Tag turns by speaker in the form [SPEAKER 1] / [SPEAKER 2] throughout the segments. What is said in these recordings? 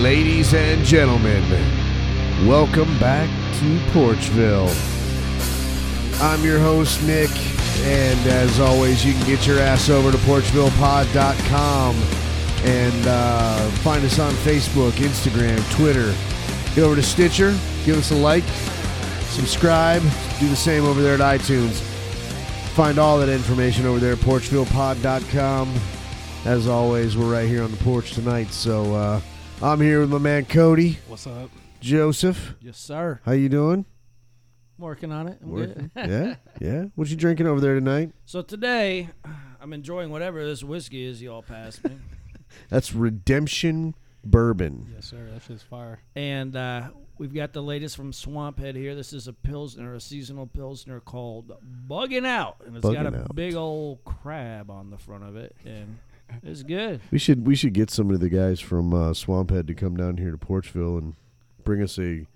[SPEAKER 1] Ladies and gentlemen, welcome back to Porchville. I'm your host, Nick, and as always, you can get your ass over to porchvillepod.com and uh, find us on Facebook, Instagram, Twitter. Get over to Stitcher, give us a like, subscribe, do the same over there at iTunes. Find all that information over there at porchvillepod.com. As always, we're right here on the porch tonight, so uh, I'm here with my man Cody,
[SPEAKER 2] What's up?
[SPEAKER 1] Joseph.
[SPEAKER 2] Yes, sir.
[SPEAKER 1] How you doing?
[SPEAKER 2] I'm working on it. I'm
[SPEAKER 1] Working?
[SPEAKER 2] good.
[SPEAKER 1] yeah, yeah. What you drinking over there tonight?
[SPEAKER 2] So today, I'm enjoying whatever this whiskey is y'all passed me.
[SPEAKER 1] That's Redemption Bourbon.
[SPEAKER 3] Yes, sir. That shit's fire.
[SPEAKER 2] and uh, we've got the latest from Swamp Head here. This is a pilsner, a seasonal pilsner called Bugging Out, and it's got
[SPEAKER 1] Buggin'
[SPEAKER 2] a
[SPEAKER 1] Out.
[SPEAKER 2] big old crab on the front of it, and it's good.
[SPEAKER 1] We should we should get some of the guys from uh, Swamphead to come down here to Porchville and bring us a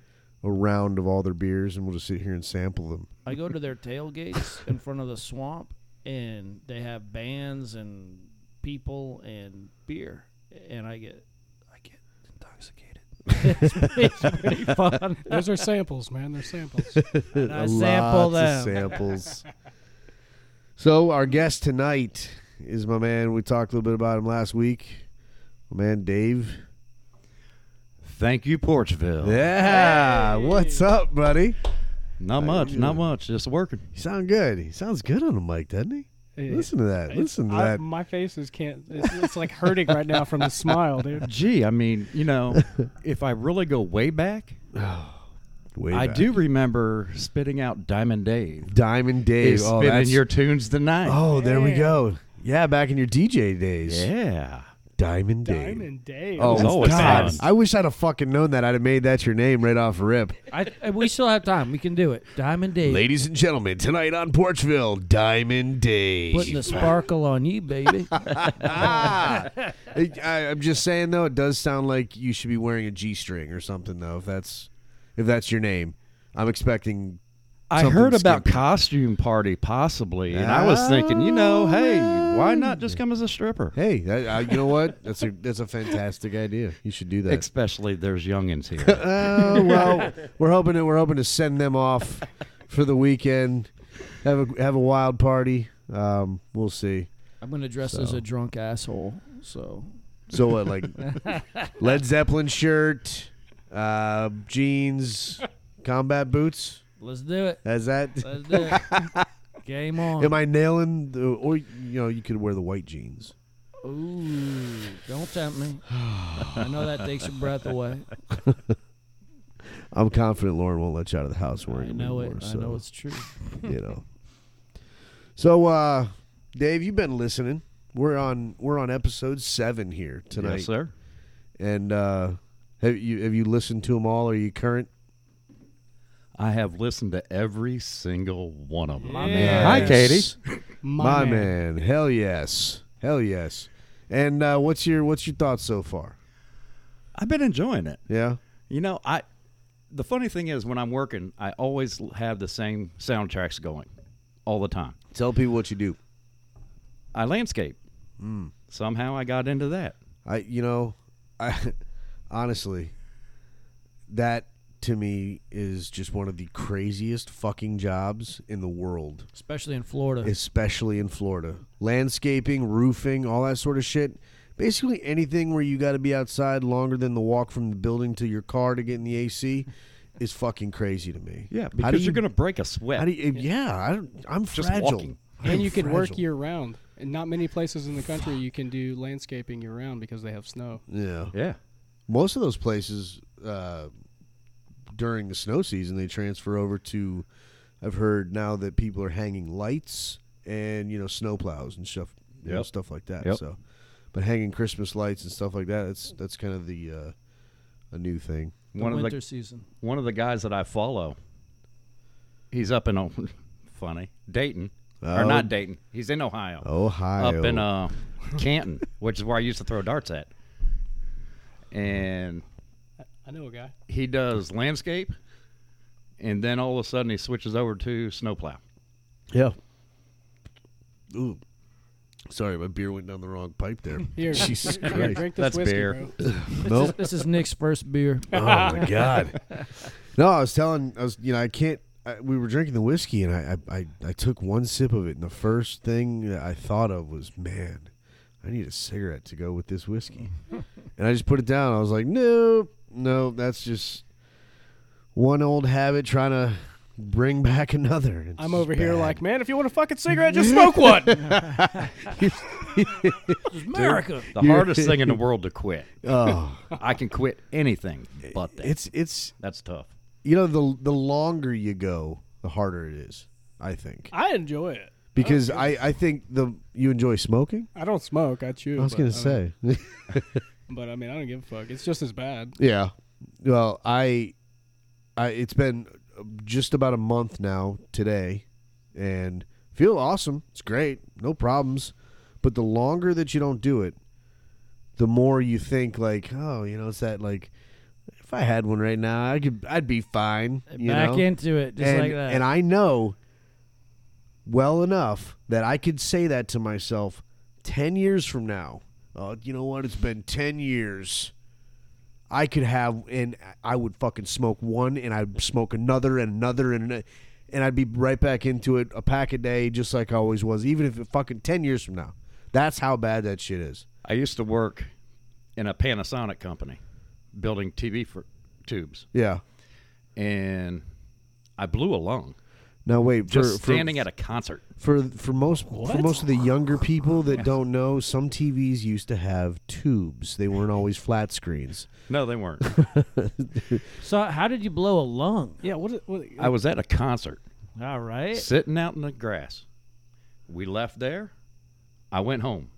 [SPEAKER 1] a round of all their beers, and we'll just sit here and sample them.
[SPEAKER 2] I go to their tailgates in front of the swamp, and they have bands and people and beer, and I get, I get intoxicated. it's, it's pretty fun.
[SPEAKER 3] Those are samples, man. They're samples.
[SPEAKER 2] And I
[SPEAKER 1] Lots
[SPEAKER 2] sample
[SPEAKER 1] of
[SPEAKER 2] them.
[SPEAKER 1] samples. so our guest tonight is my man. We talked a little bit about him last week. My man Dave.
[SPEAKER 4] Thank you, Porchville.
[SPEAKER 1] Yeah, what's up, buddy?
[SPEAKER 4] Not
[SPEAKER 1] Thank
[SPEAKER 4] much,
[SPEAKER 1] you.
[SPEAKER 4] not much. Just working.
[SPEAKER 1] You sound good. He sounds good on the mic, doesn't he? Listen to that.
[SPEAKER 3] It's-
[SPEAKER 1] Listen to
[SPEAKER 3] I-
[SPEAKER 1] that.
[SPEAKER 3] My face is can't. It's, it's like hurting right now from the smile, dude.
[SPEAKER 4] Gee, I mean, you know, if I really go way back,
[SPEAKER 1] Way
[SPEAKER 4] I
[SPEAKER 1] back.
[SPEAKER 4] do remember spitting out Diamond Dave.
[SPEAKER 1] Diamond Dave.
[SPEAKER 4] Is
[SPEAKER 1] oh,
[SPEAKER 4] spinning
[SPEAKER 1] that's-
[SPEAKER 4] your tunes tonight.
[SPEAKER 1] Oh, there we
[SPEAKER 3] Yeah.
[SPEAKER 1] go. Yeah, back in your DJ days.
[SPEAKER 4] yeah.
[SPEAKER 1] Diamond Dave.
[SPEAKER 3] Diamond Dave.
[SPEAKER 1] Oh
[SPEAKER 4] was always
[SPEAKER 1] God!
[SPEAKER 4] fun.
[SPEAKER 1] I wish I'd have fucking known that. I'd have made that your name right off rip.
[SPEAKER 2] I, I- we still have time. We can do it. Diamond Dave.
[SPEAKER 1] Ladies and gentlemen, tonight on Porchville, Diamond Dave.
[SPEAKER 2] Putting the sparkle on you, baby.
[SPEAKER 1] ah! I, I- I'm just saying though, it does sound like you should be wearing a g-string or something though. If that's if that's your name, I'm expecting.
[SPEAKER 4] I
[SPEAKER 1] Something
[SPEAKER 4] heard about
[SPEAKER 1] skimpy.
[SPEAKER 4] costume party possibly, and I was thinking, you know, hey, why not just come as a stripper?
[SPEAKER 1] Hey, that, I, you know what? That's a that's a fantastic idea. You should do that.
[SPEAKER 4] Especially there's youngins here.
[SPEAKER 1] Uh, well, we're hoping to, we're hoping to send them off for the weekend. Have a have a wild party. Um, we'll see.
[SPEAKER 2] I'm gonna dress as a drunk asshole. So
[SPEAKER 1] So what? Like Led Zeppelin shirt, uh, jeans, combat boots.
[SPEAKER 2] let's do it.
[SPEAKER 1] Is that?
[SPEAKER 2] Let's do it. Game on.
[SPEAKER 1] Am I nailing? The, or you know, you could wear the white jeans.
[SPEAKER 2] Ooh, don't tempt me. I know that takes your breath away.
[SPEAKER 1] I'm confident Lauren won't let you out of the house
[SPEAKER 2] I
[SPEAKER 1] wearing them
[SPEAKER 2] know it.
[SPEAKER 1] anymore,
[SPEAKER 2] I
[SPEAKER 1] so,
[SPEAKER 2] know it's true.
[SPEAKER 1] you know. So, uh, Dave, you've been listening. We're on we're on episode seven here tonight.
[SPEAKER 4] yes, sir.
[SPEAKER 1] And uh, have you have you listened to them all? Are you current?
[SPEAKER 4] I have listened to every single one of them.
[SPEAKER 3] My man.
[SPEAKER 4] Hi, Katie.
[SPEAKER 1] My,
[SPEAKER 3] My,
[SPEAKER 1] man. hell yes, hell yes. And uh, what's your what's your thoughts so far?
[SPEAKER 4] I've been enjoying it.
[SPEAKER 1] Yeah,
[SPEAKER 4] You know, I the funny thing is when I'm working, I always have the same soundtracks going all the time.
[SPEAKER 1] tell people what you do.
[SPEAKER 4] I landscape.
[SPEAKER 1] Mm.
[SPEAKER 4] Somehow I got into that.
[SPEAKER 1] I you know, I honestly, that to me is just one of the craziest fucking jobs in the world,
[SPEAKER 2] Especially in Florida.
[SPEAKER 1] especially in Florida. Landscaping, roofing, all that sort of shit. Basically anything where you got to be outside longer than the walk from the building to your car to get in the AC is fucking crazy to me.
[SPEAKER 4] Yeah,
[SPEAKER 1] How do
[SPEAKER 4] because
[SPEAKER 1] you-
[SPEAKER 4] you're going to break a sweat.
[SPEAKER 1] How do you, yeah, I don't, I'm
[SPEAKER 4] Just
[SPEAKER 1] fragile.
[SPEAKER 4] walking.
[SPEAKER 1] I am
[SPEAKER 3] And you can work
[SPEAKER 1] fragile.
[SPEAKER 3] year round. And not many places in the country you can do landscaping year round because they have snow.
[SPEAKER 1] Yeah.
[SPEAKER 4] yeah.
[SPEAKER 1] Most of those places uh, during the snow season, they transfer over to. I've heard now that people are hanging lights and you know snow plows and stuff, you know,
[SPEAKER 4] Yep.
[SPEAKER 1] stuff like that.
[SPEAKER 4] Yep.
[SPEAKER 1] So, but hanging Christmas lights and stuff like that. That's that's kind of the uh, a new thing.
[SPEAKER 2] the
[SPEAKER 4] One
[SPEAKER 2] winter
[SPEAKER 4] of the
[SPEAKER 2] season.
[SPEAKER 4] one of the guys that I follow. He's up in O funny, Dayton.
[SPEAKER 1] Oh.
[SPEAKER 4] Or not Dayton. He's in Ohio.
[SPEAKER 1] Ohio.
[SPEAKER 4] Up in uh Canton, which is where I used to throw darts at. And
[SPEAKER 3] I know a guy.
[SPEAKER 4] he does landscape and then all of a sudden he switches over to snowplow.
[SPEAKER 1] yeah. Ooh, Sorry, my beer went down the wrong pipe there.
[SPEAKER 3] Here,
[SPEAKER 1] Jesus
[SPEAKER 3] here,
[SPEAKER 1] Christ.
[SPEAKER 3] drink this
[SPEAKER 4] That's
[SPEAKER 3] whiskey,
[SPEAKER 4] beer.
[SPEAKER 3] bro.
[SPEAKER 1] Nope.
[SPEAKER 2] This is Nick's first beer.
[SPEAKER 1] oh my god. No, I was telling I was you know I can't. I, we were drinking the whiskey and I, I I I took one sip of it and the first thing that I thought of was man, I need a cigarette to go with this whiskey, and I just put it down. I was like, nope, no, that's just one old habit trying to bring back another. It's
[SPEAKER 3] I'm
[SPEAKER 1] just
[SPEAKER 3] over here
[SPEAKER 1] bad.
[SPEAKER 3] like, man, if you want a fucking cigarette, just smoke one.
[SPEAKER 2] This is America.
[SPEAKER 4] The
[SPEAKER 1] You're-
[SPEAKER 4] hardest thing in the world to quit.
[SPEAKER 1] oh,
[SPEAKER 4] I can quit anything but that.
[SPEAKER 1] it's it's
[SPEAKER 4] That's tough.
[SPEAKER 1] you know the the longer you go, the harder it is. I think
[SPEAKER 3] I enjoy it.
[SPEAKER 1] because I I think the you enjoy smoking.
[SPEAKER 3] I don't smoke. I chew.
[SPEAKER 1] I was
[SPEAKER 3] but
[SPEAKER 1] gonna
[SPEAKER 3] don't-
[SPEAKER 1] say.
[SPEAKER 3] but I mean, I don't give a fuck. It's just as bad.
[SPEAKER 1] Yeah. Well, I, I it's been just about a month now today, and feel awesome. It's great, no problems. But the longer that you don't do it, the more you think like, oh, you know, it's that like, if I had one right now, I could, I'd be fine. You
[SPEAKER 2] Back
[SPEAKER 1] know?
[SPEAKER 2] into it, just
[SPEAKER 1] and,
[SPEAKER 2] like that.
[SPEAKER 1] And I know well enough that I could say that to myself 10 years from now. Oh, you know what? It's been 10 years. I could have, and I would fucking smoke one, and I'd smoke another, and another, and ano- and I'd be right back into it, a pack a day, just like I always was, even if it fucking 10 years from now. That's how bad that shit is.
[SPEAKER 4] I used to work in a Panasonic company building TV for tubes,
[SPEAKER 1] Yeah.
[SPEAKER 4] and I blew a lung
[SPEAKER 1] Now, wait.
[SPEAKER 4] just
[SPEAKER 1] for,
[SPEAKER 4] standing
[SPEAKER 1] for,
[SPEAKER 4] at a concert.
[SPEAKER 1] for for most for most of the younger people that don't know, some TVs used to have tubes. They weren't always flat screens.
[SPEAKER 4] No, they weren't.
[SPEAKER 2] so, how did you blow a lung?
[SPEAKER 3] Yeah. What? Is, what
[SPEAKER 4] I was at a concert,
[SPEAKER 2] All right.
[SPEAKER 4] sitting out in the grass. We left there. I went home.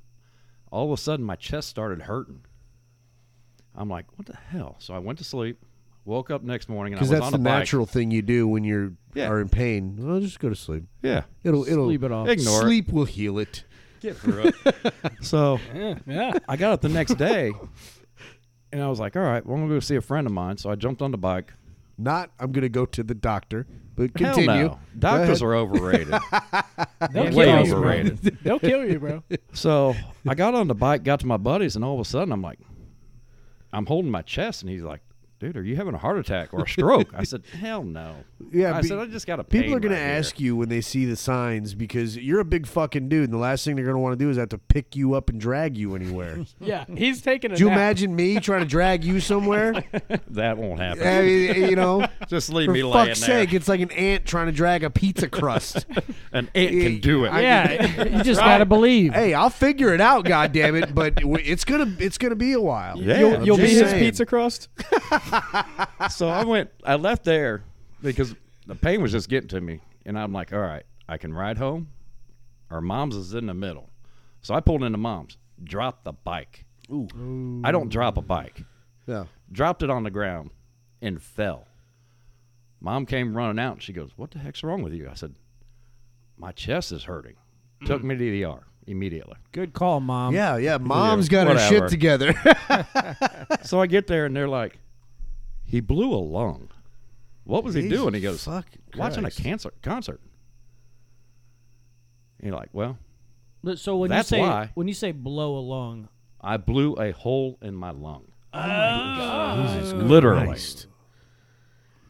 [SPEAKER 4] All of a sudden, my chest started hurting. I'm like, "What the hell?" So I went to sleep. Woke up next morning, and I
[SPEAKER 1] Because
[SPEAKER 4] was
[SPEAKER 1] that's
[SPEAKER 4] on
[SPEAKER 1] the
[SPEAKER 4] a bike.
[SPEAKER 1] natural thing you do when you're
[SPEAKER 4] Yeah.
[SPEAKER 1] are in pain. Well, just go to sleep.
[SPEAKER 4] Yeah,
[SPEAKER 1] It'll it'll
[SPEAKER 2] Sleep it off.
[SPEAKER 4] ignore it.
[SPEAKER 1] sleep will heal it.
[SPEAKER 4] Get through it. so
[SPEAKER 3] yeah. yeah.
[SPEAKER 4] I got up the next day and I was like, all right, well, I'm going to go see a friend of mine. So I jumped on the bike.
[SPEAKER 1] Not I'm gonna go to the doctor, but
[SPEAKER 4] Hell
[SPEAKER 1] continue.
[SPEAKER 4] no. Doctors are overrated.
[SPEAKER 3] They'll
[SPEAKER 4] Way
[SPEAKER 3] kill you, bro.
[SPEAKER 4] overrated.
[SPEAKER 3] They'll kill you, bro.
[SPEAKER 4] So I got on the bike, got to my buddies, and all of a sudden I'm like, I'm holding my chest. And he's like, dude, are you having a heart attack or a stroke? I said, hell no.
[SPEAKER 1] Yeah,
[SPEAKER 4] I
[SPEAKER 1] be-
[SPEAKER 4] said, I just got a
[SPEAKER 1] People
[SPEAKER 4] pain
[SPEAKER 1] are gonna
[SPEAKER 4] right here."
[SPEAKER 1] ask you when they see the signs because you're a big fucking dude, and the last thing they're gonna want to do is have to pick you up and drag you anywhere.
[SPEAKER 3] Yeah. He's taking a.
[SPEAKER 1] Do you
[SPEAKER 3] nap.
[SPEAKER 1] imagine me trying to drag you somewhere?
[SPEAKER 4] That won't happen.
[SPEAKER 1] I mean, you know,
[SPEAKER 4] just leave
[SPEAKER 1] for
[SPEAKER 4] me laying
[SPEAKER 1] fuck's
[SPEAKER 4] there.
[SPEAKER 1] sake, it's like an ant trying to drag a pizza crust.
[SPEAKER 4] An ant can do it.
[SPEAKER 1] I-
[SPEAKER 2] yeah, you just gotta believe.
[SPEAKER 1] hey, I'll figure it out, God damn it! But w- it's gonna it's gonna be a while.
[SPEAKER 4] Yeah.
[SPEAKER 3] You'll,
[SPEAKER 4] I'm
[SPEAKER 3] you'll be
[SPEAKER 1] just
[SPEAKER 3] his
[SPEAKER 1] saying.
[SPEAKER 3] pizza crust.
[SPEAKER 4] so I went, I left there because the pain was just getting to me. And I'm like, all right, I can ride home or mom's is in the middle. So I pulled into mom's, dropped the bike. Ooh. I don't drop a bike.
[SPEAKER 1] Yeah.
[SPEAKER 4] Dropped it on the ground and fell. Mom came running out and she goes, What the heck's wrong with you? I said, My chest is hurting. Took me to the ER immediately.
[SPEAKER 2] Good call, mom.
[SPEAKER 1] Yeah, yeah. Mom's got her
[SPEAKER 4] whatever.
[SPEAKER 1] shit together.
[SPEAKER 4] so I get there and they're like, He blew a lung. What was he doing? He goes,
[SPEAKER 1] fuck
[SPEAKER 4] watching a
[SPEAKER 1] Christ.
[SPEAKER 4] cancer concert. And you're like, well,
[SPEAKER 2] But So when
[SPEAKER 4] That's
[SPEAKER 2] you say
[SPEAKER 4] why.
[SPEAKER 2] when you say blow a lung,
[SPEAKER 4] I blew a hole in my lung,
[SPEAKER 1] Jesus
[SPEAKER 4] literally.
[SPEAKER 1] Oh Christ.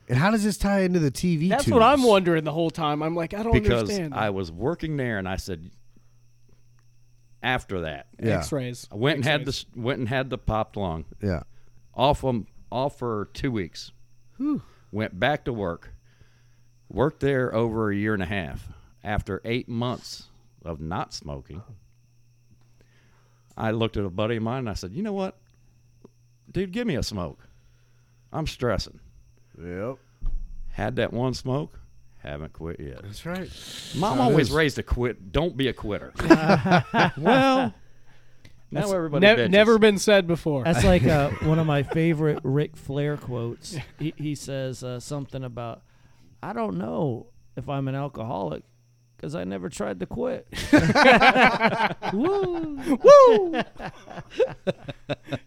[SPEAKER 1] And how does this tie into the TV?
[SPEAKER 3] That's
[SPEAKER 1] tubes?
[SPEAKER 3] what I'm wondering the whole time. I'm like, I don't
[SPEAKER 4] because
[SPEAKER 3] understand.
[SPEAKER 4] I was working there, and I said, after that,
[SPEAKER 1] Yeah,
[SPEAKER 3] X-rays.
[SPEAKER 4] I went and had this, went and had the popped lung,
[SPEAKER 1] yeah.
[SPEAKER 4] off 'em- off for two weeks, went back to work, worked there over a year and a half. After eight months of not smoking, I looked at a buddy of mine and I said, you know what, dude, give me a smoke. I'm stressing.
[SPEAKER 1] Yep.
[SPEAKER 4] Had that one smoke, haven't quit yet.
[SPEAKER 1] That's right.
[SPEAKER 4] Mom
[SPEAKER 1] how it
[SPEAKER 4] always
[SPEAKER 1] is.
[SPEAKER 4] raised a quit. Don't be a quitter. well, now everybody
[SPEAKER 3] Ne-
[SPEAKER 4] bitches.
[SPEAKER 3] never been said before.
[SPEAKER 2] that's like uh, one of my favorite Ric Flair quotes. He, he says uh, something about, "I don't know if I'm an alcoholic because I never tried to quit." Woo!
[SPEAKER 3] Woo!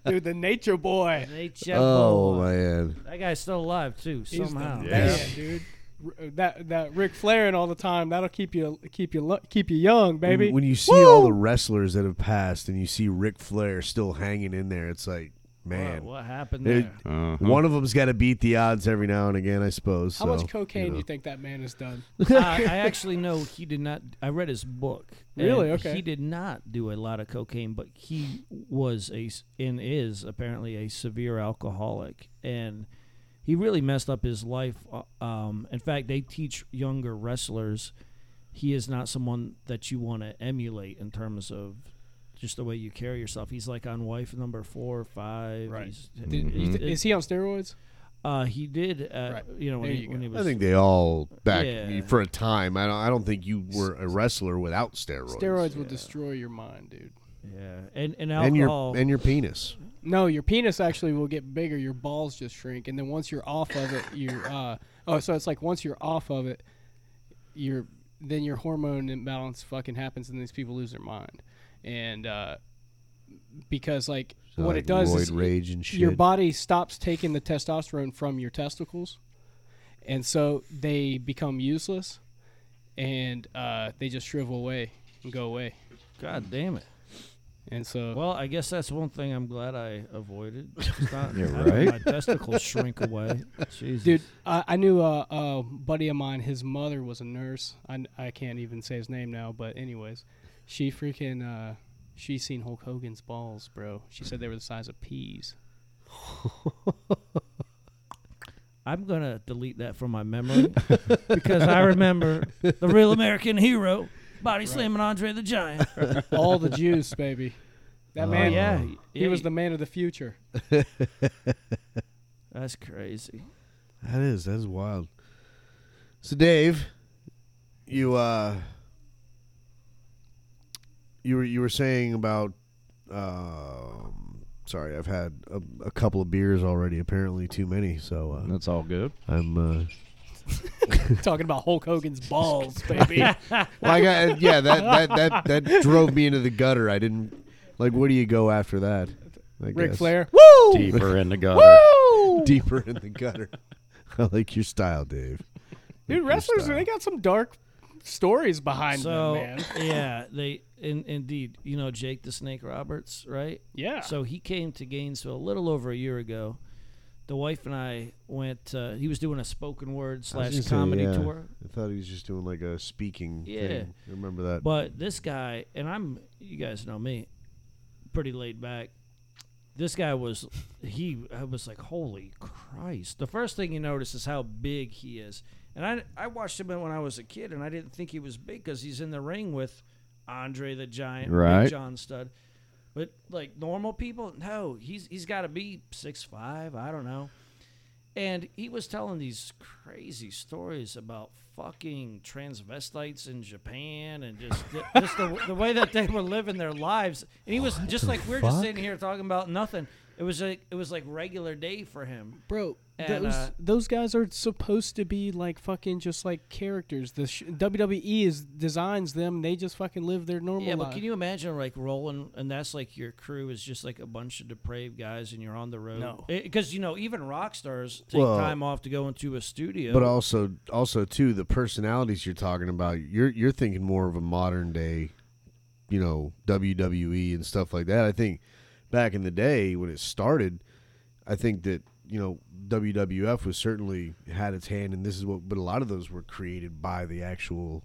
[SPEAKER 3] Dude, the nature boy.
[SPEAKER 2] Nature
[SPEAKER 1] Oh
[SPEAKER 2] boy.
[SPEAKER 1] man.
[SPEAKER 2] That guy's still alive too.
[SPEAKER 3] He's the
[SPEAKER 2] Somehow.
[SPEAKER 3] man, dude. r- that that Ric Flair and all the time. That'll keep you keep you lo- keep you young, baby.
[SPEAKER 1] When, when you see all the wrestlers that have passed and you see Ric Flair still hanging in there, it's like, man,
[SPEAKER 2] What, what happened
[SPEAKER 1] It-
[SPEAKER 2] there?
[SPEAKER 4] Uh-huh.
[SPEAKER 1] one of them's got to beat the odds every now and again, I suppose.
[SPEAKER 3] How
[SPEAKER 1] so,
[SPEAKER 3] much cocaine
[SPEAKER 1] you
[SPEAKER 3] do
[SPEAKER 1] know.
[SPEAKER 3] you think that man has done?
[SPEAKER 2] Uh, I, I actually know he did not. I read his book. and
[SPEAKER 3] Really? Okay.
[SPEAKER 2] He did not do a lot of cocaine, but he was a s- and is apparently a severe alcoholic, and he really messed up his life. uh, Um, in fact, they teach younger wrestlers. He is not someone that you want to emulate in terms of just the way you carry yourself. He's like on wife number four or five.
[SPEAKER 3] Right.
[SPEAKER 2] He's,
[SPEAKER 3] Did- you th-
[SPEAKER 2] it-
[SPEAKER 3] Is he on steroids?
[SPEAKER 2] uh, he did. Uh,
[SPEAKER 3] Right.
[SPEAKER 2] You know when
[SPEAKER 3] There
[SPEAKER 2] he,
[SPEAKER 3] you
[SPEAKER 2] when
[SPEAKER 3] go.
[SPEAKER 2] he was.
[SPEAKER 1] I think they all back
[SPEAKER 2] Yeah.
[SPEAKER 1] for a time. I don't. I don't think you were a wrestler without steroids.
[SPEAKER 3] Steroids will
[SPEAKER 2] yeah.
[SPEAKER 3] destroy your mind, dude.
[SPEAKER 2] yeah, and and
[SPEAKER 1] and
[SPEAKER 2] alcohol.
[SPEAKER 1] your and your penis.
[SPEAKER 3] No, your penis actually will get bigger. Your balls just shrink, and then once you're off of it, you uh oh, so it's like once you're off of it, your then your hormone imbalance fucking happens, and these people lose their mind, and uh because like
[SPEAKER 1] So,
[SPEAKER 3] what
[SPEAKER 1] like,
[SPEAKER 3] it does
[SPEAKER 1] roid
[SPEAKER 3] is
[SPEAKER 1] rage and shit.
[SPEAKER 3] your body stops taking the testosterone from your testicles, and so they become useless, and uh, they just shrivel away and go away.
[SPEAKER 2] God damn it.
[SPEAKER 3] And so,
[SPEAKER 2] Well, I guess that's one thing I'm glad I avoided. It's not
[SPEAKER 4] You're
[SPEAKER 2] having
[SPEAKER 4] right.
[SPEAKER 2] My testicles shrink away. Jesus.
[SPEAKER 3] dude, I, I knew a, a buddy of mine. His mother was a nurse. I, n- I can't even say his name now, but anyways, she freaking uh, she seen Hulk Hogan's balls, bro. She said they were the size of peas.
[SPEAKER 2] I'm gonna delete that from my memory because I remember the real American hero, body slamming Andre the Giant.
[SPEAKER 3] All the juice, baby. That
[SPEAKER 1] Oh,
[SPEAKER 3] man,
[SPEAKER 2] yeah,
[SPEAKER 3] he was the man of the future.
[SPEAKER 2] That's crazy.
[SPEAKER 1] That is that is wild. So Dave, you uh, you were you were saying about. Um, sorry, I've had a, a couple of beers already. Apparently, too many. So uh,
[SPEAKER 4] That's all good.
[SPEAKER 1] I'm. Uh,
[SPEAKER 3] Talking about Hulk Hogan's balls, baby.
[SPEAKER 1] well, I got, yeah, that, that that that drove me into the gutter. I didn't like. Where do you go after that? I
[SPEAKER 3] Ric
[SPEAKER 1] guess.
[SPEAKER 3] Flair.
[SPEAKER 4] Deeper in the gutter.
[SPEAKER 1] deeper in the gutter. I like your style, Dave.
[SPEAKER 3] Dude, wrestlers,
[SPEAKER 1] style.
[SPEAKER 3] they got some dark stories behind
[SPEAKER 2] so
[SPEAKER 3] them, man.
[SPEAKER 2] yeah, they in, indeed. You know Jake the Snake Roberts, right?
[SPEAKER 3] Yeah.
[SPEAKER 2] So he came to Gainesville a little over a year ago. The wife and I went. Uh, he was doing a spoken word slash
[SPEAKER 1] gonna say,
[SPEAKER 2] comedy
[SPEAKER 1] yeah.
[SPEAKER 2] tour.
[SPEAKER 1] I thought he was just doing like a speaking
[SPEAKER 2] Yeah.
[SPEAKER 1] thing. I remember that.
[SPEAKER 2] But this guy, and I'm, you guys know me, pretty laid back. This guy was, he, I was like, holy Christ. The first thing you notice is how big he is. And I, I watched him when I was a kid, and I didn't think he was big because he's in the ring with Andre the Giant,
[SPEAKER 4] Right.
[SPEAKER 2] Big John Studd. But like normal people, no, he's he's got to be six five. I don't know. And he was telling these crazy stories about fucking transvestites in Japan and just, just the, the way that they were living their lives. And he was just like we're just sitting here talking about nothing. It was like it was like regular day for him.
[SPEAKER 3] Bro,
[SPEAKER 2] And,
[SPEAKER 3] those
[SPEAKER 2] uh,
[SPEAKER 3] those guys are supposed to be like fucking just like characters. The sh- WWE is designs them. They just fucking live their normal
[SPEAKER 2] Yeah,
[SPEAKER 3] life.
[SPEAKER 2] but can you imagine like rolling and that's like your crew is just like a bunch of depraved guys and you're on the road?
[SPEAKER 3] No.
[SPEAKER 2] because you know even rock stars take
[SPEAKER 1] Well-
[SPEAKER 2] time off to go into a studio.
[SPEAKER 1] But also, also too, the personalities you're talking about, you're you're thinking more of a modern day, you know, WWE and stuff like that. I think back in the day when it started, I think that you know WWF was certainly had its hand, and this is what. But a lot of those were created by the actual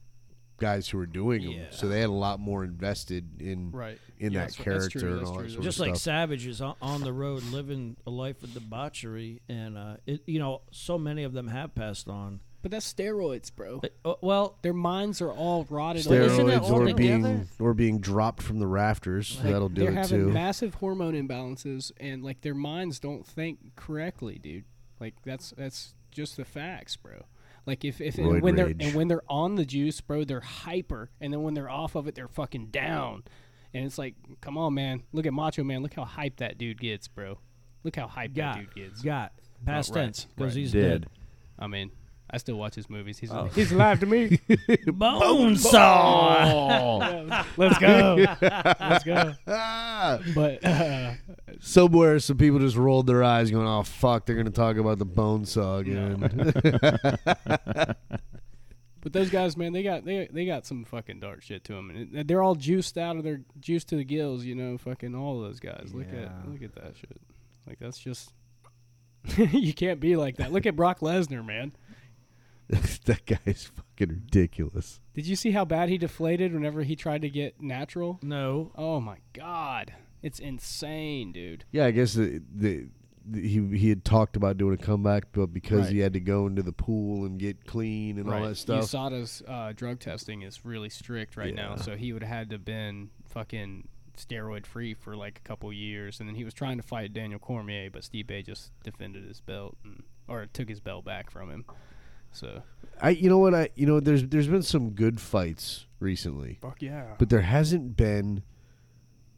[SPEAKER 1] guys who were doing them,
[SPEAKER 2] Yeah.
[SPEAKER 1] so they had a lot more invested in
[SPEAKER 3] Right.
[SPEAKER 1] in
[SPEAKER 3] Yeah,
[SPEAKER 1] that
[SPEAKER 3] that's- that's
[SPEAKER 1] character
[SPEAKER 3] true,
[SPEAKER 1] and
[SPEAKER 3] that's
[SPEAKER 1] all
[SPEAKER 3] true.
[SPEAKER 1] that sort
[SPEAKER 2] just
[SPEAKER 1] of
[SPEAKER 2] like
[SPEAKER 1] stuff.
[SPEAKER 2] savages on, on the road living a life of debauchery and uh, it, you know so many of them have passed on
[SPEAKER 3] But that's steroids, bro.
[SPEAKER 2] but, uh, well
[SPEAKER 3] Their minds are all rotted.
[SPEAKER 2] Isn't that
[SPEAKER 1] Steroids
[SPEAKER 2] all
[SPEAKER 1] or
[SPEAKER 2] together?
[SPEAKER 1] being or being dropped from the rafters.
[SPEAKER 3] Like,
[SPEAKER 1] That'll do
[SPEAKER 3] they're
[SPEAKER 1] it
[SPEAKER 3] having
[SPEAKER 1] too.
[SPEAKER 3] massive hormone imbalances, and like their minds don't think correctly, dude. Like that's that's just the facts, bro. Like if, if and
[SPEAKER 1] Roid
[SPEAKER 3] when
[SPEAKER 1] rage.
[SPEAKER 3] they're and when they're on the juice, bro, they're hyper, and then when they're off of it, they're fucking down. And it's like, come on, man. Look at Macho Man. Look how hype that dude gets, bro. Look how hype
[SPEAKER 2] got
[SPEAKER 3] that dude gets.
[SPEAKER 2] got past
[SPEAKER 3] right,
[SPEAKER 2] tense because
[SPEAKER 3] right.
[SPEAKER 2] he's dead.
[SPEAKER 4] Dead.
[SPEAKER 3] I mean, I still watch his movies. He's he's alive to me.
[SPEAKER 2] Bone saw.
[SPEAKER 3] Let's go. Let's go.
[SPEAKER 1] Ah!
[SPEAKER 3] But uh,
[SPEAKER 1] Somewhere, some people just rolled their eyes, going, "Oh fuck, they're gonna talk about the bone saw again."
[SPEAKER 3] but those guys, man, they got they they got some fucking dark shit to them, and it- they're all juiced out of their juiced to the gills. You know, fucking all of those guys. Look
[SPEAKER 4] Yeah.
[SPEAKER 3] at look at that shit. Like that's just. you can't be like that. Look at Brock Lesnar, man.
[SPEAKER 1] that guy's fucking ridiculous.
[SPEAKER 3] Did you see how bad he deflated whenever he tried to get natural?
[SPEAKER 2] No.
[SPEAKER 3] Oh my god, it's insane, dude.
[SPEAKER 1] Yeah, I guess the, the, the he he had talked about doing a comeback, but because
[SPEAKER 3] Right.
[SPEAKER 1] he had to go into the pool and get clean and all that stuff,
[SPEAKER 3] USADA's uh, drug testing is really strict right now, so he would have had to been fucking steroid free for like a couple years, and then he was trying to fight Daniel Cormier, but Steve Bay just defended his belt and, or took his belt back from him. So
[SPEAKER 1] I you know what I you know there's there's been some good fights recently,
[SPEAKER 3] fuck yeah,
[SPEAKER 1] but there hasn't been.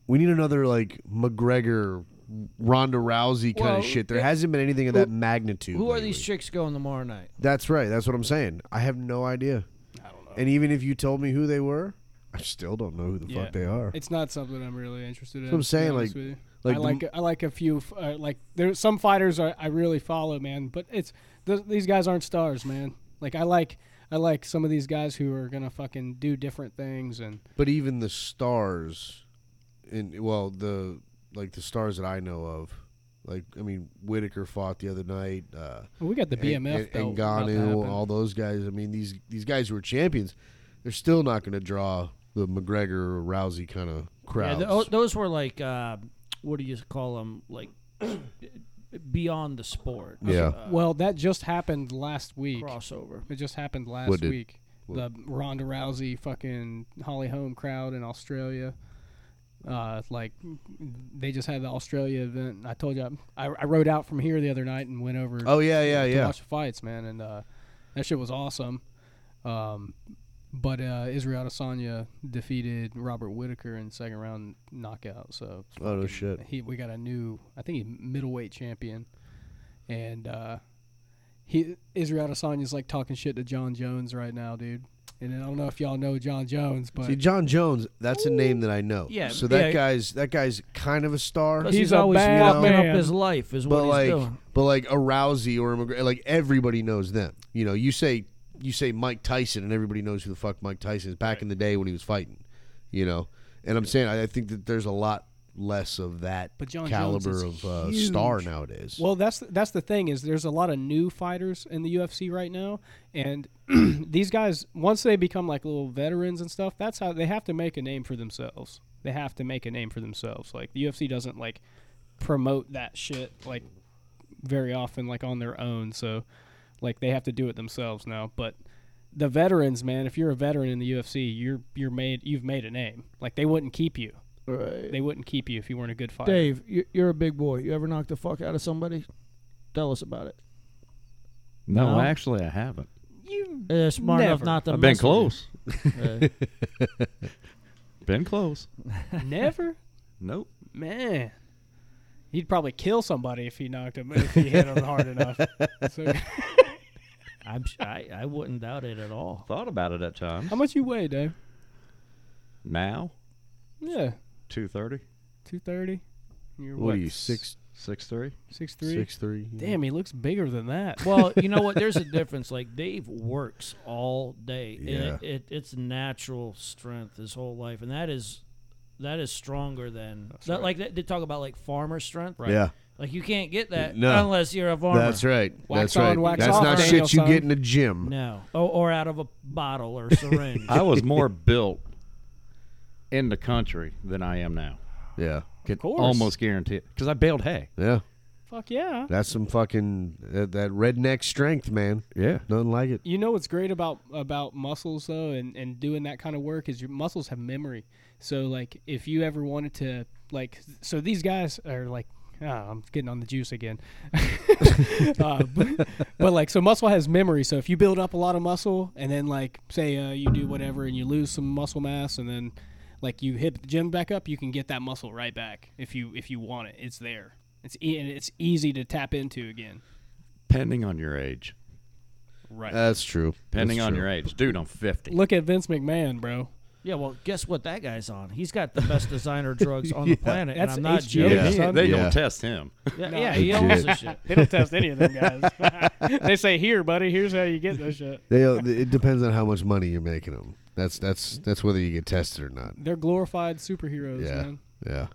[SPEAKER 1] We need another like McGregor, Ronda Rousey kind
[SPEAKER 2] Well,
[SPEAKER 1] of shit. There hasn't been anything of that magnitude.
[SPEAKER 2] Who are
[SPEAKER 1] lately.
[SPEAKER 2] these chicks going tomorrow night?
[SPEAKER 1] That's right. That's what I'm saying. I have no idea.
[SPEAKER 3] I don't know.
[SPEAKER 1] And even if you told me who they were, I still don't know who the
[SPEAKER 3] Yeah.
[SPEAKER 1] fuck they are.
[SPEAKER 3] It's not something I'm really interested in.
[SPEAKER 1] what I'm
[SPEAKER 3] to be
[SPEAKER 1] saying, like-
[SPEAKER 3] honest with you.
[SPEAKER 1] like
[SPEAKER 3] I
[SPEAKER 1] the
[SPEAKER 3] like I like a few f- uh, like there's some fighters I, I really follow, man. But it's th- these guys aren't stars, man. Like I like I like some of these guys who are gonna fucking do different things and
[SPEAKER 1] But even the stars, in well, the like the stars that I know of, like I mean, Whitaker fought the other night. Uh,
[SPEAKER 3] well, we got the
[SPEAKER 1] and,
[SPEAKER 3] BMF belt
[SPEAKER 1] and
[SPEAKER 3] about to
[SPEAKER 1] Ngannou,
[SPEAKER 3] happen.
[SPEAKER 1] all those guys. I mean, these these guys who are champions, they're still not going to draw the McGregor or Rousey kind of
[SPEAKER 2] Yeah,
[SPEAKER 1] crowds.
[SPEAKER 2] th- oh, those were like, uh, what do you call them? Like beyond the sport.
[SPEAKER 1] Yeah.
[SPEAKER 2] Uh,
[SPEAKER 3] well, that just happened last week.
[SPEAKER 2] crossover.
[SPEAKER 3] It just happened last
[SPEAKER 1] What did-
[SPEAKER 3] week. The Ronda Rousey fucking Holly Holm crowd in Australia. Uh, like they just had the Australia event. I told you I, I rode out from here the other night and went over.
[SPEAKER 1] Oh, yeah, yeah,
[SPEAKER 3] to
[SPEAKER 1] yeah.
[SPEAKER 3] Watch the fights, man, and uh, that shit was awesome. Um, but uh, Israel Adesanya defeated Robert Whitaker in second round knockout. So it's
[SPEAKER 1] Oh, no
[SPEAKER 3] fucking-
[SPEAKER 1] shit.
[SPEAKER 3] He we got a new I think he middleweight champion, and uh, he Israel Adesanya's like talking shit to John Jones right now, dude. And I don't know if y'all know John Jones, but
[SPEAKER 1] See, John Jones, that's a name that I know.
[SPEAKER 2] Yeah,
[SPEAKER 1] So that
[SPEAKER 2] yeah.
[SPEAKER 1] guy's that guy's kind of a star.
[SPEAKER 2] 'Cause
[SPEAKER 3] He's
[SPEAKER 2] he's,
[SPEAKER 3] a
[SPEAKER 2] always
[SPEAKER 3] bad
[SPEAKER 2] fucking
[SPEAKER 3] man.
[SPEAKER 2] up his life, is what
[SPEAKER 1] but
[SPEAKER 2] he's
[SPEAKER 1] like
[SPEAKER 2] doing.
[SPEAKER 1] but like a Rousey or a McGregor, like everybody knows them. You know, you say you say Mike Tyson and everybody knows who the fuck Mike Tyson is back in the day when he was fighting, you know. And I'm saying I, I think that there's a lot less of that
[SPEAKER 3] But John
[SPEAKER 1] caliber of
[SPEAKER 3] Jones is
[SPEAKER 1] uh,
[SPEAKER 3] huge.
[SPEAKER 1] star nowadays.
[SPEAKER 3] Well, that's that's the thing is there's a lot of new fighters in the UFC right now, and these guys once they become like little veterans and stuff, that's how they have to make a name for themselves. They have to make a name for themselves. Like the UFC doesn't like promote that shit like very often like on their own, so like they have to do it themselves now. But the veterans, man, if you're a veteran in the UFC, you're you're made you've made a name. Like they wouldn't keep you.
[SPEAKER 2] Right.
[SPEAKER 3] They wouldn't keep you if you weren't a good fighter.
[SPEAKER 2] Dave, you- you're a big boy. You ever knocked the fuck out of somebody? Tell us about it.
[SPEAKER 4] No,
[SPEAKER 2] No.
[SPEAKER 4] actually, I haven't.
[SPEAKER 2] Uh, smart
[SPEAKER 3] Never.
[SPEAKER 2] enough not to.
[SPEAKER 4] I've been
[SPEAKER 2] mess with
[SPEAKER 4] close.
[SPEAKER 2] you. Uh,
[SPEAKER 4] Been close.
[SPEAKER 3] Never.
[SPEAKER 4] Nope.
[SPEAKER 3] Man, he'd probably kill somebody if he knocked him if he hit him hard enough. So,
[SPEAKER 2] I'm, sh- I, I wouldn't doubt it at all.
[SPEAKER 4] Thought about it at times.
[SPEAKER 3] how much you weigh, Dave?
[SPEAKER 4] Now,
[SPEAKER 3] Yeah,
[SPEAKER 4] 230,
[SPEAKER 3] two thirty. You're
[SPEAKER 1] what, are you six
[SPEAKER 4] 6'3".
[SPEAKER 3] six three?
[SPEAKER 1] six three?
[SPEAKER 3] Damn, he looks bigger than that.
[SPEAKER 2] Well, you know what? There's a difference. Like Dave works all day. and It, it, it's natural strength his whole life, and that is that is stronger than that.
[SPEAKER 3] right.
[SPEAKER 2] Like they, they talk about like farmer strength.
[SPEAKER 3] Right.
[SPEAKER 1] Yeah,
[SPEAKER 2] Like you can't get that
[SPEAKER 1] No.
[SPEAKER 2] unless you're a farmer.
[SPEAKER 1] that's right.
[SPEAKER 3] Wax
[SPEAKER 1] that's
[SPEAKER 3] on,
[SPEAKER 1] right.
[SPEAKER 3] wax
[SPEAKER 1] that's
[SPEAKER 3] off,
[SPEAKER 1] not
[SPEAKER 3] Daniel
[SPEAKER 1] shit you
[SPEAKER 3] son.
[SPEAKER 1] get in a gym.
[SPEAKER 2] No. Oh, or out of a bottle or syringe.
[SPEAKER 4] I was more built in the country than I am now.
[SPEAKER 1] Yeah,
[SPEAKER 4] Could
[SPEAKER 3] course.
[SPEAKER 4] almost guarantee it because I baled hay.
[SPEAKER 1] yeah.
[SPEAKER 3] Fuck yeah.
[SPEAKER 1] That's some fucking that, that redneck strength, man.
[SPEAKER 4] Yeah.
[SPEAKER 1] Nothing like it.
[SPEAKER 3] You know what's great about about muscles though, and and doing that kind of work is your muscles have memory. So like, if you ever wanted to like, so these guys are like. ah, I'm getting on the juice again, uh, but, but like so, muscle has memory. So if you build up a lot of muscle, and then like say uh, you do whatever, and you lose some muscle mass, and then like you hit the gym back up, you can get that muscle right back if you if you want it. It's there. It's e- and it's easy to tap into again.
[SPEAKER 4] Depending on your age.
[SPEAKER 2] Right.
[SPEAKER 1] That's true.
[SPEAKER 4] depending
[SPEAKER 1] That's
[SPEAKER 4] on
[SPEAKER 1] true.
[SPEAKER 4] your age. Dude, I'm 50.
[SPEAKER 3] Look at Vince McMahon, bro.
[SPEAKER 2] yeah. Well, guess what that guy's on? He's got the best designer drugs on the planet, and
[SPEAKER 3] That's
[SPEAKER 2] I'm not
[SPEAKER 3] HBO.
[SPEAKER 2] joking.
[SPEAKER 4] Yeah,
[SPEAKER 1] Yeah.
[SPEAKER 4] he-
[SPEAKER 3] son.
[SPEAKER 4] they
[SPEAKER 1] Yeah.
[SPEAKER 4] don't test him.
[SPEAKER 2] Yeah,
[SPEAKER 3] No.
[SPEAKER 2] yeah, he owns
[SPEAKER 1] Legit.
[SPEAKER 2] this shit.
[SPEAKER 3] They don't test any of them guys. they say, "Here, buddy. Here's how you get this shit."
[SPEAKER 1] They, uh, it depends on how much money you're making them. That's that's that's whether you get tested or not.
[SPEAKER 3] They're glorified superheroes,
[SPEAKER 1] Yeah.
[SPEAKER 3] man.
[SPEAKER 1] Yeah.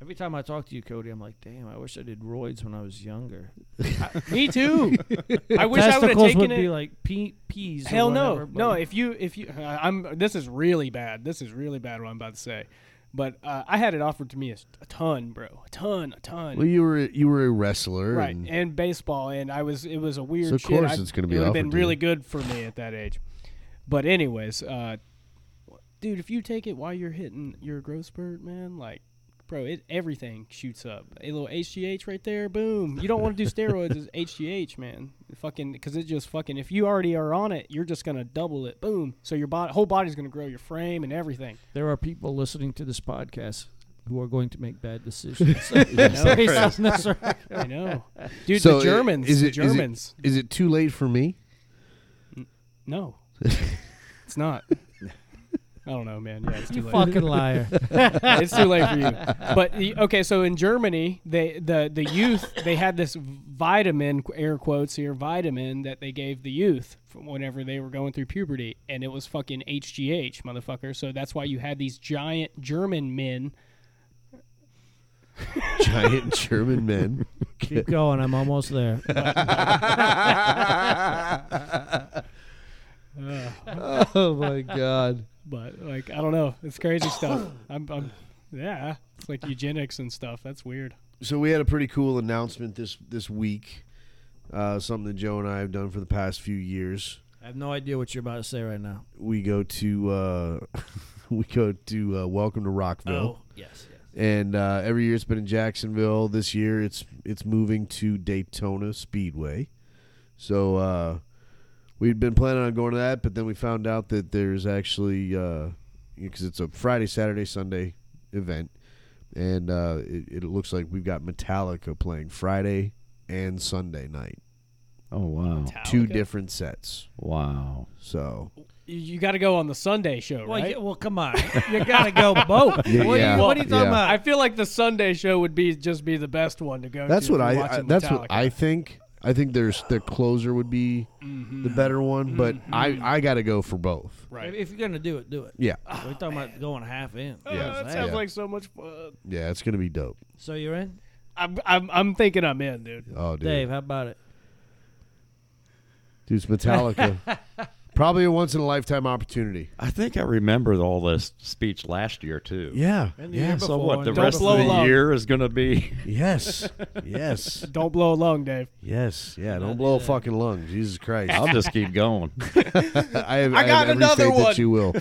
[SPEAKER 2] Every time I talk to you, Cody, I'm like, damn, I wish I did roids when I was younger.
[SPEAKER 3] Me too. I wish I would have
[SPEAKER 2] Testicles
[SPEAKER 3] taken
[SPEAKER 2] would
[SPEAKER 3] it.
[SPEAKER 2] be like pe- peas. or
[SPEAKER 3] Hell no,
[SPEAKER 2] whatever, but-
[SPEAKER 3] no. If you, if you, I- I'm. This is really bad. This is really bad. What I'm about to say, but uh, I had it offered to me a, s- a ton, bro. A ton, a ton.
[SPEAKER 1] Well, you were you were a wrestler,
[SPEAKER 3] right,
[SPEAKER 1] And,
[SPEAKER 3] and baseball, and I was. It was a weird.
[SPEAKER 1] So of
[SPEAKER 3] shit.
[SPEAKER 1] course
[SPEAKER 3] I-
[SPEAKER 1] it's gonna be
[SPEAKER 3] It would have been
[SPEAKER 1] offered to you.
[SPEAKER 3] really good for me at that age. But anyways, uh, dude, if you take it while you're hitting your growth spurt, man, like. Bro, it everything shoots up. A little HGH right there, boom. You don't want to do steroids as HGH, man. Fucking, because it just fucking. If you already are on it, you're just gonna double it, boom. So your body, whole body's gonna grow, your frame and everything.
[SPEAKER 2] There are people listening to this podcast who are going to make bad decisions. So, based on this record-
[SPEAKER 3] I know, dude.
[SPEAKER 1] So
[SPEAKER 3] the
[SPEAKER 1] i-
[SPEAKER 3] Germans,
[SPEAKER 1] is
[SPEAKER 3] the
[SPEAKER 1] it- is it-
[SPEAKER 3] Germans.
[SPEAKER 1] Is it too late for me?
[SPEAKER 3] No, it's not. I don't know, man. Yeah, it's too
[SPEAKER 2] you
[SPEAKER 3] late.
[SPEAKER 2] fucking liar.
[SPEAKER 3] it's too late for you. But y- okay, so in Germany, they the the youth they had this vitamin air quotes here vitamin that they gave the youth from whenever they were going through puberty, and it was fucking HGH, motherfucker. So that's why you had these giant German men.
[SPEAKER 1] Giant German men.
[SPEAKER 2] Keep going. I'm almost there.
[SPEAKER 3] Uh,
[SPEAKER 1] oh my god.
[SPEAKER 3] but like, I don't know, it's crazy stuff. I'm, I'm yeah, it's like eugenics and stuff. That's weird.
[SPEAKER 1] So we had a pretty cool announcement this this week. Uh, something that Joe and I have done for the past few years.
[SPEAKER 2] I have no idea what you're about to say right now.
[SPEAKER 1] We go to uh, we go to uh, Welcome to Rockville,
[SPEAKER 2] Oh, yes, yes.
[SPEAKER 1] and uh, every year it's been in Jacksonville. This year it's it's moving to Daytona Speedway. So uh, we'd been planning on going to that, but then we found out that there's actually because it's a Friday, Saturday, Sunday event, and uh, it, it looks like we've got Metallica playing Friday and Sunday night,
[SPEAKER 4] Oh, wow.
[SPEAKER 1] two
[SPEAKER 3] Metallica?
[SPEAKER 1] different sets.
[SPEAKER 4] Wow.
[SPEAKER 1] So
[SPEAKER 3] You- You got to go on the Sunday show,
[SPEAKER 2] Well,
[SPEAKER 3] right?
[SPEAKER 2] yeah, well, come on. You gotta go both.
[SPEAKER 1] Yeah,
[SPEAKER 2] what,
[SPEAKER 1] yeah.
[SPEAKER 2] Are you, what are you talking
[SPEAKER 1] Yeah.
[SPEAKER 2] about?
[SPEAKER 3] I feel like the Sunday show would be just be the best one to go.
[SPEAKER 1] that's
[SPEAKER 3] to
[SPEAKER 1] what
[SPEAKER 3] if
[SPEAKER 1] I,
[SPEAKER 3] you're
[SPEAKER 1] I
[SPEAKER 3] watching
[SPEAKER 1] that's what
[SPEAKER 3] Metallica.
[SPEAKER 1] I think. I think there's the closer would be
[SPEAKER 3] Mm-hmm.
[SPEAKER 1] the better one, but I I got to go for both.
[SPEAKER 3] Right.
[SPEAKER 2] If you're gonna do it, do it.
[SPEAKER 1] Yeah,
[SPEAKER 2] We're talking about going half in.
[SPEAKER 1] Yeah.
[SPEAKER 3] Oh, that
[SPEAKER 1] Yeah.
[SPEAKER 3] sounds like so much fun.
[SPEAKER 1] yeah, it's gonna be dope.
[SPEAKER 2] So you're in,
[SPEAKER 3] I'm, I'm, I'm thinking I'm in, dude.
[SPEAKER 1] Oh, dude,
[SPEAKER 2] Dave. How about it?
[SPEAKER 1] dude, it's Metallica. Probably a once in a lifetime opportunity.
[SPEAKER 4] I think I remember all this speech last year, too.
[SPEAKER 1] Yeah.
[SPEAKER 2] And the
[SPEAKER 1] Yeah.
[SPEAKER 2] year
[SPEAKER 4] So what? The
[SPEAKER 2] and-
[SPEAKER 3] Don't
[SPEAKER 4] rest
[SPEAKER 3] blow
[SPEAKER 4] of the
[SPEAKER 3] love.
[SPEAKER 4] year is going to be.
[SPEAKER 1] Yes. Yes.
[SPEAKER 3] Don't blow a lung, Dave.
[SPEAKER 1] Yes. Yeah. Don't blow a fucking lung. Jesus Christ.
[SPEAKER 4] I'll just keep going.
[SPEAKER 1] I have,
[SPEAKER 3] I
[SPEAKER 1] I have
[SPEAKER 3] got
[SPEAKER 1] every
[SPEAKER 3] another
[SPEAKER 1] faith
[SPEAKER 3] one.
[SPEAKER 1] that you will.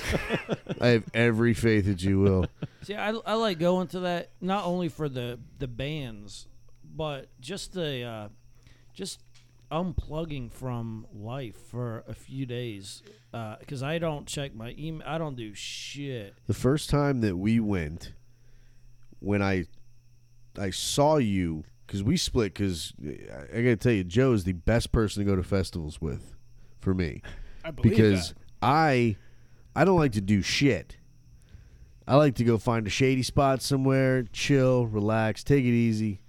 [SPEAKER 1] I have every faith that you will.
[SPEAKER 2] See, I, I like going to that not only for the the bands, but just the uh, just unplugging from life for a few days because I don't check my email. I don't do shit.
[SPEAKER 1] The first time that we went, when I I saw you, because we split, because I, I got to tell you, Joe is the best person to go to festivals with for me.
[SPEAKER 3] I believe
[SPEAKER 1] because I I don't like to do shit. I like to go find a shady spot somewhere, chill, relax, take it easy.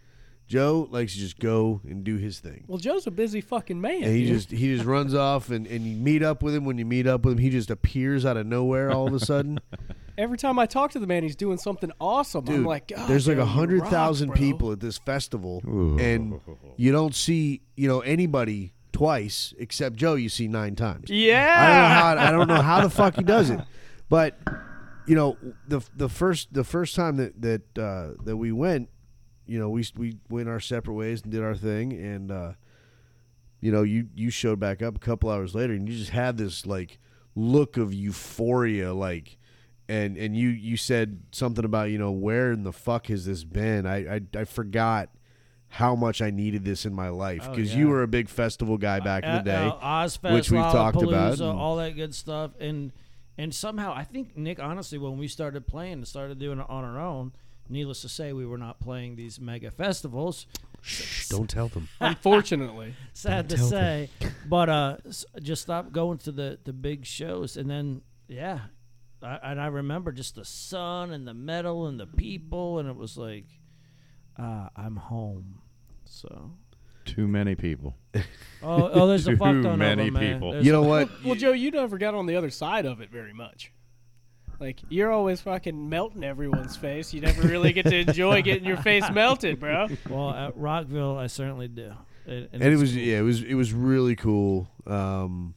[SPEAKER 1] Joe likes to just go and do his thing.
[SPEAKER 3] Well, Joe's a busy fucking man.
[SPEAKER 1] And he
[SPEAKER 3] dude.
[SPEAKER 1] just he just runs off and, and you meet up with him when you meet up with him, he just appears out of nowhere all of a sudden.
[SPEAKER 3] Every time I talk to the man, he's doing something awesome. I'm
[SPEAKER 1] Dude,
[SPEAKER 3] like, God,
[SPEAKER 1] there's like
[SPEAKER 3] Joe,
[SPEAKER 1] a
[SPEAKER 3] you
[SPEAKER 1] hundred
[SPEAKER 3] rock,
[SPEAKER 1] thousand
[SPEAKER 3] bro.
[SPEAKER 1] people at this festival and you don't see, you know, anybody twice except Joe you see nine times. I don't know
[SPEAKER 3] Yeah.
[SPEAKER 1] how I don't know how the fuck he does it, but you know the the first the first time that that uh, that we went, you know we we went our separate ways and did our thing, and uh, you know you you showed back up a couple hours later, and you just had this like look of euphoria, like. And, and you, you said something about you know where in the fuck has this been? I I, I forgot how much I needed this in my life
[SPEAKER 2] Oh,
[SPEAKER 1] because
[SPEAKER 2] yeah.
[SPEAKER 1] you were a big festival guy back in the day.
[SPEAKER 2] Uh, uh, Ozfest,
[SPEAKER 1] which we've talked about,
[SPEAKER 2] Lollapalooza,
[SPEAKER 1] and-
[SPEAKER 2] all that good stuff, and and somehow I think Nick, honestly, when we started playing and started doing it on our own, needless to say, we were not playing these mega festivals.
[SPEAKER 1] Shh, don't tell them.
[SPEAKER 3] Unfortunately,
[SPEAKER 2] Sad to
[SPEAKER 1] tell
[SPEAKER 2] say, but uh, s- just stop going to the the big shows, and then yeah, I, and I remember just the sun and the metal and the people, and it was like, ah, I'm home. So
[SPEAKER 4] Too many people.
[SPEAKER 2] oh oh, there's a
[SPEAKER 4] Too
[SPEAKER 2] fuck ton of
[SPEAKER 4] many
[SPEAKER 2] 'em, man.
[SPEAKER 4] people.
[SPEAKER 2] There's
[SPEAKER 1] You know what?
[SPEAKER 3] well, Joe, you never got on the other side of it very much. Like you're always fucking melting everyone's face. You never really get to enjoy getting your face melted, bro.
[SPEAKER 2] Well, at Rockville, I certainly do. And,
[SPEAKER 1] And
[SPEAKER 2] and
[SPEAKER 1] it
[SPEAKER 2] it's
[SPEAKER 1] was
[SPEAKER 2] cool.
[SPEAKER 1] yeah, it was it was really cool. Um,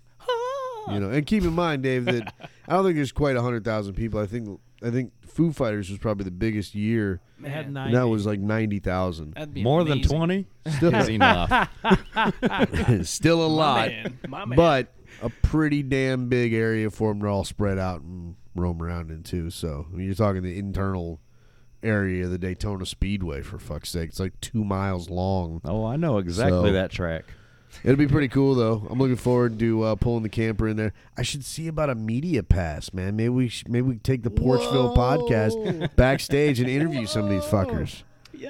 [SPEAKER 1] you know, and keep in mind, Dave, that I don't think there's quite hundred thousand people. I think I think Foo Fighters was probably the biggest year.
[SPEAKER 2] They had
[SPEAKER 3] Man,
[SPEAKER 1] And
[SPEAKER 2] nine.
[SPEAKER 1] that was like ninety thousand.
[SPEAKER 3] That'd be
[SPEAKER 4] More than
[SPEAKER 3] amazing.
[SPEAKER 4] twenty
[SPEAKER 1] Still,
[SPEAKER 4] is enough.
[SPEAKER 1] still a
[SPEAKER 3] My
[SPEAKER 1] lot,
[SPEAKER 3] man, my man.
[SPEAKER 1] but a pretty damn big area for them to all spread out and roam around in too. So I mean, you're talking the internal area of the Daytona Speedway for fuck's sake. It's like two miles long.
[SPEAKER 4] Oh, I know exactly
[SPEAKER 1] So-
[SPEAKER 4] that track.
[SPEAKER 1] It'll be pretty cool though. I'm looking forward to uh, pulling the camper in there. I should see about a media pass, man. Maybe we sh- maybe we could take the Porchville podcast backstage and interview some of these fuckers.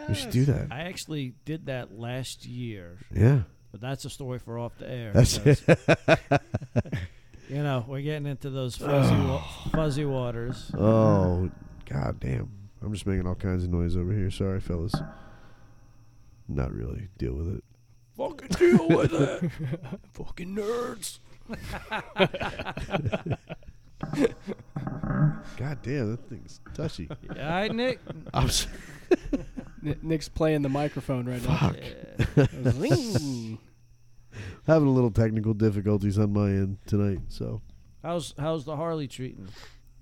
[SPEAKER 1] We should do that.
[SPEAKER 2] I actually did that last year,
[SPEAKER 1] Yeah.
[SPEAKER 2] but that's a story for off the air.
[SPEAKER 1] That's
[SPEAKER 2] because, you know, we're getting into those fuzzy, wa- fuzzy waters.
[SPEAKER 1] Oh, god damn. I'm just making all kinds of noise over here. Sorry, fellas. Not really. Deal with it.
[SPEAKER 3] Fucking deal with it. fucking nerds.
[SPEAKER 1] God damn, that thing's touchy.
[SPEAKER 2] All right, Nick.
[SPEAKER 1] I'm s-
[SPEAKER 3] N- Nick's playing the microphone right
[SPEAKER 1] fuck.
[SPEAKER 2] Yeah.
[SPEAKER 3] now. Zing.
[SPEAKER 1] Having a little technical difficulties on my end tonight, so
[SPEAKER 2] How's how's the Harley treating?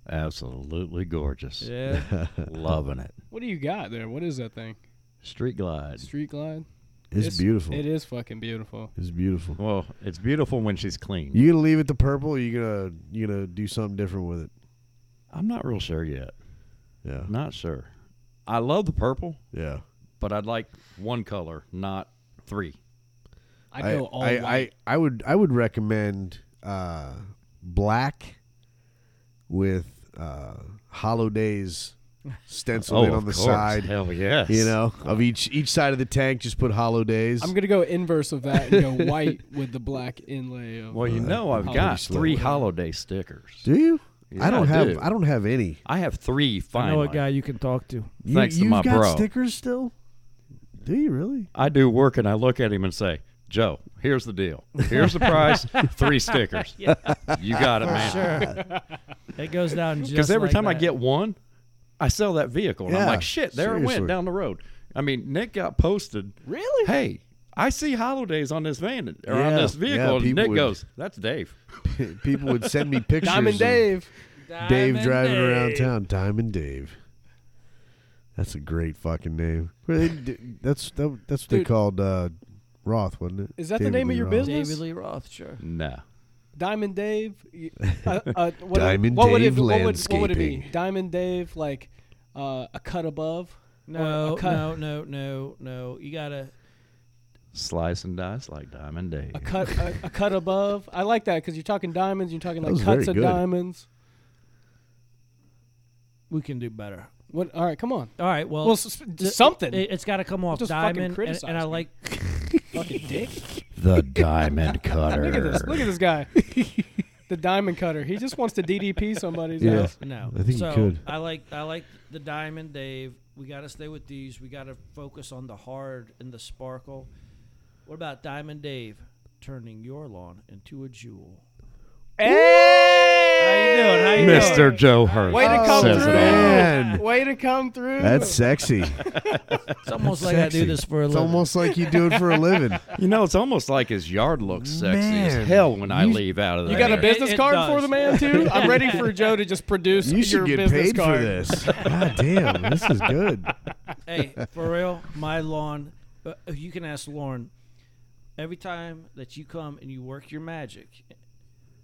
[SPEAKER 4] Absolutely gorgeous.
[SPEAKER 2] Yeah.
[SPEAKER 4] Loving it.
[SPEAKER 3] what do you got there? What is that thing?
[SPEAKER 4] Street glide.
[SPEAKER 3] Street glide.
[SPEAKER 1] it's, beautiful.
[SPEAKER 3] It is fucking beautiful.
[SPEAKER 1] It's beautiful.
[SPEAKER 4] Well, it's beautiful when she's clean.
[SPEAKER 1] You gonna leave it to purple? Or you gonna you gonna do something different with it?
[SPEAKER 4] I'm not real sure yet.
[SPEAKER 1] Yeah,
[SPEAKER 4] Not sure. I love the purple,
[SPEAKER 1] yeah.
[SPEAKER 4] but I'd like one color, not three.
[SPEAKER 3] I go all
[SPEAKER 1] I,
[SPEAKER 3] white.
[SPEAKER 1] I, I would I would recommend uh, black with uh, holidays stenciled in on the side.
[SPEAKER 4] Oh, Hell yes.
[SPEAKER 1] You know, of each each side of the tank, just put holidays.
[SPEAKER 3] I'm gonna go inverse of that and go white with the black inlay of.
[SPEAKER 4] Well, you
[SPEAKER 1] Uh,
[SPEAKER 4] know I've
[SPEAKER 3] holiday
[SPEAKER 4] got
[SPEAKER 1] slow.
[SPEAKER 4] three holiday stickers.
[SPEAKER 1] do you?
[SPEAKER 4] Yeah,
[SPEAKER 1] I don't
[SPEAKER 4] I
[SPEAKER 1] have
[SPEAKER 4] do.
[SPEAKER 1] I don't have any.
[SPEAKER 4] I have three.
[SPEAKER 2] I know
[SPEAKER 4] Finally,
[SPEAKER 2] a guy you can talk to.
[SPEAKER 1] You,
[SPEAKER 4] Thanks to
[SPEAKER 1] you've
[SPEAKER 4] my
[SPEAKER 1] got
[SPEAKER 4] bro.
[SPEAKER 1] stickers still. Do you really?
[SPEAKER 4] I do work and I look at him and say, Joe, here's the deal. Here's the price. three stickers. You got it, man.
[SPEAKER 2] Sure. it goes down just.
[SPEAKER 4] Because every
[SPEAKER 2] like
[SPEAKER 4] time I
[SPEAKER 2] that.
[SPEAKER 4] get one, I sell that vehicle. And
[SPEAKER 1] Yeah,
[SPEAKER 4] I'm like, shit, there it
[SPEAKER 1] seriously.
[SPEAKER 4] went down the road. I mean, Nick got posted.
[SPEAKER 3] Really?
[SPEAKER 4] Hey, I see holidays on this van or on
[SPEAKER 1] Yeah,
[SPEAKER 4] this
[SPEAKER 1] yeah,
[SPEAKER 4] vehicle. and
[SPEAKER 1] people
[SPEAKER 4] Nick
[SPEAKER 1] would-
[SPEAKER 4] goes, that's Dave.
[SPEAKER 1] People would send me pictures.
[SPEAKER 3] Diamond
[SPEAKER 1] of-
[SPEAKER 3] Dave.
[SPEAKER 1] Dave
[SPEAKER 2] Diamond
[SPEAKER 1] driving around
[SPEAKER 2] Dave.
[SPEAKER 1] town. Diamond Dave. That's a great fucking name. Where they d- That's that, that's what they
[SPEAKER 3] Dude.
[SPEAKER 1] called uh, Roth, wasn't it?
[SPEAKER 3] Is that the
[SPEAKER 1] David
[SPEAKER 3] name of
[SPEAKER 1] Lee
[SPEAKER 3] your
[SPEAKER 1] Roth.
[SPEAKER 3] business?
[SPEAKER 2] David Lee Roth, sure.
[SPEAKER 4] Nah.
[SPEAKER 3] Diamond Dave. y- Uh, uh, what,
[SPEAKER 1] Diamond
[SPEAKER 3] what would it,
[SPEAKER 1] Dave
[SPEAKER 3] what would, what would it be?
[SPEAKER 1] Landscaping.
[SPEAKER 3] Diamond Dave, like uh, a cut above.
[SPEAKER 2] No, uh,
[SPEAKER 3] cut-
[SPEAKER 2] no, no, no, no. You gotta.
[SPEAKER 4] Slice and dice like Diamond Dave.
[SPEAKER 3] A cut, a, a cut above. I like that because you're talking diamonds. You're talking
[SPEAKER 1] That
[SPEAKER 3] like
[SPEAKER 1] was
[SPEAKER 3] cuts
[SPEAKER 1] very
[SPEAKER 3] of
[SPEAKER 1] good.
[SPEAKER 3] diamonds.
[SPEAKER 2] We can do better.
[SPEAKER 3] What? All right, come on.
[SPEAKER 2] All right. Well,
[SPEAKER 3] Well, s-
[SPEAKER 2] th-
[SPEAKER 3] s- something.
[SPEAKER 2] It, has got to come off
[SPEAKER 3] Just fucking
[SPEAKER 2] diamond, and,
[SPEAKER 3] criticize
[SPEAKER 2] and I
[SPEAKER 3] me.
[SPEAKER 2] like.
[SPEAKER 3] Fucking dick.
[SPEAKER 4] The Diamond Cutter.
[SPEAKER 3] Look at this. Look at this guy. the diamond cutter. He just wants to DDP somebody's
[SPEAKER 1] Yeah.
[SPEAKER 3] ass.
[SPEAKER 2] No,
[SPEAKER 1] I think you
[SPEAKER 2] so
[SPEAKER 1] could.
[SPEAKER 2] I like I like the diamond, Dave. We got to stay with these. We got to focus on the hard and the sparkle. What about Diamond Dave turning your lawn into a jewel? How you doing? How you doing?
[SPEAKER 4] Mr. Joe Hurst.
[SPEAKER 3] Way to come
[SPEAKER 4] says
[SPEAKER 3] through.
[SPEAKER 4] it all.
[SPEAKER 1] Man,
[SPEAKER 3] Way to come through.
[SPEAKER 1] that's sexy.
[SPEAKER 2] It's almost like I
[SPEAKER 1] Sexy.
[SPEAKER 2] do this for a
[SPEAKER 1] It's
[SPEAKER 2] living.
[SPEAKER 1] almost like you do it for a living.
[SPEAKER 4] You know, it's almost like his yard looks sexy
[SPEAKER 1] Man.
[SPEAKER 4] as hell when I
[SPEAKER 1] You-
[SPEAKER 4] leave out of there.
[SPEAKER 3] you got a
[SPEAKER 2] bit-
[SPEAKER 3] business
[SPEAKER 2] It- it
[SPEAKER 3] card
[SPEAKER 2] does.
[SPEAKER 3] for the man too. I'm ready for Joe to just produce
[SPEAKER 1] You should
[SPEAKER 3] your
[SPEAKER 1] get
[SPEAKER 3] business
[SPEAKER 1] paid
[SPEAKER 3] card.
[SPEAKER 1] for this. God damn, this is good.
[SPEAKER 2] hey, for real, my lawn. Uh, you can ask Lauren. Every time that you come and you work your magic,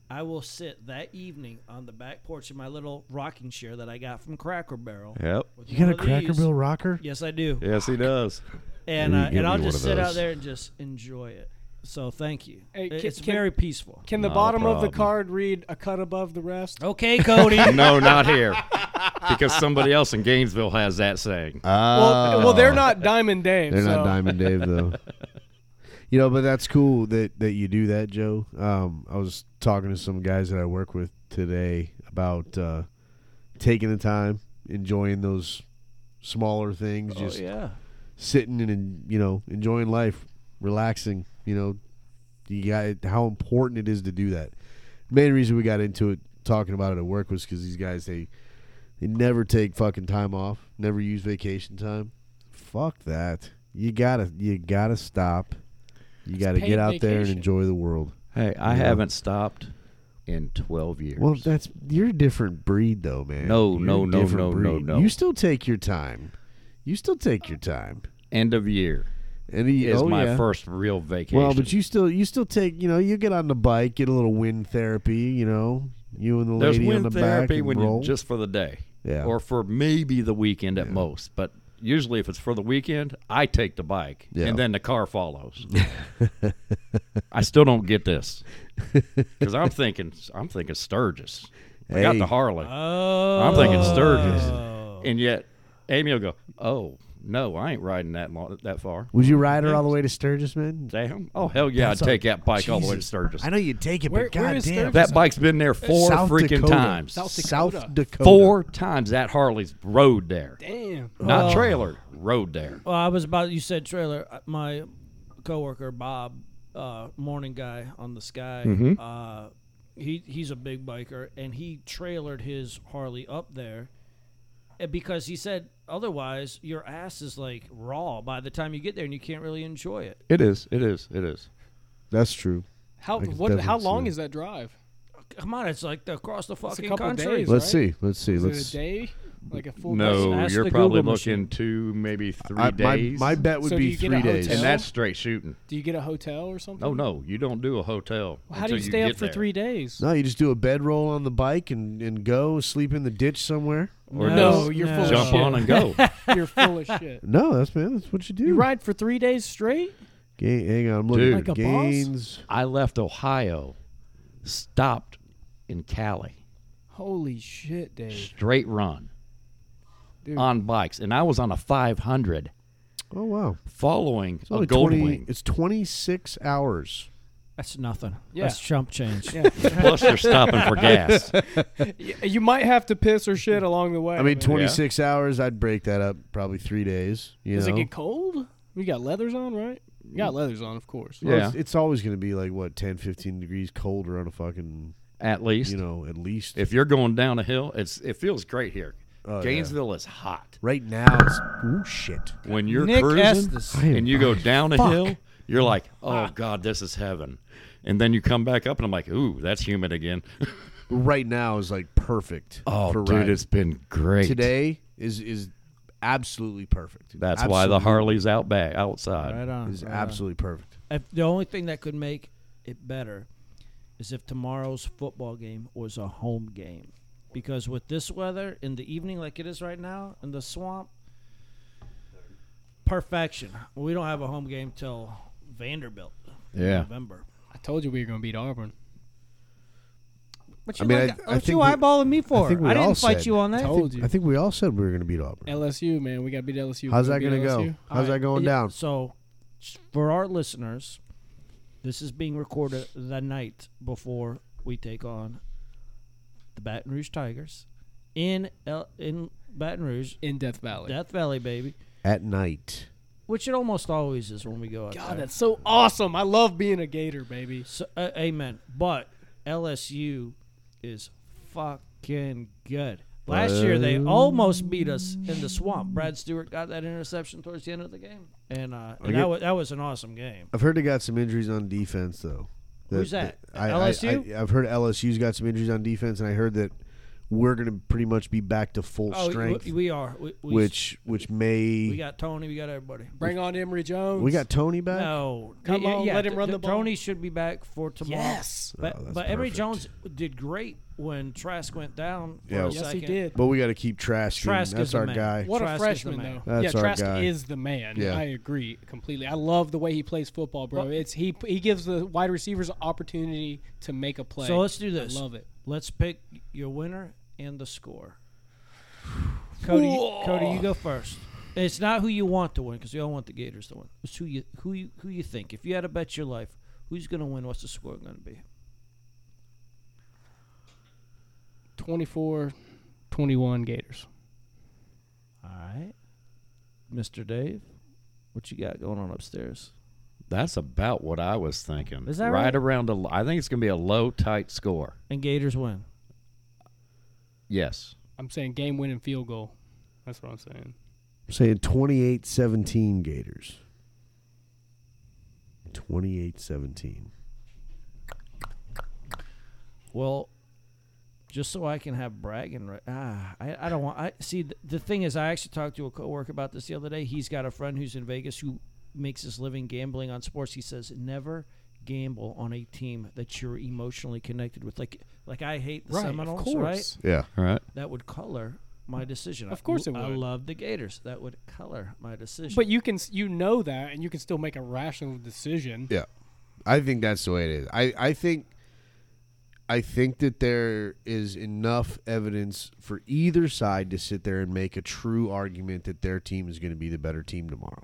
[SPEAKER 2] I will sit that evening on the back porch of my little rocking chair that I got from Cracker Barrel.
[SPEAKER 4] Yep.
[SPEAKER 2] with
[SPEAKER 1] You got
[SPEAKER 2] one
[SPEAKER 1] a
[SPEAKER 2] of
[SPEAKER 1] Cracker
[SPEAKER 2] these.
[SPEAKER 1] Barrel rocker?
[SPEAKER 2] Yes, I do.
[SPEAKER 4] Yes, he does.
[SPEAKER 2] And
[SPEAKER 1] Ooh,
[SPEAKER 2] uh,
[SPEAKER 1] give
[SPEAKER 2] and I'll
[SPEAKER 1] me one of
[SPEAKER 2] just sit out
[SPEAKER 1] those.
[SPEAKER 2] there and just enjoy it. So thank you.
[SPEAKER 3] Hey,
[SPEAKER 2] It-
[SPEAKER 3] can-
[SPEAKER 2] it's
[SPEAKER 3] can-
[SPEAKER 2] very peaceful.
[SPEAKER 3] Can the
[SPEAKER 4] Not a
[SPEAKER 3] bottom of the
[SPEAKER 4] problem.
[SPEAKER 3] card read a cut above the rest?
[SPEAKER 1] Uh,
[SPEAKER 2] Okay, Cody.
[SPEAKER 4] no, not here. Because somebody else in Gainesville has that saying.
[SPEAKER 3] Well, well, they're not Diamond Dave.
[SPEAKER 1] They're
[SPEAKER 3] so-
[SPEAKER 1] not Diamond Dave though. You know, but that's cool that that you do that, Joe. Um, I was talking to some guys that I work with today about uh, taking the time, enjoying those smaller things,
[SPEAKER 2] Oh,
[SPEAKER 1] just
[SPEAKER 2] yeah.
[SPEAKER 1] sitting and, and you know enjoying life, relaxing. You know, you got how important it is to do that. main reason we got into it talking about it at work was because these guys they they never take fucking time off, never use vacation time. Fuck that. You gotta you gotta stop. You gotta
[SPEAKER 3] paid
[SPEAKER 1] get out there and
[SPEAKER 3] vacation.
[SPEAKER 1] enjoy the world.
[SPEAKER 4] Hey, I
[SPEAKER 1] Yeah.
[SPEAKER 4] haven't stopped in 12 years.
[SPEAKER 1] Well, that's you're a different breed though, man.
[SPEAKER 4] No,
[SPEAKER 1] You're
[SPEAKER 4] no,
[SPEAKER 1] a
[SPEAKER 4] no,
[SPEAKER 1] different
[SPEAKER 4] no, no,
[SPEAKER 1] breed.
[SPEAKER 4] no.
[SPEAKER 1] You still take your time. You still take your time.
[SPEAKER 4] End of year
[SPEAKER 1] And he,
[SPEAKER 4] is
[SPEAKER 1] oh,
[SPEAKER 4] my
[SPEAKER 1] yeah.
[SPEAKER 4] first real vacation.
[SPEAKER 1] Well, but you still you still take you know you get on the bike, get a little wind therapy, you know, you and the
[SPEAKER 4] There's
[SPEAKER 1] lady on
[SPEAKER 4] wind
[SPEAKER 1] the back
[SPEAKER 4] therapy
[SPEAKER 1] and
[SPEAKER 4] when
[SPEAKER 1] roll.
[SPEAKER 4] you just for the day,
[SPEAKER 1] yeah.
[SPEAKER 4] or for maybe the weekend at
[SPEAKER 1] Yeah.
[SPEAKER 4] most. But usually, if it's for the weekend, I take the bike,
[SPEAKER 1] Yeah.
[SPEAKER 4] and then the car follows. I still don't get this because I'm thinking I'm thinking Sturgis. I got
[SPEAKER 1] Hey.
[SPEAKER 4] the Harley,
[SPEAKER 2] Oh.
[SPEAKER 4] I'm thinking Sturgis.
[SPEAKER 1] Oh.
[SPEAKER 4] and yet Amy will go, "Oh no, I ain't riding that long, that far."
[SPEAKER 1] Would you ride her all the way to Sturgis, man?
[SPEAKER 4] Damn! Oh hell yeah,
[SPEAKER 1] That's
[SPEAKER 4] I'd
[SPEAKER 1] a-
[SPEAKER 4] take that bike all the way to
[SPEAKER 1] Jesus.
[SPEAKER 4] Sturgis.
[SPEAKER 1] I know you'd take it,
[SPEAKER 3] Where-
[SPEAKER 1] but
[SPEAKER 3] where
[SPEAKER 1] goddamn,
[SPEAKER 3] is Sturgis?
[SPEAKER 4] That bike's been there four
[SPEAKER 1] South
[SPEAKER 4] freaking
[SPEAKER 1] Dakota.
[SPEAKER 4] times.
[SPEAKER 3] South
[SPEAKER 1] South
[SPEAKER 3] Dakota.
[SPEAKER 1] Dakota.
[SPEAKER 4] Four times that Harley's rode there.
[SPEAKER 3] Damn.
[SPEAKER 4] Not trailer, rode there.
[SPEAKER 2] Well, I was about. You said trailer. Uh, My coworker Bob, uh, morning guy on the sky. Uh, he he's a big biker, and he trailered his Harley up there, uh, because he said otherwise your ass is like raw by the time you get there, and you can't really enjoy it.
[SPEAKER 4] It is, it is, it is.
[SPEAKER 1] That's true.
[SPEAKER 3] How
[SPEAKER 1] I can
[SPEAKER 3] what? How
[SPEAKER 1] definitely see
[SPEAKER 3] long
[SPEAKER 1] it.
[SPEAKER 3] is that drive?
[SPEAKER 2] Come on, it's like the, across the fucking
[SPEAKER 3] couple
[SPEAKER 2] country.
[SPEAKER 3] days. Is
[SPEAKER 1] Let's
[SPEAKER 3] right?
[SPEAKER 1] see. Let's see.
[SPEAKER 3] Is
[SPEAKER 1] Let's.
[SPEAKER 3] it a day? Like a full
[SPEAKER 4] No,
[SPEAKER 2] Ask
[SPEAKER 4] you're
[SPEAKER 2] the
[SPEAKER 4] probably
[SPEAKER 2] Google
[SPEAKER 4] looking
[SPEAKER 2] machine.
[SPEAKER 4] two, maybe three
[SPEAKER 1] I- my,
[SPEAKER 4] days.
[SPEAKER 1] my bet would
[SPEAKER 3] So do
[SPEAKER 1] be
[SPEAKER 3] you get a
[SPEAKER 1] three days.
[SPEAKER 3] hotel?
[SPEAKER 4] and that's straight shooting.
[SPEAKER 3] Do you get a hotel or something?
[SPEAKER 4] No, no, you don't do a hotel.
[SPEAKER 3] Well, How do you
[SPEAKER 4] until
[SPEAKER 3] stay up
[SPEAKER 4] get
[SPEAKER 3] for
[SPEAKER 4] there.
[SPEAKER 3] three days?
[SPEAKER 1] No, you just do a bed roll on the bike and, and go sleep in the ditch somewhere.
[SPEAKER 4] Or
[SPEAKER 3] No,
[SPEAKER 4] just
[SPEAKER 3] you're
[SPEAKER 2] no.
[SPEAKER 3] full of
[SPEAKER 4] Jump
[SPEAKER 3] shit.
[SPEAKER 4] on and go.
[SPEAKER 3] You're full of shit.
[SPEAKER 1] No, that's man. That's what you do.
[SPEAKER 3] You ride for three days straight?
[SPEAKER 1] Ga- hang on, I'm looking.
[SPEAKER 4] Dude.
[SPEAKER 1] at
[SPEAKER 3] Like a boss?
[SPEAKER 1] Gaines.
[SPEAKER 4] I left Ohio, stopped in Cali,
[SPEAKER 3] Holy shit, Dave.
[SPEAKER 4] straight run
[SPEAKER 3] Dude.
[SPEAKER 4] on bikes, and I was on a 500
[SPEAKER 1] Oh wow,
[SPEAKER 4] following
[SPEAKER 1] it's
[SPEAKER 4] a
[SPEAKER 1] only
[SPEAKER 4] Goldwing.
[SPEAKER 1] 20 It's twenty six hours.
[SPEAKER 2] That's nothing.
[SPEAKER 3] Yeah.
[SPEAKER 2] That's chump change.
[SPEAKER 3] Yeah.
[SPEAKER 4] Plus, you're stopping for gas.
[SPEAKER 3] Y- you might have to piss or shit along the way.
[SPEAKER 1] I mean,
[SPEAKER 3] man.
[SPEAKER 1] twenty six hours. I'd break that up probably three days. You
[SPEAKER 3] Does
[SPEAKER 1] know, Mm.
[SPEAKER 3] it get cold? You got leathers on, right? You got leathers on, of course.
[SPEAKER 1] Well, it's,
[SPEAKER 4] Yeah.
[SPEAKER 1] it's always going to be like what 10, 15 degrees colder on a fucking
[SPEAKER 4] At least,
[SPEAKER 1] you know at least.
[SPEAKER 4] if you're going down a hill, it's it feels great here.
[SPEAKER 1] Oh, yeah.
[SPEAKER 4] Gainesville is hot.
[SPEAKER 1] right now, it's ooh shit.
[SPEAKER 4] When you're
[SPEAKER 2] Nick
[SPEAKER 4] cruising
[SPEAKER 2] Estes.
[SPEAKER 4] and you go down a
[SPEAKER 1] Fuck.
[SPEAKER 4] hill, you're like, "Oh God, this is heaven," and then you come back up and I'm like, "Ooh, that's humid again."
[SPEAKER 1] Right now is like perfect.
[SPEAKER 4] Oh,
[SPEAKER 1] for
[SPEAKER 4] dude,
[SPEAKER 1] riding.
[SPEAKER 4] it's been great
[SPEAKER 1] today is is absolutely perfect.
[SPEAKER 4] That's why the
[SPEAKER 1] Absolutely-
[SPEAKER 4] Harley's out back outside.
[SPEAKER 2] Right on.
[SPEAKER 1] is
[SPEAKER 2] right on.
[SPEAKER 1] absolutely perfect.
[SPEAKER 2] If the only thing that could make it better is if tomorrow's football game was a home game. Because with this weather in the evening, like it is right now in the swamp, perfection. We don't have a home game till Vanderbilt,
[SPEAKER 4] Yeah,
[SPEAKER 2] November.
[SPEAKER 3] I told you we were going to beat Auburn.
[SPEAKER 2] What
[SPEAKER 1] I
[SPEAKER 2] you,
[SPEAKER 1] you mean, I- like-
[SPEAKER 2] like,
[SPEAKER 1] I what
[SPEAKER 2] you
[SPEAKER 1] think we-
[SPEAKER 2] eyeballing me for? I,
[SPEAKER 1] think we all
[SPEAKER 2] didn't fight
[SPEAKER 1] said-
[SPEAKER 2] you on that.
[SPEAKER 3] Told you.
[SPEAKER 1] I think we all said we were going to beat Auburn.
[SPEAKER 3] LSU, man. We got to beat LSU.
[SPEAKER 1] How's
[SPEAKER 3] We
[SPEAKER 1] that
[SPEAKER 3] gotta
[SPEAKER 1] going to
[SPEAKER 3] beat
[SPEAKER 1] go?
[SPEAKER 3] LSU.
[SPEAKER 1] How's that going
[SPEAKER 2] Yeah,
[SPEAKER 1] down?
[SPEAKER 2] So, for our listeners, this is being recorded the night before we take on the Baton Rouge Tigers in El- in Baton Rouge,
[SPEAKER 3] In Death Valley.
[SPEAKER 2] Death Valley, baby.
[SPEAKER 1] At night.
[SPEAKER 2] Which it almost always is when we go out
[SPEAKER 3] God,
[SPEAKER 2] there.
[SPEAKER 3] that's so awesome. I love being a Gator, baby.
[SPEAKER 2] So, uh, amen. But LSU is fucking good. Last year they almost beat us in the swamp. Brad Stewart got that interception towards the end of the game, and, uh, and
[SPEAKER 1] get-
[SPEAKER 2] that was that was an awesome game.
[SPEAKER 1] I've heard they got some injuries on defense though.
[SPEAKER 2] Who's that?
[SPEAKER 1] I,
[SPEAKER 2] LSU?
[SPEAKER 1] I, I, have heard LSU's got some injuries on defense, and I heard that we're going to pretty much be back to full
[SPEAKER 2] Oh,
[SPEAKER 1] strength,
[SPEAKER 2] we, we are. We, we
[SPEAKER 1] which which may
[SPEAKER 2] We got Tony. We got everybody.
[SPEAKER 3] Bring on Emory Jones.
[SPEAKER 1] We got Tony back.
[SPEAKER 2] No,
[SPEAKER 3] Come on, let him run
[SPEAKER 2] T-
[SPEAKER 3] the
[SPEAKER 2] Tony should be back for tomorrow.
[SPEAKER 3] Yes.
[SPEAKER 2] but
[SPEAKER 1] Oh, that's
[SPEAKER 2] but Emory
[SPEAKER 1] perfect.
[SPEAKER 2] Jones did great when Trask went down for
[SPEAKER 1] Yeah.
[SPEAKER 2] a
[SPEAKER 1] Yes,
[SPEAKER 3] Yes,
[SPEAKER 2] second.
[SPEAKER 3] he did.
[SPEAKER 1] But we got to keep Trask. in.
[SPEAKER 2] Trask
[SPEAKER 1] That's
[SPEAKER 2] is a
[SPEAKER 1] our
[SPEAKER 2] man.
[SPEAKER 1] guy.
[SPEAKER 3] What
[SPEAKER 2] Trask
[SPEAKER 3] a
[SPEAKER 2] is the
[SPEAKER 3] freshman,
[SPEAKER 2] man.
[SPEAKER 3] though.
[SPEAKER 1] That's
[SPEAKER 3] yeah,
[SPEAKER 1] our
[SPEAKER 3] Trask
[SPEAKER 1] guy.
[SPEAKER 3] is the man.
[SPEAKER 1] Yeah.
[SPEAKER 3] I agree completely. I love the way he plays football, bro. it's he he gives the wide receivers an opportunity to make a play.
[SPEAKER 2] So let's do this.
[SPEAKER 3] I love it.
[SPEAKER 2] Let's pick your winner and the score. Cody, Cody, you go first. It's not who you want to win because we all want the Gators to win. It's who you who you who you think. If you had to bet your life, who's going to win? What's the score going to be?
[SPEAKER 3] 24 21 Gators.
[SPEAKER 2] All right, Mister Dave, what you got going on upstairs?
[SPEAKER 4] That's about what I was thinking.
[SPEAKER 2] Is that
[SPEAKER 4] right,
[SPEAKER 2] right?
[SPEAKER 4] around a? I think it's going to be a low, tight score.
[SPEAKER 2] And Gators win.
[SPEAKER 4] Yes.
[SPEAKER 3] I'm saying game winning field goal. That's what I'm saying.
[SPEAKER 1] Saying 28-17 Gators. 28-17.
[SPEAKER 2] Well, just so I can have bragging right. Ah, I, I don't want. I see. The, the thing is, I actually talked to a coworker about this the other day. He's got a friend who's in Vegas who makes his living gambling on sports. He says never gamble on a team that you're emotionally connected with. Like, like I hate the Seminoles, right?
[SPEAKER 1] Yeah.
[SPEAKER 4] Right.
[SPEAKER 2] That would color my decision.
[SPEAKER 3] Of course
[SPEAKER 2] I,
[SPEAKER 3] it
[SPEAKER 2] I
[SPEAKER 3] would.
[SPEAKER 2] love the Gators. That would color my decision.
[SPEAKER 3] But you can s- you know that and you can still make a rational decision.
[SPEAKER 1] Yeah. I think that's the way it is. I, I think I think that there is enough evidence for either side to sit there and make a true argument that their team is going to be the better team tomorrow.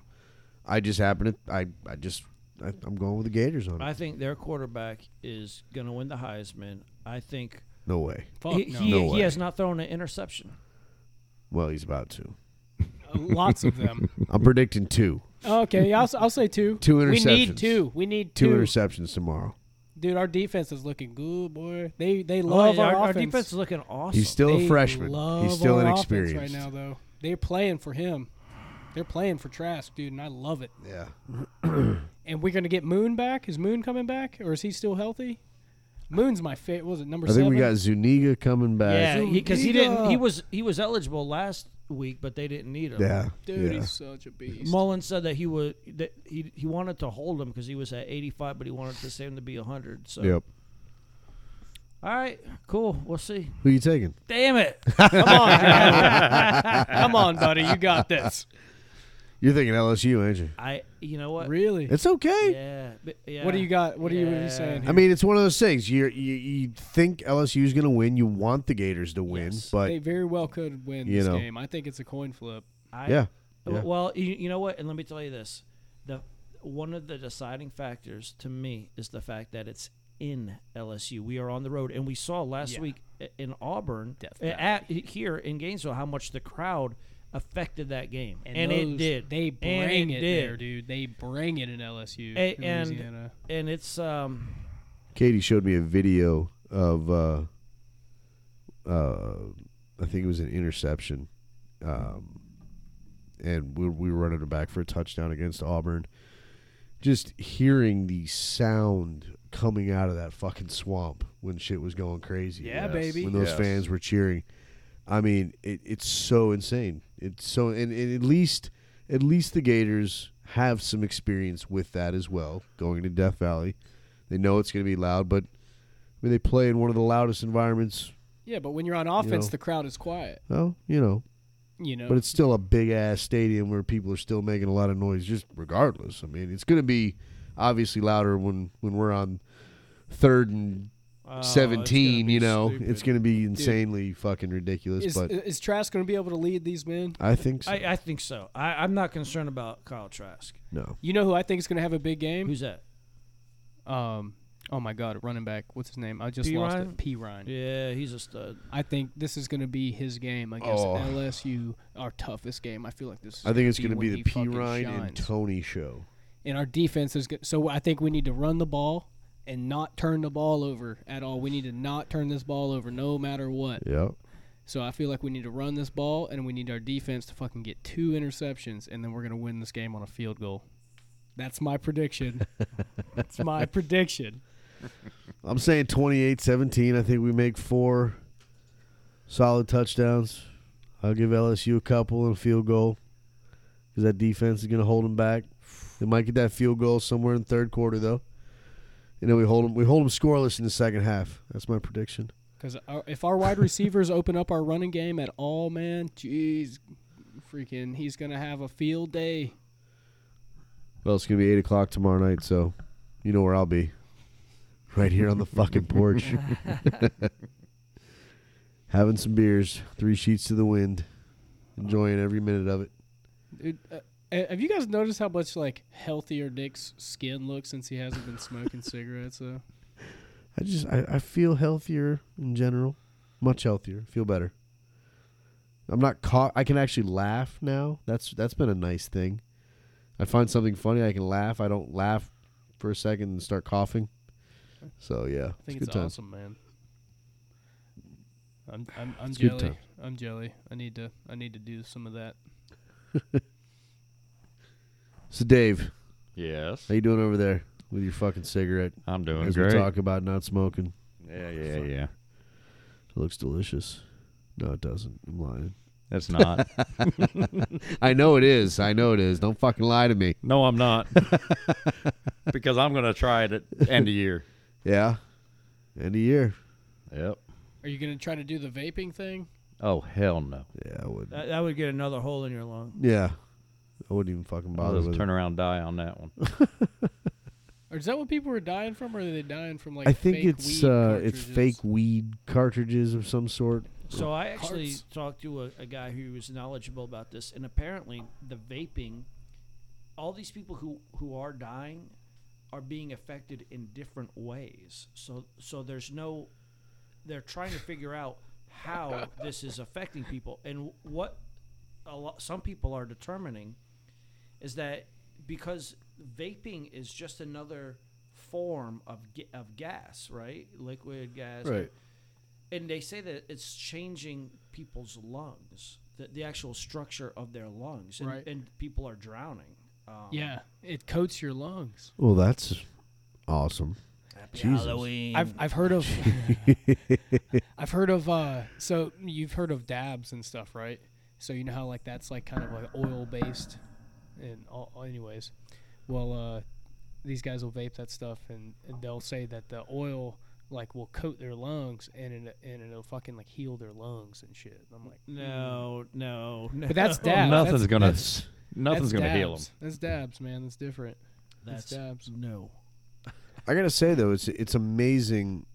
[SPEAKER 1] I just happen to I I just I, I'm going with the Gators on it.
[SPEAKER 2] I think their quarterback is going to win the Heisman. I think
[SPEAKER 1] no way.
[SPEAKER 3] Fuck
[SPEAKER 2] he,
[SPEAKER 3] no.
[SPEAKER 2] he,
[SPEAKER 1] No
[SPEAKER 2] he
[SPEAKER 1] way.
[SPEAKER 2] has not thrown an interception.
[SPEAKER 1] Well, he's about to.
[SPEAKER 3] Lots of them.
[SPEAKER 1] I'm predicting two.
[SPEAKER 3] Okay, I'll, s- I'll say two.
[SPEAKER 1] Two
[SPEAKER 3] We need
[SPEAKER 1] interceptions.
[SPEAKER 3] two. We need
[SPEAKER 1] Two
[SPEAKER 3] two.
[SPEAKER 1] interceptions tomorrow.
[SPEAKER 3] Dude, our defense is looking good, boy. They they
[SPEAKER 2] Oh,
[SPEAKER 3] love
[SPEAKER 2] yeah,
[SPEAKER 3] our,
[SPEAKER 2] our,
[SPEAKER 3] offense.
[SPEAKER 2] defense is looking awesome.
[SPEAKER 1] He's still
[SPEAKER 3] They
[SPEAKER 1] a freshman.
[SPEAKER 3] love
[SPEAKER 1] He's still
[SPEAKER 3] our offense
[SPEAKER 1] inexperienced.
[SPEAKER 3] right now, though. They're playing for him. They're playing for Trask, dude, and I love it.
[SPEAKER 1] Yeah.
[SPEAKER 3] And we're gonna get Moon back. Is Moon coming back, or is he still healthy? Moon's my favorite. Was it number
[SPEAKER 1] I think
[SPEAKER 3] seven?
[SPEAKER 1] we got Zuniga coming back.
[SPEAKER 2] yeah, because he, didn't. He
[SPEAKER 3] Zuniga.
[SPEAKER 2] was he was eligible last week, but they didn't need him.
[SPEAKER 1] Yeah.
[SPEAKER 3] Dude,
[SPEAKER 1] yeah.
[SPEAKER 3] he's such a beast.
[SPEAKER 2] Mullins said that he would that he he wanted to hold him because he was at 85, but he wanted the same to be 100. So
[SPEAKER 1] Yep.
[SPEAKER 2] all right, cool. We'll see.
[SPEAKER 1] Who you taking?
[SPEAKER 2] Damn it!
[SPEAKER 3] Come on, Trask. come on, buddy, you got this.
[SPEAKER 1] You're thinking LSU, ain't you?
[SPEAKER 2] I you know what?
[SPEAKER 3] Really?
[SPEAKER 1] It's okay.
[SPEAKER 2] Yeah, but- yeah.
[SPEAKER 3] What do you got? What are you, what are you saying?
[SPEAKER 1] I
[SPEAKER 3] Here?
[SPEAKER 1] mean, it's one of those things. You're, you you think LSU's going to win. You want the Gators to win,
[SPEAKER 2] Yes.
[SPEAKER 1] but
[SPEAKER 3] they very well could win
[SPEAKER 1] You
[SPEAKER 3] this
[SPEAKER 1] know.
[SPEAKER 3] game. I think it's a coin flip.
[SPEAKER 2] I,
[SPEAKER 1] yeah,
[SPEAKER 2] W-
[SPEAKER 1] Yeah.
[SPEAKER 2] Well, you, you know what? And let me tell you this: the one of the deciding factors to me is the fact that it's in LSU. We are on the road, and we saw last
[SPEAKER 3] Yeah.
[SPEAKER 2] week i- in Auburn,
[SPEAKER 3] Death
[SPEAKER 2] uh, at here in Gainesville, how much the crowd affected that game, and, it
[SPEAKER 3] those-
[SPEAKER 2] did.
[SPEAKER 3] They
[SPEAKER 2] And
[SPEAKER 3] bring it,
[SPEAKER 2] did.
[SPEAKER 3] there, dude. They bring it in LSU,
[SPEAKER 2] A-
[SPEAKER 3] in
[SPEAKER 2] and-
[SPEAKER 3] Louisiana.
[SPEAKER 2] And it's um,
[SPEAKER 1] Katie showed me a video of uh, uh, I think it was an interception, um, and we, we were running it back for a touchdown against Auburn. Just hearing the sound coming out of that fucking swamp when shit was going crazy.
[SPEAKER 3] Yeah, baby.
[SPEAKER 1] when those
[SPEAKER 4] Yes.
[SPEAKER 1] fans were cheering. I mean, it, it's so insane. It's so, and, and at least, at least the Gators have some experience with that as well. Going to Death Valley, they know it's going to be loud, but I mean, they play in one of the loudest environments.
[SPEAKER 3] Yeah, but when you're on offense,
[SPEAKER 1] know.
[SPEAKER 3] the crowd is quiet.
[SPEAKER 1] Well, you know,
[SPEAKER 3] You know,
[SPEAKER 1] but it's still a big ass stadium where people are still making a lot of noise, just regardless. I mean, it's going to be obviously louder when when we're on third and
[SPEAKER 2] oh, it's gonna
[SPEAKER 1] seventeen.
[SPEAKER 2] be
[SPEAKER 1] You know,
[SPEAKER 2] stupid.
[SPEAKER 1] it's going to be insanely fucking ridiculous.
[SPEAKER 3] is,
[SPEAKER 1] but
[SPEAKER 3] is Trask going to be able to lead these men?
[SPEAKER 1] I think so.
[SPEAKER 2] I, I think so. I, I'm not concerned about Kyle Trask.
[SPEAKER 1] no.
[SPEAKER 3] You know who I think is going to have a big game?
[SPEAKER 2] Who's that?
[SPEAKER 3] Um, oh my God, running back. What's his name? I just
[SPEAKER 2] P.
[SPEAKER 3] lost
[SPEAKER 2] Ryan?
[SPEAKER 3] it. P Ryan.
[SPEAKER 2] Yeah, he's a stud.
[SPEAKER 3] I think this is going to be his game against
[SPEAKER 1] Oh.
[SPEAKER 3] LSU, our toughest game. I feel like this. Is
[SPEAKER 1] I think it's
[SPEAKER 3] going to
[SPEAKER 1] be the P. Ryan and
[SPEAKER 3] and,
[SPEAKER 1] Tony show.
[SPEAKER 3] and our defense is good. So I think we need to run the ball and not turn the ball over at all. We need to not turn this ball over, no matter what.
[SPEAKER 1] Yeah.
[SPEAKER 3] So I feel like we need to run this ball, and we need our defense to fucking get two interceptions, and then we're gonna win this game on a field goal. That's my prediction. That's my prediction.
[SPEAKER 1] I'm saying 28 17. I think we make four solid touchdowns. I'll give LSU a couple and a field goal because that defense is going to hold them back. They might get that field goal somewhere in the third quarter, though. And then we hold them, we hold them scoreless in the second half. That's my prediction.
[SPEAKER 3] Because uh, if our wide receivers open up our running game at all, man, jeez, freaking, he's gonna have a field day.
[SPEAKER 1] Well, it's gonna be eight o'clock tomorrow night, so you know where I'll be. Right here on the fucking porch, having some beers, three sheets to the wind, enjoying every minute of it.
[SPEAKER 3] Dude, uh, uh, have you guys noticed how much like healthier Dick's skin looks since he hasn't been smoking cigarettes? Though?
[SPEAKER 1] I just I, I feel healthier in general, much healthier. Feel better. I'm not caught. I can actually laugh now. That's that's been a nice thing. I find something funny, I can laugh. I don't laugh for a second and start coughing. So yeah,
[SPEAKER 3] I
[SPEAKER 1] it's
[SPEAKER 3] think it's,
[SPEAKER 1] good times.
[SPEAKER 3] awesome, man. I'm I'm, I'm
[SPEAKER 1] It's good
[SPEAKER 3] jelly.
[SPEAKER 1] times.
[SPEAKER 3] I'm jelly. I need to I need to do some of that.
[SPEAKER 1] So Dave,
[SPEAKER 4] Yes,
[SPEAKER 1] how you doing over there with your fucking cigarette?
[SPEAKER 4] I'm doing
[SPEAKER 1] As
[SPEAKER 4] great.
[SPEAKER 1] we talk about not smoking,
[SPEAKER 4] Yeah, yeah, yeah.
[SPEAKER 1] it looks delicious. No, it doesn't. I'm lying.
[SPEAKER 4] That's not.
[SPEAKER 1] I know it is. I know it is. Don't fucking lie to me.
[SPEAKER 4] no, I'm not. because I'm gonna try it at end of year.
[SPEAKER 1] Yeah. End of year.
[SPEAKER 4] Yep.
[SPEAKER 3] Are you gonna try to do the vaping thing?
[SPEAKER 4] Oh hell no!
[SPEAKER 1] Yeah, I would.
[SPEAKER 2] That, that would get another hole in your lung.
[SPEAKER 1] Yeah. I wouldn't even fucking
[SPEAKER 4] I'll
[SPEAKER 1] bother
[SPEAKER 4] just
[SPEAKER 1] with
[SPEAKER 4] turn around and die on that one.
[SPEAKER 3] Or is that what people were dying from? Or are they dying from like?
[SPEAKER 1] it. I think
[SPEAKER 3] fake
[SPEAKER 1] it's
[SPEAKER 3] weed
[SPEAKER 1] uh, it's
[SPEAKER 3] cartridges?
[SPEAKER 1] fake weed cartridges of some sort.
[SPEAKER 2] So I actually
[SPEAKER 3] Hearts.
[SPEAKER 2] talked to a, a guy who was knowledgeable about this, and apparently the vaping, all these people who who are dying, are being affected in different ways. So so there's no, they're trying to figure out how this is affecting people, and what a lot some people are determining is that because vaping is just another form of ga- of gas, right? Liquid gas,
[SPEAKER 1] Right.
[SPEAKER 2] and they say that it's changing people's lungs, the, the actual structure of their lungs, and,
[SPEAKER 3] Right.
[SPEAKER 2] and people are drowning. Um,
[SPEAKER 3] Yeah, it coats your lungs.
[SPEAKER 1] Well, that's awesome.
[SPEAKER 2] happy
[SPEAKER 1] Jesus.
[SPEAKER 2] Halloween.
[SPEAKER 3] I've I've heard of I've heard of uh so you've heard of dabs and stuff, right? So you know how like that's like kind of like oil based and all, anyways. Well, uh these guys will vape that stuff and, and they'll say that the oil like will coat their lungs and it, and it'll fucking like heal their lungs and shit. And I'm like, "Mm,
[SPEAKER 2] no, no, no.
[SPEAKER 3] But that's dab.
[SPEAKER 4] nothing's
[SPEAKER 3] That's-
[SPEAKER 4] gonna
[SPEAKER 3] that's-
[SPEAKER 4] nothing's
[SPEAKER 3] that's
[SPEAKER 4] gonna heal them.
[SPEAKER 3] dabs. That's dabs, man. That's different.
[SPEAKER 2] That's
[SPEAKER 3] dabs.
[SPEAKER 2] no.
[SPEAKER 1] I gotta say though, it's it's amazing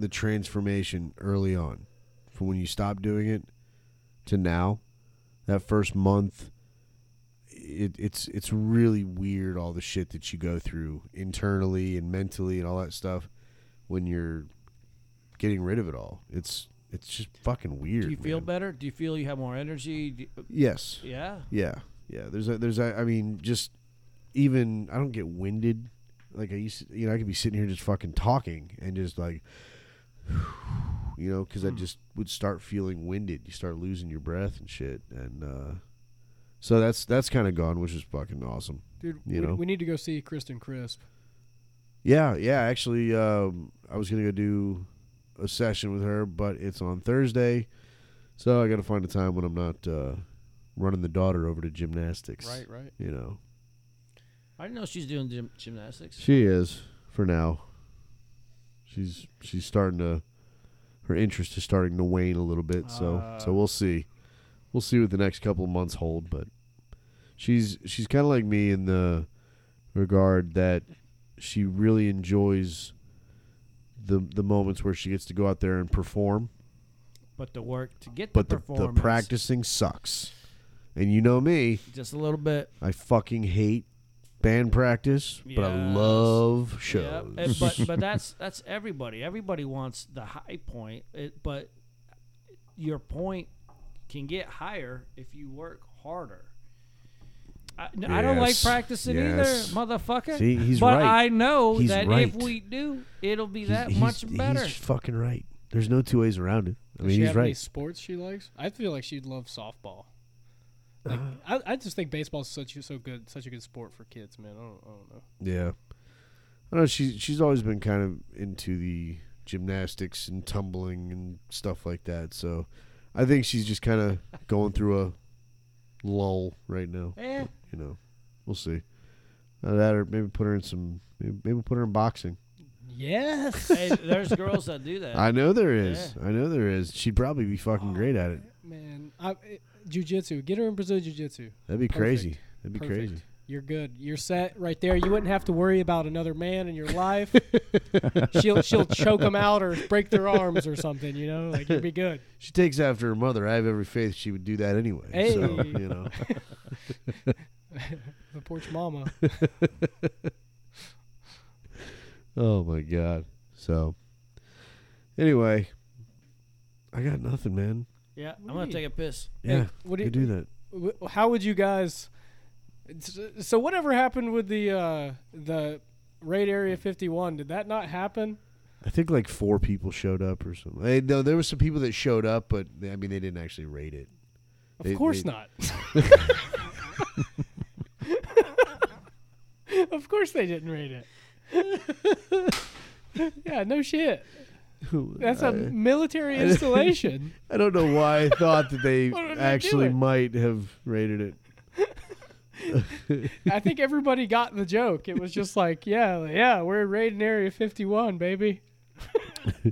[SPEAKER 1] the transformation early on, from when you stop doing it to now. That first month, it, it's it's really weird all the shit that you go through internally and mentally and all that stuff when you're getting rid of it all. It's it's just fucking weird.
[SPEAKER 2] Do you feel
[SPEAKER 1] man.
[SPEAKER 2] better? Do you feel you have more energy? Do you-
[SPEAKER 1] Yes.
[SPEAKER 2] yeah.
[SPEAKER 1] Yeah, yeah. There's a there's a. I mean, just even I don't get winded. Like I used, to, you know, I could be sitting here just fucking talking and just like, you know, because I just would start feeling winded. You start losing your breath and shit, and uh, so that's that's kind of gone, which is fucking awesome.
[SPEAKER 3] Dude,
[SPEAKER 1] You
[SPEAKER 3] we,
[SPEAKER 1] know?
[SPEAKER 3] we need to go see Kristen Crisp.
[SPEAKER 1] Yeah, yeah. Actually, um, I was gonna go do a session with her, but it's on Thursday, so I got to find a time when I'm not uh, running the daughter over to gymnastics.
[SPEAKER 3] Right, right.
[SPEAKER 1] You know.
[SPEAKER 2] I didn't know she's doing gym, gymnastics.
[SPEAKER 1] She is for now. She's she's starting to her interest is starting to wane a little bit. So so
[SPEAKER 2] Uh.
[SPEAKER 3] Ah.
[SPEAKER 1] we'll see. We'll see what the next couple of months hold. But she's she's kind of like me in the regard that she really enjoys the the moments where she gets to go out there and perform.
[SPEAKER 2] But the work to get
[SPEAKER 1] But
[SPEAKER 2] the
[SPEAKER 1] the, the
[SPEAKER 2] performance,
[SPEAKER 1] practicing sucks. And you know me,
[SPEAKER 2] just a little bit.
[SPEAKER 1] I fucking hate band practice, but I
[SPEAKER 2] Yes.
[SPEAKER 1] love
[SPEAKER 2] Yeah,
[SPEAKER 1] shows.
[SPEAKER 2] and- but but that's that's everybody. Everybody wants the high point, it, but your point can get higher if you work harder. I, n- I don't like
[SPEAKER 1] Yes.
[SPEAKER 2] practicing
[SPEAKER 1] Yes.
[SPEAKER 2] either, motherfucker.
[SPEAKER 1] See, he's
[SPEAKER 2] but
[SPEAKER 1] right.
[SPEAKER 2] I know
[SPEAKER 1] He's
[SPEAKER 2] that
[SPEAKER 1] right.
[SPEAKER 2] if we do, it'll be
[SPEAKER 1] He's-
[SPEAKER 2] that
[SPEAKER 1] he's-
[SPEAKER 2] much better.
[SPEAKER 1] He's fucking right. There's no two ways around it. I
[SPEAKER 3] Does
[SPEAKER 1] mean,
[SPEAKER 3] she
[SPEAKER 1] he's
[SPEAKER 3] have any
[SPEAKER 1] right.
[SPEAKER 3] sports she likes? I feel like she'd love softball. Like,
[SPEAKER 1] Uh-huh.
[SPEAKER 3] I, I just think baseball's such a- so good, such a good sport for kids, man. I don't, I don't know.
[SPEAKER 1] Yeah. I don't know. She's she's always been kind of into the gymnastics and tumbling and stuff like that. So, I think she's just kind of going through a lull right now.
[SPEAKER 2] Eh,
[SPEAKER 1] Uh, You know, we'll see. Either that or maybe put her in some maybe, maybe put her in boxing.
[SPEAKER 3] Yes.
[SPEAKER 2] hey, there's girls that do that.
[SPEAKER 1] I know there is. I know there is. She'd probably be
[SPEAKER 2] Oh.
[SPEAKER 1] fucking great at it.
[SPEAKER 3] Man, I, it, jujitsu. Get her in Brazilian jiu-jitsu.
[SPEAKER 1] That'd be
[SPEAKER 3] Perfect.
[SPEAKER 1] crazy. That'd be
[SPEAKER 3] Perfect.
[SPEAKER 1] crazy.
[SPEAKER 3] You're good. You're set right there. You wouldn't have to worry about another man in your life. she'll she'll choke them out or break their arms or something. You know, like you'd be good.
[SPEAKER 1] She takes after her mother. I have every faith she would do that anyway. So,
[SPEAKER 3] Hey.
[SPEAKER 1] you know.
[SPEAKER 3] The porch mama.
[SPEAKER 1] Oh my god. So anyway, I got nothing, man.
[SPEAKER 2] yeah, I'm
[SPEAKER 3] do
[SPEAKER 2] gonna
[SPEAKER 3] you-
[SPEAKER 2] take a piss.
[SPEAKER 1] Yeah.
[SPEAKER 3] Hey, what do
[SPEAKER 1] Go
[SPEAKER 3] you,
[SPEAKER 1] do that.
[SPEAKER 3] wh- how would you guys? s- So whatever happened with the uh, the raid area fifty one? Did that not happen?
[SPEAKER 1] I think like four people showed up or something. Hey, no, there were some people that showed up, but I mean they didn't actually rate it.
[SPEAKER 3] Of
[SPEAKER 1] They-
[SPEAKER 3] course
[SPEAKER 1] they-
[SPEAKER 3] not. of course they didn't rate it. yeah, no shit. That's a
[SPEAKER 1] I,
[SPEAKER 3] military installation.
[SPEAKER 1] I don't know why I thought that they
[SPEAKER 3] What are they
[SPEAKER 1] actually
[SPEAKER 3] doing?
[SPEAKER 1] might have rated it.
[SPEAKER 3] I think everybody got the joke. It was just like, yeah, yeah, we're raiding Area 51, baby.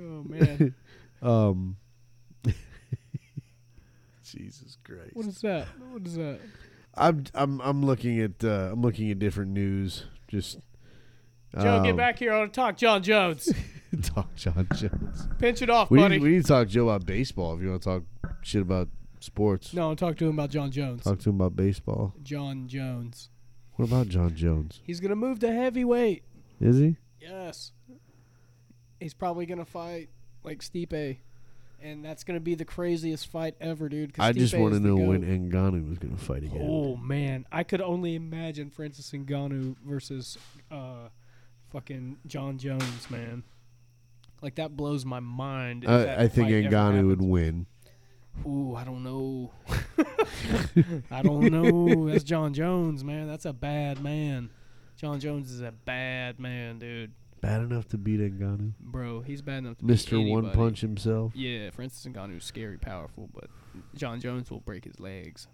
[SPEAKER 3] oh man,
[SPEAKER 1] Um Jesus Christ.
[SPEAKER 3] what is that? What is that?
[SPEAKER 1] I'm I'm I'm looking at uh, I'm looking at different news. Just
[SPEAKER 3] Joe,
[SPEAKER 1] um,
[SPEAKER 3] get back here. I want to talk, John Jones.
[SPEAKER 1] talk John Jones.
[SPEAKER 3] Pinch it off,
[SPEAKER 1] We
[SPEAKER 3] buddy.
[SPEAKER 1] need, we need to talk to Joe about baseball if you want to talk shit about sports.
[SPEAKER 3] no, I'm talking to him about John Jones.
[SPEAKER 1] Talk to him about baseball.
[SPEAKER 3] John Jones.
[SPEAKER 1] What about John Jones?
[SPEAKER 3] He's gonna move to heavyweight.
[SPEAKER 1] Is he?
[SPEAKER 3] Yes. He's probably gonna fight like Stipe, and that's gonna be the craziest fight ever, dude. 'cause
[SPEAKER 1] I just
[SPEAKER 3] Stipe
[SPEAKER 1] want to
[SPEAKER 3] is the
[SPEAKER 1] know
[SPEAKER 3] goat.
[SPEAKER 1] when Ngannou was going to fight again.
[SPEAKER 3] Oh man, I could only imagine Francis Ngannou versus uh, fucking John Jones, man. Like that blows my mind. if that
[SPEAKER 1] I, I think
[SPEAKER 3] fight ever
[SPEAKER 1] Ngannou would
[SPEAKER 3] happens.
[SPEAKER 1] win.
[SPEAKER 3] Ooh, I don't know. I don't know. That's John Jones, man. That's a bad man. John Jones is a bad man, dude.
[SPEAKER 1] Bad enough to beat Ngannou,
[SPEAKER 3] Bro, he's bad enough to beat
[SPEAKER 1] Mister One
[SPEAKER 3] anybody.
[SPEAKER 1] Punch himself.
[SPEAKER 3] Yeah, Francis Ngannou's scary powerful, but John Jones will break his legs.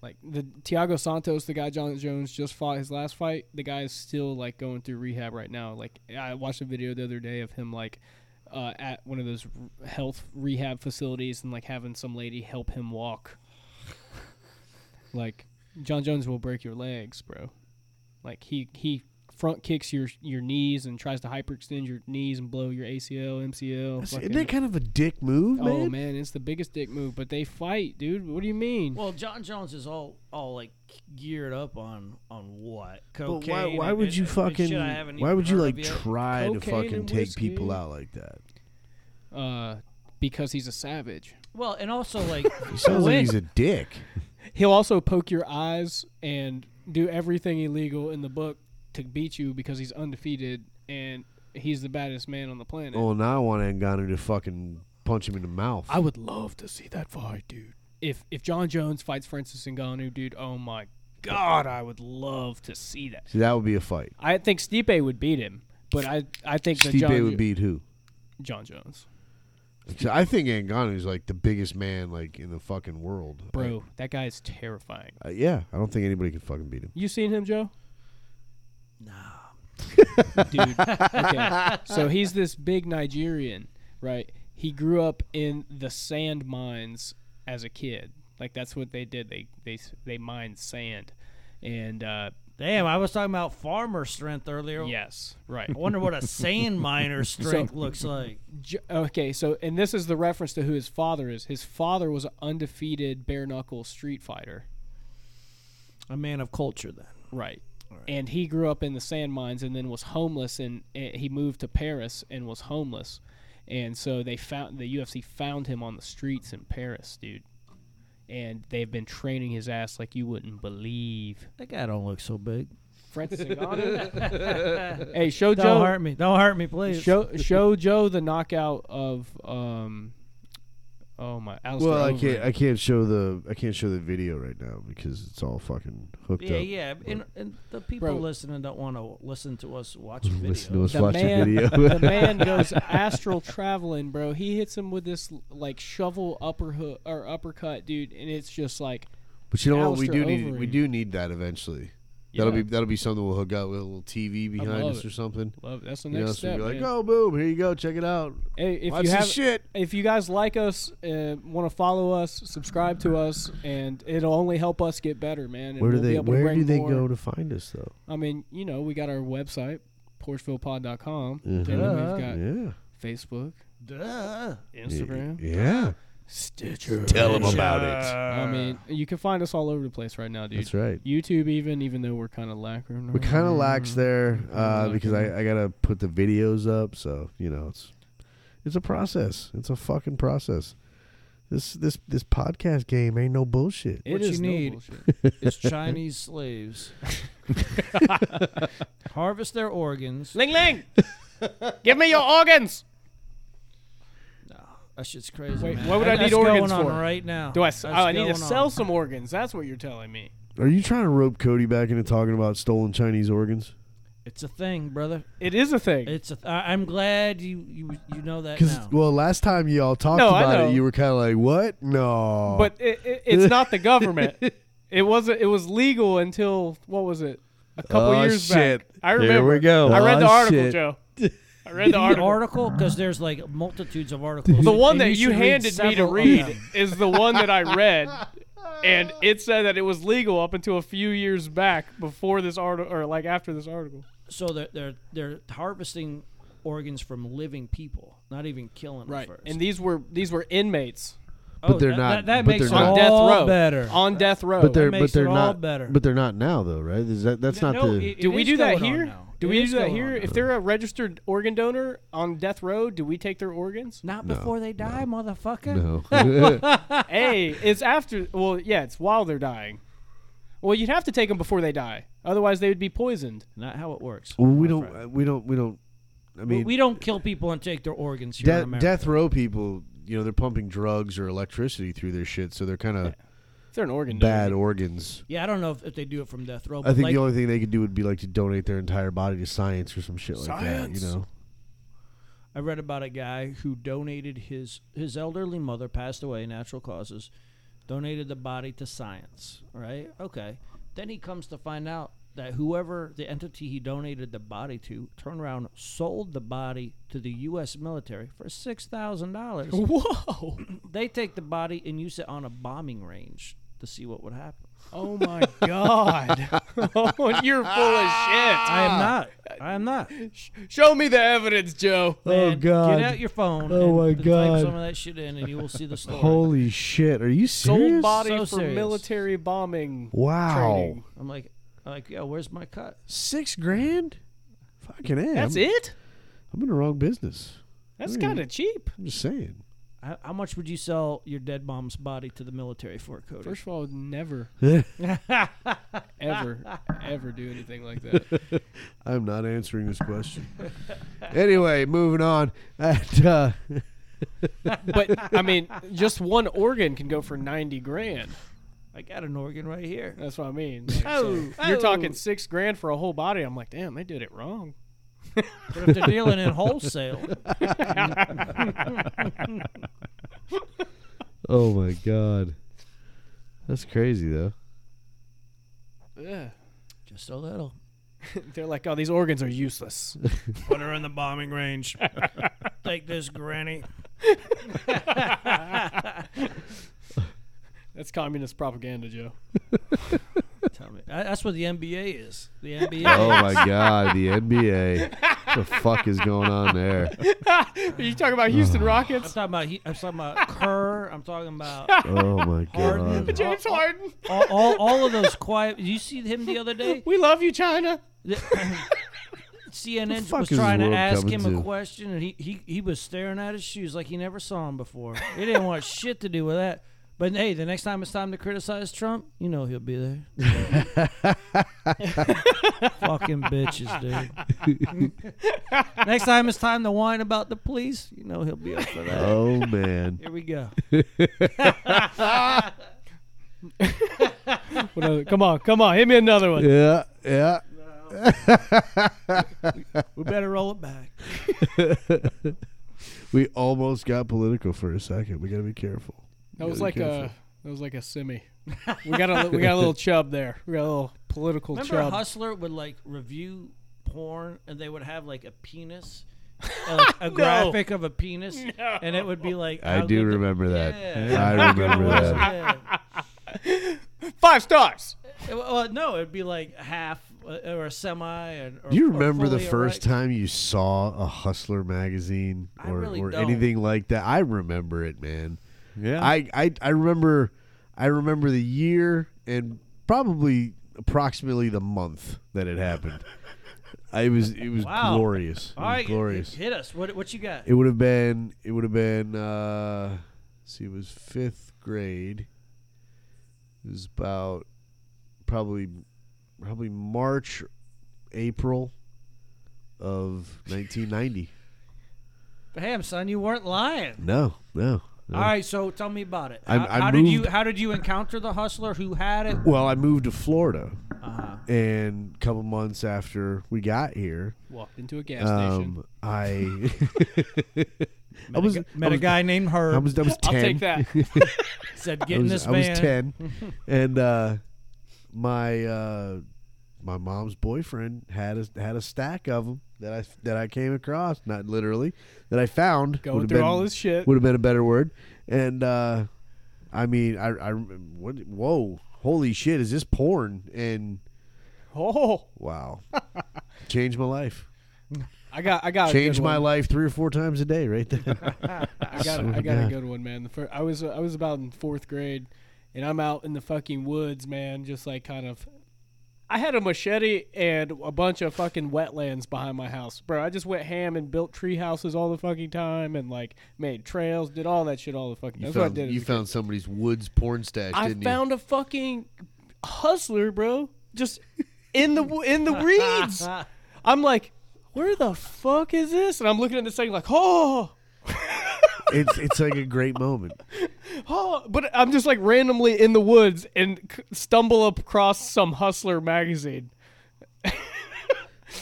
[SPEAKER 3] Like the Tiago Santos, the guy John Jones just fought his last fight. The guy is still like going through rehab right now. Like I watched a video the other day of him like uh, at one of those r- health rehab facilities and like having some lady help him walk. like John Jones will break your legs, bro. Like he he front kicks your your knees and tries to hyperextend your knees and blow your ACL, MCL.
[SPEAKER 1] That's-
[SPEAKER 3] fucking-
[SPEAKER 1] Isn't that kind of a dick move, man?
[SPEAKER 3] Oh man, it's the biggest dick move, but they fight, dude. What do you mean?
[SPEAKER 2] Well, John Jones is all all like geared up on on what
[SPEAKER 1] But
[SPEAKER 2] cocaine.
[SPEAKER 1] why, why
[SPEAKER 2] and-
[SPEAKER 1] would
[SPEAKER 2] and-
[SPEAKER 1] you
[SPEAKER 2] and shit
[SPEAKER 1] fucking?
[SPEAKER 2] I haven't
[SPEAKER 1] Why
[SPEAKER 2] even
[SPEAKER 1] would you
[SPEAKER 2] heard
[SPEAKER 1] like
[SPEAKER 2] of yet.
[SPEAKER 1] try to
[SPEAKER 3] Cocaine
[SPEAKER 1] fucking
[SPEAKER 3] and
[SPEAKER 1] take people
[SPEAKER 3] whiskey.
[SPEAKER 1] out like that?
[SPEAKER 3] Uh, because he's a savage.
[SPEAKER 2] Well, and also like
[SPEAKER 1] He sounds like
[SPEAKER 3] Win.
[SPEAKER 1] he's a dick.
[SPEAKER 3] He'll also poke your eyes and do everything illegal in the book to beat you because he's undefeated and he's the baddest man on the planet.
[SPEAKER 1] Oh, now I want Ngannou to fucking punch him in the mouth.
[SPEAKER 3] I would love to see that fight, dude. If if John Jones fights Francis Ngannou, dude, oh my god, I would love to see that.
[SPEAKER 1] See, that would be a fight.
[SPEAKER 3] I think Stipe would beat him, but I I think that John
[SPEAKER 1] Stipe would
[SPEAKER 3] Jo-
[SPEAKER 1] beat who?
[SPEAKER 3] John Jones.
[SPEAKER 1] So I think Ngannou's like the biggest man like in the fucking world,
[SPEAKER 3] Bro, that guy is terrifying.
[SPEAKER 1] Uh, yeah, I don't think anybody could fucking beat him.
[SPEAKER 3] You seen him, Joe?
[SPEAKER 2] nah.
[SPEAKER 3] dude. Okay. So he's this big Nigerian, right? He grew up in the sand mines as a kid. Like that's what they did. They they they mined sand, and uh,
[SPEAKER 2] Damn, I was talking about farmer strength earlier.
[SPEAKER 3] yes, right.
[SPEAKER 2] I wonder what a sand miner strength looks like.
[SPEAKER 3] J- okay, so and this is the reference to who his father is. His father was an undefeated bare knuckle street fighter,
[SPEAKER 2] A man of culture, then.
[SPEAKER 3] right? And he grew up in the sand mines, and then was homeless, and, and he moved to Paris and was homeless, and so they found the UFC found him on the streets in Paris, dude. And they've been training his ass like you wouldn't believe.
[SPEAKER 2] That guy don't look so big.
[SPEAKER 3] Francis Ngannou. hey, show
[SPEAKER 2] Don't
[SPEAKER 3] Joe.
[SPEAKER 2] hurt me. Don't hurt me, please.
[SPEAKER 3] Show show Joe the knockout of um. Oh my! Alistair
[SPEAKER 1] Well, I
[SPEAKER 3] Overeem.
[SPEAKER 1] can't. I can't show the. I can't show the video right now because it's all fucking hooked
[SPEAKER 2] Yeah,
[SPEAKER 1] up.
[SPEAKER 2] yeah. And, and the people
[SPEAKER 3] Bro.
[SPEAKER 2] listening don't want to listen to us watch videos.
[SPEAKER 1] Listen to us
[SPEAKER 3] The
[SPEAKER 1] watch
[SPEAKER 3] man-
[SPEAKER 1] the video.
[SPEAKER 3] the man goes astral traveling, bro. He hits him with this like shovel upper hook or uppercut, dude, and it's just like
[SPEAKER 1] but you know what? We
[SPEAKER 3] Alistair
[SPEAKER 1] do need. We
[SPEAKER 3] Overeem.
[SPEAKER 1] do need that eventually.
[SPEAKER 4] That'll
[SPEAKER 3] Yeah.
[SPEAKER 4] be that'll be something we'll hook up with a little TV behind
[SPEAKER 3] love
[SPEAKER 4] us
[SPEAKER 3] it.
[SPEAKER 4] or something.
[SPEAKER 3] Love that's the
[SPEAKER 4] You
[SPEAKER 3] next
[SPEAKER 4] know, so
[SPEAKER 3] step.
[SPEAKER 4] you're like,
[SPEAKER 3] man.
[SPEAKER 4] oh, boom, here you go, check it out.
[SPEAKER 3] Hey, if
[SPEAKER 4] Watch
[SPEAKER 3] you have
[SPEAKER 4] this shit.
[SPEAKER 3] if you guys like us, uh, want to follow us, subscribe to us, and it'll only help us get better, man. And
[SPEAKER 1] Where do
[SPEAKER 3] we'll be
[SPEAKER 1] they
[SPEAKER 3] able to
[SPEAKER 1] Where
[SPEAKER 3] bring
[SPEAKER 1] do they
[SPEAKER 3] more-
[SPEAKER 1] go to find us though?
[SPEAKER 3] I mean, you know, we got our website, PorchevillePod.com.
[SPEAKER 1] Mhm.
[SPEAKER 3] And then we've got
[SPEAKER 1] Yeah.
[SPEAKER 3] Facebook,
[SPEAKER 2] Duh.
[SPEAKER 3] Instagram,
[SPEAKER 1] Yeah.
[SPEAKER 3] Stitcher.
[SPEAKER 4] Tell them about it.
[SPEAKER 3] I mean, you can find us all over the place right now, dude.
[SPEAKER 1] That's right.
[SPEAKER 3] YouTube, even even though we're kind of lacking. Mm.
[SPEAKER 1] We kind of lax there uh,
[SPEAKER 3] Mhm.
[SPEAKER 1] because I, I gotta put the videos up, so you know it's it's a process. It's a fucking process. This this this podcast game ain't no bullshit.
[SPEAKER 3] It
[SPEAKER 2] What
[SPEAKER 3] is
[SPEAKER 2] you
[SPEAKER 3] no
[SPEAKER 2] need.
[SPEAKER 3] bullshit.
[SPEAKER 2] It's Chinese slaves. Harvest their organs.
[SPEAKER 3] Ling Ling, give me your organs.
[SPEAKER 2] That shit's crazy.
[SPEAKER 3] Wait,
[SPEAKER 2] man.
[SPEAKER 3] what would
[SPEAKER 2] That-
[SPEAKER 3] I need
[SPEAKER 2] that's
[SPEAKER 3] organs
[SPEAKER 2] going on
[SPEAKER 3] for?
[SPEAKER 2] right now?
[SPEAKER 3] Do I?
[SPEAKER 2] That's
[SPEAKER 3] s- oh, I need to
[SPEAKER 2] going
[SPEAKER 3] sell
[SPEAKER 2] on.
[SPEAKER 3] some organs. That's what you're telling me.
[SPEAKER 1] Are you trying to rope Cody back into talking about stolen Chinese organs?
[SPEAKER 2] It's a thing, brother.
[SPEAKER 3] It is a thing.
[SPEAKER 2] It's a. Th- I- I'm glad you you you know that
[SPEAKER 1] Because
[SPEAKER 2] now.
[SPEAKER 1] well, last time y'all talked
[SPEAKER 3] No, I
[SPEAKER 1] about
[SPEAKER 3] know.
[SPEAKER 1] it, you were kind of like, "What? No."
[SPEAKER 3] but it, it, it's not the government. It wasn't. It was legal until what was it? A couple
[SPEAKER 1] Oh,
[SPEAKER 3] years
[SPEAKER 1] shit.
[SPEAKER 3] back. I
[SPEAKER 5] we
[SPEAKER 3] remember.
[SPEAKER 5] go.
[SPEAKER 3] I read the
[SPEAKER 1] Oh,
[SPEAKER 3] article,
[SPEAKER 1] shit.
[SPEAKER 3] Joe. I read the
[SPEAKER 2] the
[SPEAKER 3] article.
[SPEAKER 2] article because there's like multitudes of articles.
[SPEAKER 3] The one
[SPEAKER 2] and
[SPEAKER 3] that
[SPEAKER 2] should
[SPEAKER 3] you
[SPEAKER 2] read
[SPEAKER 3] handed me to
[SPEAKER 2] several of
[SPEAKER 3] read
[SPEAKER 2] them.
[SPEAKER 3] is the one that I read, and it said that it was legal up until a few years back before this article, or like after this article.
[SPEAKER 2] So they're they're they're harvesting organs from living people, not even killing them first.
[SPEAKER 3] And these were these were inmates
[SPEAKER 2] Oh,
[SPEAKER 1] they're
[SPEAKER 2] that-
[SPEAKER 1] not-
[SPEAKER 2] That, that
[SPEAKER 1] but
[SPEAKER 2] makes
[SPEAKER 1] they're not.
[SPEAKER 2] it
[SPEAKER 3] on
[SPEAKER 2] all
[SPEAKER 3] death row.
[SPEAKER 2] better.
[SPEAKER 3] On death row.
[SPEAKER 1] but they're
[SPEAKER 2] Oh,
[SPEAKER 1] but
[SPEAKER 2] makes
[SPEAKER 1] they're
[SPEAKER 2] it all
[SPEAKER 1] not
[SPEAKER 2] better.
[SPEAKER 1] But they're not now though, right? Is that that's not
[SPEAKER 2] No,
[SPEAKER 1] the
[SPEAKER 2] it-
[SPEAKER 3] do
[SPEAKER 2] it
[SPEAKER 3] we
[SPEAKER 2] is
[SPEAKER 3] do that
[SPEAKER 2] going on
[SPEAKER 3] here?
[SPEAKER 2] now.
[SPEAKER 3] Do
[SPEAKER 2] It
[SPEAKER 3] we
[SPEAKER 2] is
[SPEAKER 3] do that
[SPEAKER 2] going on
[SPEAKER 3] here?
[SPEAKER 2] now.
[SPEAKER 3] If they're a registered organ donor on death row, do we take their organs?
[SPEAKER 2] Not
[SPEAKER 1] No,
[SPEAKER 2] before they die, motherfucker.
[SPEAKER 1] no.
[SPEAKER 3] hey, it's after. Well, yeah, it's while they're dying. Well, you'd have to take them before they die. Otherwise, they would be poisoned.
[SPEAKER 2] Not how it works.
[SPEAKER 1] well, we
[SPEAKER 2] my
[SPEAKER 1] don't
[SPEAKER 2] friend.
[SPEAKER 1] uh, we don't we don't. I
[SPEAKER 2] We-
[SPEAKER 1] mean,
[SPEAKER 2] we don't kill people and take their organs here in
[SPEAKER 1] death,
[SPEAKER 2] America.
[SPEAKER 1] death row people, you know, they're pumping drugs or electricity through their shit, so they're kind of
[SPEAKER 3] If they're an organ
[SPEAKER 1] bad
[SPEAKER 3] donor.
[SPEAKER 1] organs.
[SPEAKER 2] Yeah, I don't know if, if they do it from death row. But
[SPEAKER 1] I think
[SPEAKER 2] like,
[SPEAKER 1] the only thing they could do would be like to donate their entire body to science or some shit like that. You know,
[SPEAKER 2] I read about a guy who donated his his elderly mother passed away natural causes, donated the body to science. Right? Okay. Then he comes to find out that whoever the entity he donated the body to turned around sold the body to the U.S. military for six thousand dollars.
[SPEAKER 1] Oh.
[SPEAKER 3] Whoa!
[SPEAKER 2] They take the body and use it on a bombing range to see what would happen.
[SPEAKER 3] Oh my God! oh, you're full
[SPEAKER 1] Ah.
[SPEAKER 3] of
[SPEAKER 2] I am not. I am not.
[SPEAKER 3] shit. Show me the evidence, Joe.
[SPEAKER 2] Man,
[SPEAKER 1] Oh, God.
[SPEAKER 2] Get out your phone.
[SPEAKER 1] Oh,
[SPEAKER 2] and
[SPEAKER 1] my
[SPEAKER 2] Type
[SPEAKER 1] God.
[SPEAKER 2] some of that shit in, and you will see the story.
[SPEAKER 1] holy shit! Are you serious?
[SPEAKER 3] Sold body
[SPEAKER 2] So
[SPEAKER 3] for
[SPEAKER 2] serious.
[SPEAKER 3] military bombing.
[SPEAKER 1] Wow,
[SPEAKER 3] Training.
[SPEAKER 2] I'm like, I'm like, yo, where's my cut?
[SPEAKER 1] six grand! Fucking a,
[SPEAKER 3] That's
[SPEAKER 1] I'm,
[SPEAKER 3] it. Hmm.
[SPEAKER 1] I'm in the wrong business.
[SPEAKER 3] That's
[SPEAKER 1] Mm.
[SPEAKER 3] kind of cheap.
[SPEAKER 1] I'm just saying.
[SPEAKER 2] How, how much would you sell your dead mom's body to the military for, Cody?
[SPEAKER 3] First of all, I would never, ever, ever do anything like that.
[SPEAKER 1] I'm not answering this question. anyway, moving on. At, uh,
[SPEAKER 3] But I mean, just one organ can go for ninety grand.
[SPEAKER 2] I got an organ right here.
[SPEAKER 3] That's what I mean. Like, so
[SPEAKER 2] Oh,
[SPEAKER 3] you're
[SPEAKER 2] oh.
[SPEAKER 3] talking six grand for a whole body. I'm like, damn, they did it wrong.
[SPEAKER 2] But if they're dealing in wholesale,
[SPEAKER 1] oh my god, that's crazy though.
[SPEAKER 3] Ugh.
[SPEAKER 2] just a little.
[SPEAKER 3] They're like, oh, these organs are useless.
[SPEAKER 2] Put her in the bombing range. Take this, Granny.
[SPEAKER 3] That's communist propaganda, Joe.
[SPEAKER 2] Tell me, That- that's what the NBA is. The NBA.
[SPEAKER 1] Oh my god, the NBA. What the fuck is going on there?
[SPEAKER 3] Are you talking about
[SPEAKER 1] Uh-huh.
[SPEAKER 3] Houston
[SPEAKER 2] I'm
[SPEAKER 3] Rockets?
[SPEAKER 2] talking about. he- I'm talking about Kerr. I'm talking about
[SPEAKER 1] Oh my
[SPEAKER 2] Harden.
[SPEAKER 1] god.
[SPEAKER 3] James Harden.
[SPEAKER 2] all, all, all of those quiet. You see him the other day.
[SPEAKER 3] We love you, China.
[SPEAKER 2] CNN
[SPEAKER 1] fuck
[SPEAKER 2] was
[SPEAKER 1] is the
[SPEAKER 2] trying to
[SPEAKER 1] world
[SPEAKER 2] ask
[SPEAKER 1] coming
[SPEAKER 2] him
[SPEAKER 1] to?
[SPEAKER 2] a question, and he, he, he was staring at his shoes like he never saw him before. He didn't want shit to do with that. But hey, the next time it's time to criticize Trump, you know he'll be there. Fucking bitches, dude. next time it's time to whine about the police, you know he'll be up for that.
[SPEAKER 1] Oh man.
[SPEAKER 2] Here we go.
[SPEAKER 3] What other- come on, come on, hit me another one.
[SPEAKER 1] Yeah, yeah.
[SPEAKER 2] We better roll it back.
[SPEAKER 1] We almost got political for a second. We gotta be careful.
[SPEAKER 3] That was
[SPEAKER 1] Gotta
[SPEAKER 3] like
[SPEAKER 1] be
[SPEAKER 3] a That was like a semi. We got a we got a little chub there. We got a little political
[SPEAKER 2] Remember
[SPEAKER 3] chub.
[SPEAKER 2] Hustler would like review porn and they would have like a penis, uh, like, a graphic of a penis, and it would be like
[SPEAKER 1] I
[SPEAKER 2] how
[SPEAKER 1] do
[SPEAKER 2] good the-
[SPEAKER 1] remember that.
[SPEAKER 2] Yeah.
[SPEAKER 1] I remember that.
[SPEAKER 2] Yeah.
[SPEAKER 3] Five stars.
[SPEAKER 2] It- Well, no, it'd be like half uh, or a semi. And, or,
[SPEAKER 1] Do you
[SPEAKER 2] or
[SPEAKER 1] remember the
[SPEAKER 2] fully
[SPEAKER 1] first
[SPEAKER 2] erect.
[SPEAKER 1] time you saw a Hustler magazine
[SPEAKER 2] I
[SPEAKER 1] or,
[SPEAKER 2] really
[SPEAKER 1] or
[SPEAKER 2] don't.
[SPEAKER 1] anything like that? I remember it, man.
[SPEAKER 4] Yeah.
[SPEAKER 1] I, I I remember I remember the year and probably approximately the month that it happened. I it was it was
[SPEAKER 2] Wow.
[SPEAKER 1] glorious. It
[SPEAKER 2] All
[SPEAKER 1] was
[SPEAKER 2] right,
[SPEAKER 1] glorious.
[SPEAKER 2] Hit us. What what you got?
[SPEAKER 1] It would have been. It would have been. Uh, let's see, it was fifth grade. It was about probably probably March, April of 1990.
[SPEAKER 2] Damn, son, you weren't lying.
[SPEAKER 1] no, no. no.
[SPEAKER 2] All right, so tell me about it.
[SPEAKER 1] I-
[SPEAKER 2] how
[SPEAKER 1] I
[SPEAKER 2] how did you
[SPEAKER 1] moved-
[SPEAKER 2] how did you encounter the hustler? Who had it?
[SPEAKER 1] Well, I moved to Florida,
[SPEAKER 2] Uh-huh.
[SPEAKER 1] and a couple months after we got here,
[SPEAKER 3] Walked into a gas
[SPEAKER 1] um,
[SPEAKER 3] station.
[SPEAKER 1] I I was I
[SPEAKER 2] Met a
[SPEAKER 1] was,
[SPEAKER 2] guy named
[SPEAKER 1] I
[SPEAKER 2] Herb.
[SPEAKER 1] was I was
[SPEAKER 3] I'll
[SPEAKER 1] ten.
[SPEAKER 3] take that.
[SPEAKER 2] said,
[SPEAKER 1] I
[SPEAKER 2] "Get in
[SPEAKER 1] was-
[SPEAKER 2] this
[SPEAKER 1] I
[SPEAKER 2] van."
[SPEAKER 1] was ten, and uh, my uh, my mom's boyfriend had a, had a stack of them that I that I came across, not literally, that I found.
[SPEAKER 3] Going through all his shit.
[SPEAKER 1] would have been a better word. And uh, I mean, I, I what, whoa, holy shit, is this porn? And
[SPEAKER 3] Oh,
[SPEAKER 1] wow, changed my life.
[SPEAKER 3] I got I got a good
[SPEAKER 1] Changed my
[SPEAKER 3] one.
[SPEAKER 1] life three or four times a day, right there.
[SPEAKER 3] I got,
[SPEAKER 1] Swear
[SPEAKER 3] I
[SPEAKER 1] to
[SPEAKER 3] got a
[SPEAKER 1] God.
[SPEAKER 3] good one, man. The first, I was uh, I was about in fourth grade, and I'm out in the fucking woods, man. Just like kind of, I had a machete and a bunch of fucking wetlands behind my house, bro. I just went ham and built tree houses all the fucking time, and like made trails, did all that shit all the fucking.
[SPEAKER 1] you
[SPEAKER 3] that's what I
[SPEAKER 1] found,
[SPEAKER 3] did. as
[SPEAKER 1] you
[SPEAKER 3] a
[SPEAKER 1] found somebody's woods porn stash,
[SPEAKER 3] I
[SPEAKER 1] didn't
[SPEAKER 3] found a fucking hustler, bro. Just in the in the reeds. I'm like, where the fuck is this? And I'm looking at this thing like, oh,
[SPEAKER 1] you? It's it's like a great moment.
[SPEAKER 3] oh. But I'm just like randomly in the woods and c- stumble across some hustler magazine.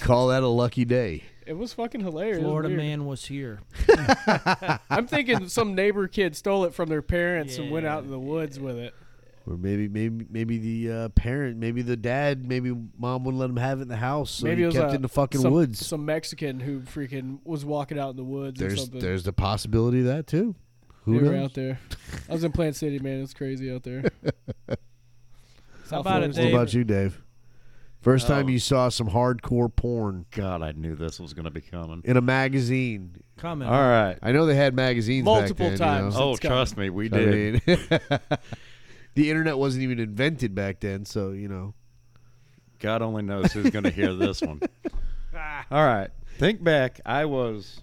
[SPEAKER 1] Call that a lucky day.
[SPEAKER 3] It was fucking hilarious. It was
[SPEAKER 2] Florida
[SPEAKER 3] weird.
[SPEAKER 2] man was here.
[SPEAKER 3] I'm thinking some neighbor kid stole it from their parents and went out in the woods with it.
[SPEAKER 1] Or maybe, maybe, maybe the uh, parent, maybe the dad, maybe mom wouldn't let him have it in the house, so
[SPEAKER 3] Maybe it
[SPEAKER 1] he
[SPEAKER 3] was
[SPEAKER 1] kept
[SPEAKER 3] a-
[SPEAKER 1] it in the fucking
[SPEAKER 3] some,
[SPEAKER 1] woods.
[SPEAKER 3] Some Mexican who freaking was walking out in the woods or
[SPEAKER 1] there's,
[SPEAKER 3] something.
[SPEAKER 1] there's the possibility of that too. Who
[SPEAKER 3] they were
[SPEAKER 1] knows?
[SPEAKER 3] out there. I was in Plant City, man. It's crazy out there.
[SPEAKER 2] How about it,
[SPEAKER 1] What
[SPEAKER 2] Dave?
[SPEAKER 1] about you, Dave? First time
[SPEAKER 4] Oh.
[SPEAKER 1] you saw some hardcore porn
[SPEAKER 4] God, I knew this was going to be coming.
[SPEAKER 1] in a magazine.
[SPEAKER 2] Coming.
[SPEAKER 4] All right.
[SPEAKER 1] I know they had magazines back
[SPEAKER 3] Multiple
[SPEAKER 1] then, you
[SPEAKER 3] times.
[SPEAKER 1] know?
[SPEAKER 4] Oh,
[SPEAKER 3] it's coming.
[SPEAKER 4] trust me, we
[SPEAKER 1] I
[SPEAKER 4] did.
[SPEAKER 1] mean, the internet wasn't even invented back then, so you know.
[SPEAKER 4] God only knows who's going to hear this one. All right. Think back. I was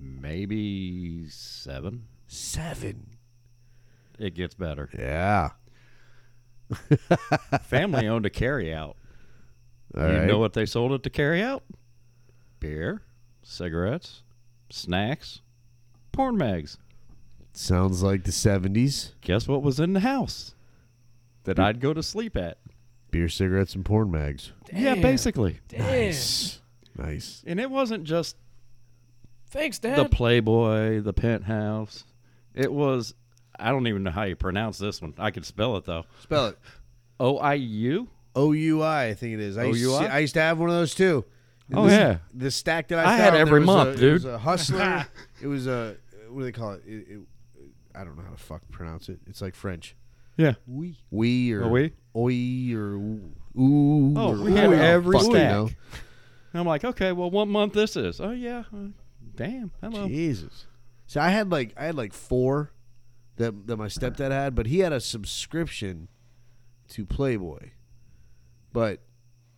[SPEAKER 4] maybe seven.
[SPEAKER 1] Seven.
[SPEAKER 4] It gets better.
[SPEAKER 1] Yeah.
[SPEAKER 4] Family owned a carry out.
[SPEAKER 1] All
[SPEAKER 4] you
[SPEAKER 1] right.
[SPEAKER 4] know what they sold it to carry out? Beer, cigarettes, snacks, porn mags.
[SPEAKER 1] Sounds like the seventies.
[SPEAKER 4] Guess what was in the house that I'd go to sleep at?
[SPEAKER 1] Beer, cigarettes, and porn mags.
[SPEAKER 4] Yeah, basically.
[SPEAKER 1] Nice. Nice.
[SPEAKER 4] And it wasn't just
[SPEAKER 3] Thanks,
[SPEAKER 4] the
[SPEAKER 3] Dad.
[SPEAKER 4] Playboy, the Penthouse. It was, I don't even know how you pronounce this one. I can spell it though.
[SPEAKER 1] Spell it.
[SPEAKER 4] O I U.
[SPEAKER 1] O U I, I think it is. I used, to
[SPEAKER 4] OUI?
[SPEAKER 1] see- I used to have one of those too. And
[SPEAKER 4] Oh,
[SPEAKER 1] this-
[SPEAKER 4] yeah.
[SPEAKER 1] The stack that I,
[SPEAKER 4] I had
[SPEAKER 1] found, there
[SPEAKER 4] every
[SPEAKER 1] was
[SPEAKER 4] month,
[SPEAKER 1] a, It
[SPEAKER 4] dude.
[SPEAKER 1] was a hustler. it was a what do they call it? It- it- I don't know how to fuck pronounce it. It's like French.
[SPEAKER 4] Yeah.
[SPEAKER 1] Oui. Oui or
[SPEAKER 4] A oui?
[SPEAKER 1] Oi or ooh.
[SPEAKER 4] Oh,
[SPEAKER 1] or,
[SPEAKER 4] we had
[SPEAKER 1] I don't
[SPEAKER 4] every
[SPEAKER 1] fucking
[SPEAKER 4] stack.
[SPEAKER 1] know.
[SPEAKER 4] And I'm like, okay, well, what month this is? Oh, yeah. Uh, Damn. Hello.
[SPEAKER 1] Jesus. So I had like I had like four that that my stepdad had, but he had a subscription to Playboy. But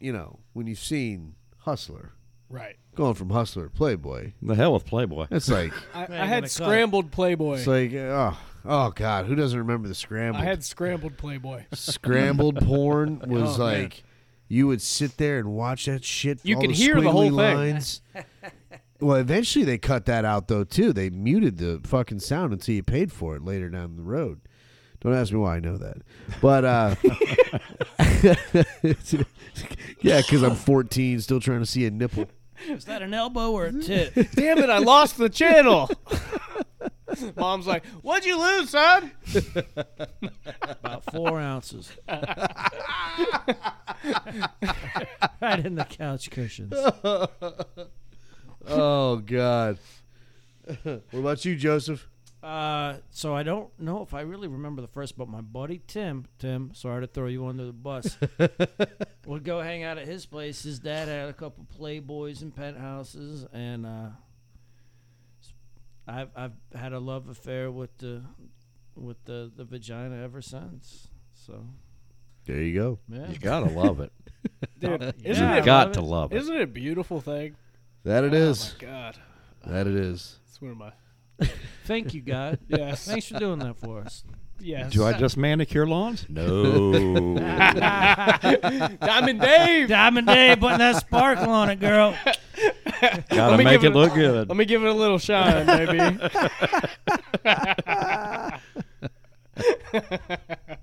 [SPEAKER 1] you know when you've seen Hustler,
[SPEAKER 3] right.
[SPEAKER 1] going from Hustler to Playboy,
[SPEAKER 4] The hell with Playboy.
[SPEAKER 1] it's like
[SPEAKER 3] I,
[SPEAKER 2] They
[SPEAKER 3] I
[SPEAKER 2] ain't
[SPEAKER 3] had
[SPEAKER 2] gonna cut.
[SPEAKER 3] scrambled Playboy.
[SPEAKER 1] it's like oh oh god, who doesn't remember the scramble?
[SPEAKER 3] I had scrambled Playboy.
[SPEAKER 1] scrambled porn was
[SPEAKER 3] Oh, man.
[SPEAKER 1] like you would sit there and watch that shit.
[SPEAKER 3] You
[SPEAKER 1] all
[SPEAKER 3] could
[SPEAKER 1] the
[SPEAKER 3] hear the
[SPEAKER 1] squiggly
[SPEAKER 3] whole thing.
[SPEAKER 1] lines. well, eventually they cut that out though too. They muted the fucking sound until you paid for it later down the road. Don't ask me why I know that, but uh, yeah, because I'm 14, still trying to see a nipple.
[SPEAKER 3] Mm-hmm.
[SPEAKER 2] Is that an elbow or a tit?
[SPEAKER 3] Damn it! I lost the channel. Mom's like, "What'd you lose, son?"
[SPEAKER 2] About four ounces. right in the couch cushions.
[SPEAKER 1] Oh God. what about you, Joseph?
[SPEAKER 2] Uh, so I don't know if I really remember the first, but my buddy Tim, Tim, sorry to throw you under the bus, would go hang out at his place. His dad had a couple Playboys and penthouses, and uh, I've I've had a love affair with the with the, the vagina ever since. So
[SPEAKER 1] There you go.
[SPEAKER 2] yeah,
[SPEAKER 4] You gotta love it.
[SPEAKER 3] Dude,
[SPEAKER 4] You
[SPEAKER 3] isn't it
[SPEAKER 4] got to love it.
[SPEAKER 3] isn't it a beautiful thing?
[SPEAKER 1] That it is.
[SPEAKER 3] Oh my god,
[SPEAKER 1] that it is.
[SPEAKER 3] it's one of my
[SPEAKER 2] thank you God.
[SPEAKER 3] yes,
[SPEAKER 2] Thanks for doing that for us.
[SPEAKER 3] yes.
[SPEAKER 4] Do I just manicure lawns? No.
[SPEAKER 3] Diamond Dave.
[SPEAKER 2] Diamond Day putting that sparkle on it, girl.
[SPEAKER 4] Gotta
[SPEAKER 3] me
[SPEAKER 4] make
[SPEAKER 3] give it
[SPEAKER 4] it
[SPEAKER 3] a-
[SPEAKER 4] look good.
[SPEAKER 3] Let me give it a little shine, baby.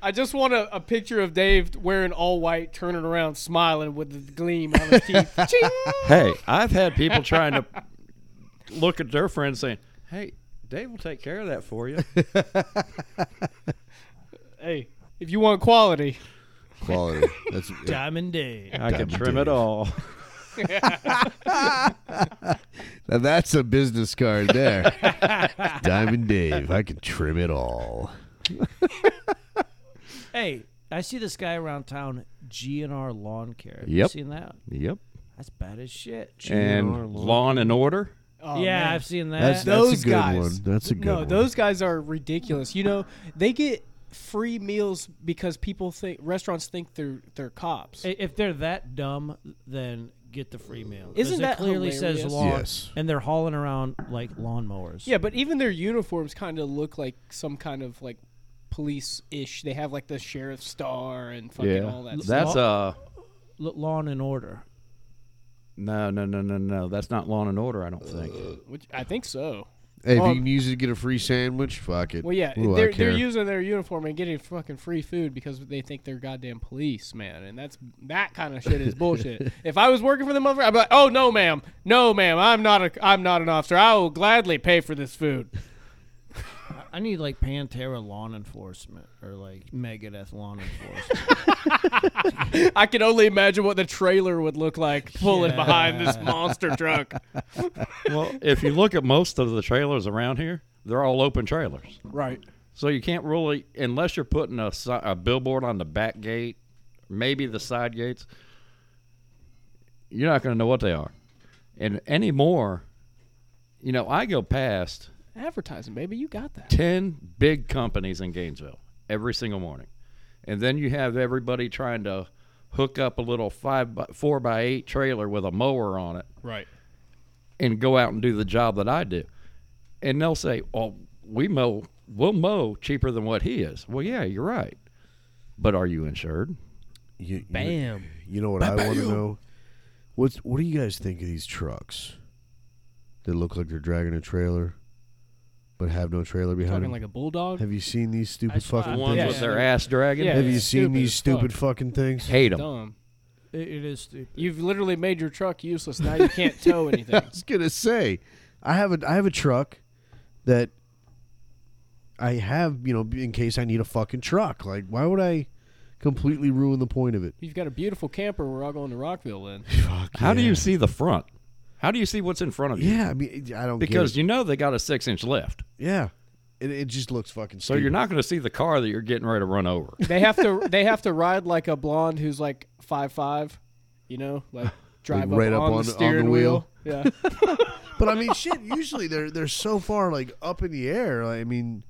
[SPEAKER 3] I just want a, a picture of Dave wearing all white, turning around, smiling with the gleam on his teeth. Ching!
[SPEAKER 4] Hey, I've had people trying to look at their friends saying, "Hey, Dave will take care of that for you."
[SPEAKER 3] Hey, if you want quality,
[SPEAKER 1] Quality. That's
[SPEAKER 2] Diamond Day.
[SPEAKER 4] I can
[SPEAKER 1] Diamond
[SPEAKER 4] trim
[SPEAKER 1] Dave.
[SPEAKER 4] it all.
[SPEAKER 1] now that's a business card there. Diamond Dave. I can trim it all.
[SPEAKER 2] Hey, I see this guy around town, GNR Lawn Care. Have You
[SPEAKER 4] Yep.
[SPEAKER 2] seen that?
[SPEAKER 4] Yep.
[SPEAKER 2] That's bad as shit.
[SPEAKER 4] And lawn and order.
[SPEAKER 3] oh,
[SPEAKER 2] yeah,
[SPEAKER 3] man.
[SPEAKER 2] I've seen that.
[SPEAKER 1] That's, that's
[SPEAKER 3] Those
[SPEAKER 1] a good
[SPEAKER 3] guys.
[SPEAKER 1] one. That's a good
[SPEAKER 3] no,
[SPEAKER 1] one.
[SPEAKER 3] those guys are ridiculous. You know, they get free meals because people think restaurants think they're they're cops.
[SPEAKER 2] I- if they're that dumb, then get the free meal. 'Cause
[SPEAKER 3] Isn't
[SPEAKER 2] it
[SPEAKER 3] that
[SPEAKER 2] clearly says
[SPEAKER 3] hilarious?
[SPEAKER 2] lawn?
[SPEAKER 1] Yes.
[SPEAKER 2] And they're hauling around like lawnmowers.
[SPEAKER 3] Yeah, but even their uniforms kind of look like some kind of like police ish. They have like the sheriff's star and fucking all that. stuff.
[SPEAKER 4] That's uh
[SPEAKER 2] L- lawn and order.
[SPEAKER 4] no, no, no, no, no. That's not lawn and order. I don't think.
[SPEAKER 3] Which I think so.
[SPEAKER 1] Hey, if
[SPEAKER 3] Well-
[SPEAKER 1] you can use it to get a free sandwich, fuck it.
[SPEAKER 3] Well, yeah,
[SPEAKER 1] What do I
[SPEAKER 3] they're
[SPEAKER 1] care?
[SPEAKER 3] they're using their uniform and getting fucking free food because they think they're goddamn police, man. And that's that kind of shit is bullshit. if I was working for the motherfucker, I'd be like, oh no, ma'am, no, ma'am, I'm not a I'm not an officer. I will gladly pay for this food.
[SPEAKER 2] I- I need like Pantera lawn enforcement or like Megadeth lawn enforcement.
[SPEAKER 3] I can only imagine what the trailer would look like pulling
[SPEAKER 2] Yeah.
[SPEAKER 3] behind this monster truck.
[SPEAKER 4] Well, if you look at most of the trailers around here, they're all open trailers.
[SPEAKER 3] Right.
[SPEAKER 4] So you can't really, unless you're putting a, si- a billboard on the back gate, maybe the side gates, you're not going to know what they are. And anymore, you know, I go past
[SPEAKER 3] Advertising, baby, you got that.
[SPEAKER 4] 10 big companies in Gainesville every single morning. And then you have everybody trying to hook up a little five by, four by eight trailer with a mower on it
[SPEAKER 3] Right.
[SPEAKER 4] and go out and do the job that I do. And they'll say, "Well, we mow, we'll mow cheaper than what he is." Well, yeah, you're right. But are you insured?
[SPEAKER 1] You- you-
[SPEAKER 2] Bam.
[SPEAKER 1] You know what I want to know? What's what do you guys think of these trucks? They look like they're dragging a trailer, but have no trailer behind
[SPEAKER 3] Talking
[SPEAKER 1] them.
[SPEAKER 3] like a bulldog.
[SPEAKER 1] have you seen these stupid
[SPEAKER 2] That's why
[SPEAKER 1] fucking
[SPEAKER 2] I-
[SPEAKER 4] The
[SPEAKER 2] Yeah,
[SPEAKER 4] ones
[SPEAKER 1] things?
[SPEAKER 2] yeah.
[SPEAKER 4] with their ass dragging?
[SPEAKER 3] Yeah.
[SPEAKER 1] Have you
[SPEAKER 3] It's
[SPEAKER 1] seen
[SPEAKER 3] stupid
[SPEAKER 1] these
[SPEAKER 3] as fuck.
[SPEAKER 1] stupid fucking things?
[SPEAKER 4] Hate them.
[SPEAKER 3] Dumb.
[SPEAKER 2] It, it is stupid.
[SPEAKER 3] You've literally made your truck useless. Now you can't tow anything.
[SPEAKER 1] I was gonna say, I have a I have a truck that I have you know in case I need a fucking truck. Like, why would I completely ruin the point of it?
[SPEAKER 3] You've got a beautiful camper. We're all going to Rockville then.
[SPEAKER 1] Fuck
[SPEAKER 4] How do
[SPEAKER 1] yeah.
[SPEAKER 4] you see the front? How do you see what's in front of you?
[SPEAKER 1] Yeah, I mean, I don't get
[SPEAKER 4] Because
[SPEAKER 1] it.
[SPEAKER 4] you know they got a six inch lift,
[SPEAKER 1] yeah, it, it just looks fucking.
[SPEAKER 4] so you're not going to see the car that you're getting ready to run over.
[SPEAKER 3] They have to. They have to ride like a blonde who's like five five. You know, like drive
[SPEAKER 1] right
[SPEAKER 3] up,
[SPEAKER 1] up
[SPEAKER 3] on,
[SPEAKER 1] on- on the
[SPEAKER 3] the steering
[SPEAKER 1] wheel.
[SPEAKER 3] Yeah.
[SPEAKER 1] But I mean, shit. Usually they're they're so far like up in the air. Like, I mean,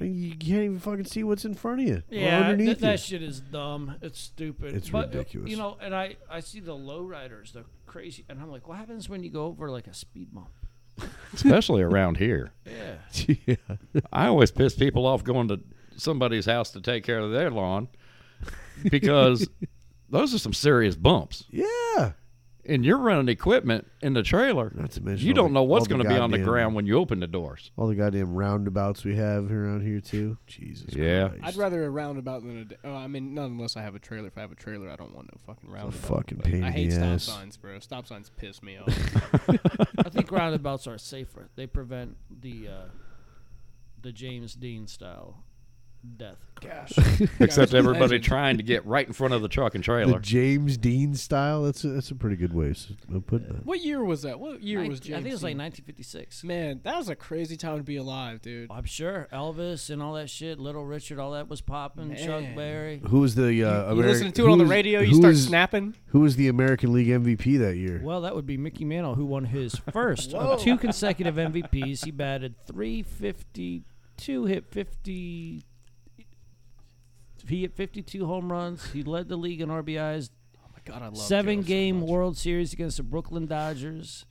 [SPEAKER 1] you can't even fucking see what's in front of you. or
[SPEAKER 2] Yeah,
[SPEAKER 1] underneath
[SPEAKER 2] th- that
[SPEAKER 1] you.
[SPEAKER 2] shit is dumb. It's stupid.
[SPEAKER 1] It's
[SPEAKER 2] but, uh,
[SPEAKER 1] ridiculous.
[SPEAKER 2] You know, and I I see the lowriders, the crazy, and I'm like, what happens when you go over like a speed bump?
[SPEAKER 4] Especially around here,
[SPEAKER 2] Yeah.
[SPEAKER 1] yeah.
[SPEAKER 4] I always piss people off going to somebody's house to take care of their lawn because those are some serious bumps.
[SPEAKER 1] yeah,
[SPEAKER 4] and you're running equipment in the trailer.
[SPEAKER 1] Not to mention
[SPEAKER 4] you
[SPEAKER 1] all
[SPEAKER 4] don't
[SPEAKER 1] the-
[SPEAKER 4] know what's
[SPEAKER 1] all the
[SPEAKER 4] going to be on the
[SPEAKER 1] goddamn-
[SPEAKER 4] ground when you open the doors.
[SPEAKER 1] All the goddamn roundabouts we have around here too. Jesus.
[SPEAKER 4] Yeah.
[SPEAKER 1] Christ.
[SPEAKER 3] I'd rather a roundabout than a. d- Oh, I mean, not unless I have a trailer. If I have a trailer, I don't want no fucking roundabout.
[SPEAKER 1] fucking
[SPEAKER 3] but
[SPEAKER 1] pain
[SPEAKER 3] I
[SPEAKER 1] in
[SPEAKER 3] hate
[SPEAKER 1] the
[SPEAKER 3] stop
[SPEAKER 1] ass.
[SPEAKER 3] signs, bro. Stop signs piss me off.
[SPEAKER 2] I think roundabouts are safer. They prevent the uh, the James Dean style death.
[SPEAKER 3] Gosh.
[SPEAKER 4] Except
[SPEAKER 3] Gosh,
[SPEAKER 4] everybody
[SPEAKER 3] legend.
[SPEAKER 4] trying to get right in front of the truck and
[SPEAKER 1] The
[SPEAKER 4] trailer.
[SPEAKER 1] James Dean style. That's a, that's a pretty good way of putting that.
[SPEAKER 3] What year was that? What year was
[SPEAKER 2] Nin-
[SPEAKER 3] James?
[SPEAKER 2] I think it was like
[SPEAKER 3] Dean?
[SPEAKER 2] 1956.
[SPEAKER 3] Man, that was a crazy time to be alive, dude.
[SPEAKER 2] I'm sure Elvis and all that shit, Little Richard, all that was popping. Chuck
[SPEAKER 3] Man.
[SPEAKER 2] Berry.
[SPEAKER 1] Who was the uh,
[SPEAKER 3] you
[SPEAKER 1] Ameri-
[SPEAKER 3] listen to it on
[SPEAKER 1] who
[SPEAKER 3] the
[SPEAKER 1] was-
[SPEAKER 3] radio,
[SPEAKER 1] who
[SPEAKER 3] you start
[SPEAKER 1] was-
[SPEAKER 3] snapping.
[SPEAKER 1] Who was the American League MVP that year?
[SPEAKER 2] Well, that would be Mickey Mantle, who won his first of two consecutive MVPs. He batted 352, hit 50. He hit 52 home runs. He led the league in RBIs.
[SPEAKER 3] Oh my god, I love
[SPEAKER 2] Seven
[SPEAKER 3] Joe so
[SPEAKER 2] game
[SPEAKER 3] much.
[SPEAKER 2] World Series against the Brooklyn Dodgers.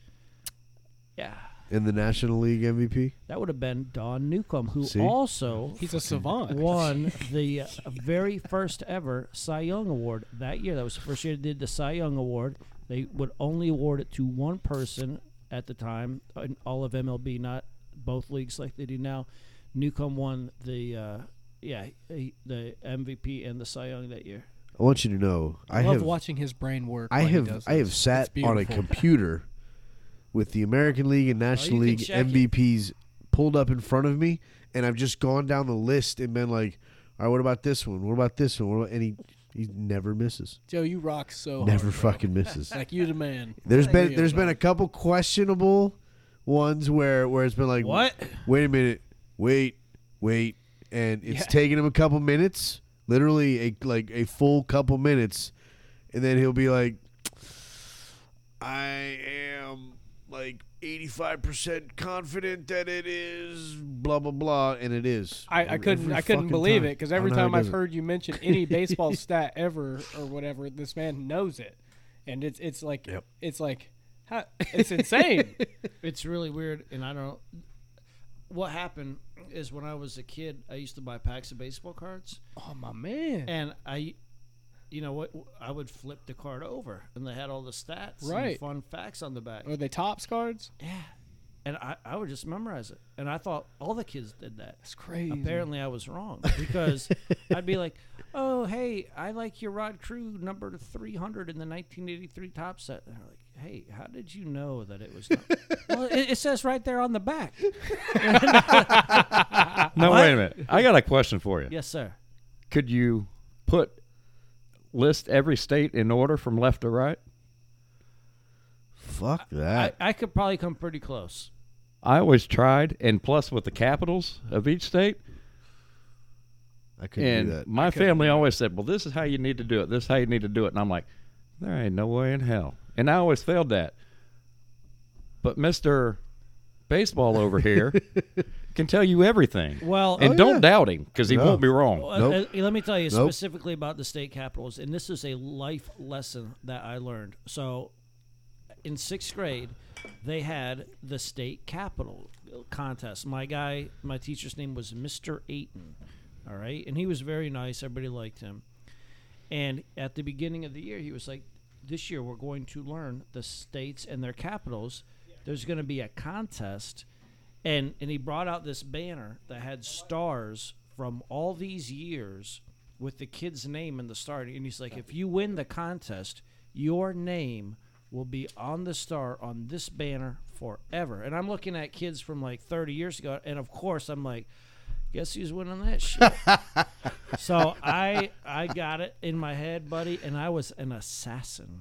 [SPEAKER 2] Yeah,
[SPEAKER 1] In the National League MVP?
[SPEAKER 2] that would have been Don Newcomb, who
[SPEAKER 1] See?
[SPEAKER 2] also
[SPEAKER 3] He's a savant.
[SPEAKER 2] won the uh, very first ever Cy Young Award that year. That was the first year they did the Cy Young Award. They would only award it to one person at the time in all of MLB, not both leagues like they do now. Newcomb won the uh, yeah he, the MVP and the Cy Young that year.
[SPEAKER 1] I want you to know I
[SPEAKER 3] love
[SPEAKER 1] have
[SPEAKER 3] watching his brain work.
[SPEAKER 1] I
[SPEAKER 3] while he
[SPEAKER 1] have
[SPEAKER 3] does
[SPEAKER 1] I have
[SPEAKER 3] this.
[SPEAKER 1] sat
[SPEAKER 3] It's
[SPEAKER 1] on a
[SPEAKER 3] beautiful. Oh,
[SPEAKER 1] computer with the American League and National
[SPEAKER 2] can
[SPEAKER 1] League
[SPEAKER 2] check it.
[SPEAKER 1] MVPs pulled up in front of me, and I've just gone down the list and been like, "All right, what about this one? What about this one?" What about, and he he never misses,
[SPEAKER 3] Joe, you rock so
[SPEAKER 1] never
[SPEAKER 3] hard, bro.
[SPEAKER 1] fucking misses.
[SPEAKER 3] like you the man.
[SPEAKER 1] There's
[SPEAKER 3] Like,
[SPEAKER 1] been
[SPEAKER 3] you
[SPEAKER 1] there's
[SPEAKER 3] the
[SPEAKER 1] been a
[SPEAKER 3] man.
[SPEAKER 1] couple questionable ones where where it's been like,
[SPEAKER 2] What?
[SPEAKER 1] Wait a minute, wait, wait, and it's
[SPEAKER 3] Yeah.
[SPEAKER 1] taking him a couple minutes, literally a like a full couple minutes, and then he'll be like, I am like 85% confident that it is blah blah blah and it is
[SPEAKER 3] I, I
[SPEAKER 1] Every-
[SPEAKER 3] couldn't
[SPEAKER 1] every
[SPEAKER 3] I couldn't
[SPEAKER 1] fucking
[SPEAKER 3] believe
[SPEAKER 1] time.
[SPEAKER 3] it because
[SPEAKER 1] I don't
[SPEAKER 3] every
[SPEAKER 1] know how
[SPEAKER 3] time
[SPEAKER 1] he
[SPEAKER 3] I've
[SPEAKER 1] does it.
[SPEAKER 3] heard you mention any baseball stat ever or whatever, this man knows it, and it's it's like
[SPEAKER 1] Yep.
[SPEAKER 3] it's like how, it's insane.
[SPEAKER 2] It's really weird, and I don't. What happened is when I was a kid, I used to buy packs of baseball cards.
[SPEAKER 3] oh my man,
[SPEAKER 2] and I, you know what, I would flip the card over, and they had all the stats, and
[SPEAKER 3] Right. Uh,
[SPEAKER 2] fun facts on the back,
[SPEAKER 3] are they tops cards?
[SPEAKER 2] yeah, and I, I would just memorize it, and I thought all the kids did that.
[SPEAKER 3] That's crazy.
[SPEAKER 2] Apparently, I was wrong because I'd be like, "Oh, hey, I like your Rod Crew number to 300 in the 1983 top set." And they're like, "Hey, how did you know that it was?" Not- well, it, it says right there on the back.
[SPEAKER 4] No, wait a minute. I got a question for you.
[SPEAKER 2] Yes, sir.
[SPEAKER 4] Could you put list every state in order from left to right?
[SPEAKER 1] fuck
[SPEAKER 2] I,
[SPEAKER 1] that
[SPEAKER 2] I could probably come pretty close.
[SPEAKER 4] I always tried, and plus with the capitals of each state.
[SPEAKER 1] I, couldn't
[SPEAKER 4] and
[SPEAKER 1] do that
[SPEAKER 4] my family always said, "Well, this is how you need to do it. This is how you need to do it." And I'm like, "There ain't no way in hell." And I always failed that. But Mister Baseball over here can tell you everything.
[SPEAKER 2] Well,
[SPEAKER 4] and
[SPEAKER 1] Oh,
[SPEAKER 4] don't
[SPEAKER 1] yeah.
[SPEAKER 4] doubt him because he
[SPEAKER 1] No.
[SPEAKER 4] won't be wrong.
[SPEAKER 2] Well,
[SPEAKER 1] Nope.
[SPEAKER 2] uh, uh, let me tell you
[SPEAKER 1] Nope.
[SPEAKER 2] specifically about the state capitals, and this is a life lesson that I learned. So, in sixth grade, they had the state capital contest. My guy, my teacher's name was Mr. Ayton. All right, and he was very nice. Everybody liked him. And at the beginning of the year, he was like, "This year, we're going to learn the states and their capitals. There's going to be a contest." and and he brought out this banner that had stars from all these years with the kid's name in the star and he's like if you win the contest your name will be on the star on this banner forever and i'm looking at kids from like 30 years ago and of course i'm like guess who's winning that shit so i i got it in my head buddy and i was an assassin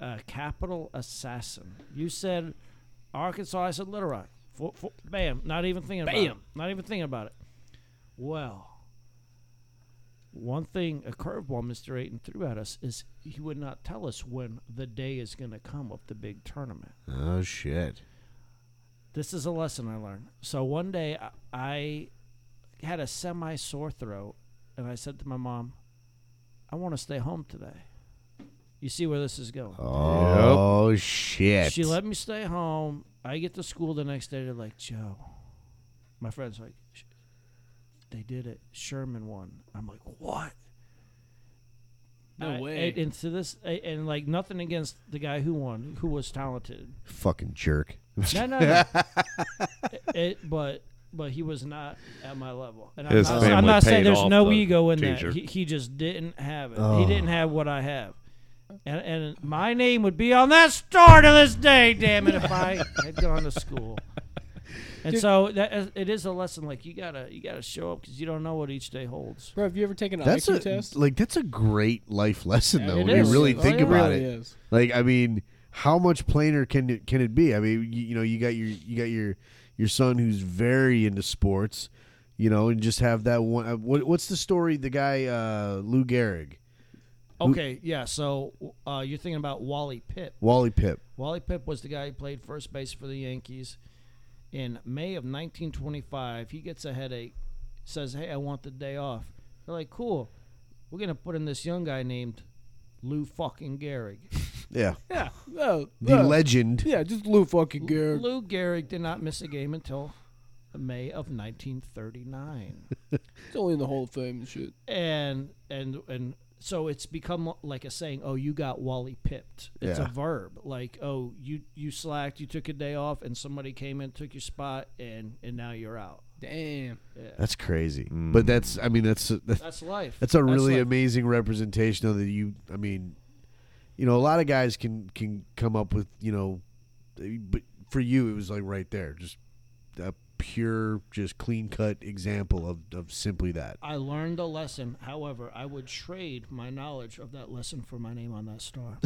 [SPEAKER 2] a capital assassin you said Arkansas. I said Little Rock. Fo- fo- bam. Not even thinking about it.
[SPEAKER 3] Bam.
[SPEAKER 2] Not even thinking about it. Well, one thing a curveball Mr. Ayton threw at us is he would not tell us when the day is going to come of the big tournament.
[SPEAKER 1] oh shit
[SPEAKER 2] This is a lesson I learned. So one day I, I had a semi sore throat, and I said to my mom, "I want to stay home today." You see where this is going.
[SPEAKER 1] oh shit
[SPEAKER 2] She let me stay home. I get to school the next day. They're like, Joe, my friend's like, "Sh- they did it. Sherman won. I'm like, what?
[SPEAKER 3] No
[SPEAKER 2] I-
[SPEAKER 3] way.
[SPEAKER 2] And, and so this, a- and like nothing against the guy who won, who was talented.
[SPEAKER 6] Fucking jerk.
[SPEAKER 2] No, no, no. it, but but he was not at my level. And I'm
[SPEAKER 4] His
[SPEAKER 2] not, I'm
[SPEAKER 4] family
[SPEAKER 2] not saying
[SPEAKER 4] paid
[SPEAKER 2] there's
[SPEAKER 4] off
[SPEAKER 2] no
[SPEAKER 4] the
[SPEAKER 2] ego in
[SPEAKER 4] teacher.
[SPEAKER 2] that. He, he just didn't have it.
[SPEAKER 6] Oh.
[SPEAKER 2] He didn't have what I have. And, and my name would be on that star to this day, damn it, if I had gone to school. And so that is, it is a lesson. Like you gotta you gotta show up because you don't know what each day holds.
[SPEAKER 3] Bro, have you ever taken an
[SPEAKER 1] That's
[SPEAKER 3] IQ
[SPEAKER 1] a
[SPEAKER 3] test?
[SPEAKER 1] like that's a great life lesson
[SPEAKER 3] Yeah,
[SPEAKER 1] though.
[SPEAKER 2] it
[SPEAKER 1] When
[SPEAKER 2] is.
[SPEAKER 1] you really
[SPEAKER 2] Oh,
[SPEAKER 1] think
[SPEAKER 2] yeah.
[SPEAKER 1] about
[SPEAKER 3] really
[SPEAKER 1] it,
[SPEAKER 3] is.
[SPEAKER 1] like I mean, how much plainer can it can it be? I mean, you, you know, you got your you got your your son who's very into sports, you know, and just have that one. uh, What, what's the story? The guy uh, Lou Gehrig,
[SPEAKER 2] Okay, yeah. So uh, you're thinking about Wally Pipp.
[SPEAKER 1] Wally Pip.
[SPEAKER 2] Wally Pipp was the guy who played first base for the Yankees. In May of 1925, he gets a headache, says, Hey, I want the day off. They're like, Cool. We're going to put in this young guy named Lou fucking Gehrig.
[SPEAKER 1] Yeah,
[SPEAKER 3] Yeah. Oh,
[SPEAKER 1] the
[SPEAKER 3] oh.
[SPEAKER 1] legend.
[SPEAKER 3] yeah, just Lou fucking Gehrig.
[SPEAKER 2] Lou Gehrig did not miss a game until May of 1939.
[SPEAKER 3] It's only in the Hall of Fame and shit.
[SPEAKER 2] and and and so it's become like a saying oh you got wally pipped it's
[SPEAKER 1] Yeah.
[SPEAKER 2] a verb like oh you you slacked you took a day off and somebody came in took your spot and and now you're out
[SPEAKER 3] Damn.
[SPEAKER 1] That's crazy. But that's I mean that's that's,
[SPEAKER 2] that's life
[SPEAKER 1] that's a really
[SPEAKER 2] life.
[SPEAKER 1] amazing representation of the you. I mean, you know, a lot of guys can can come up with you know, but for you it was like right there, just a pure, just clean cut example of of simply that.
[SPEAKER 2] i learned a lesson however i would trade my knowledge of that lesson for my name on that star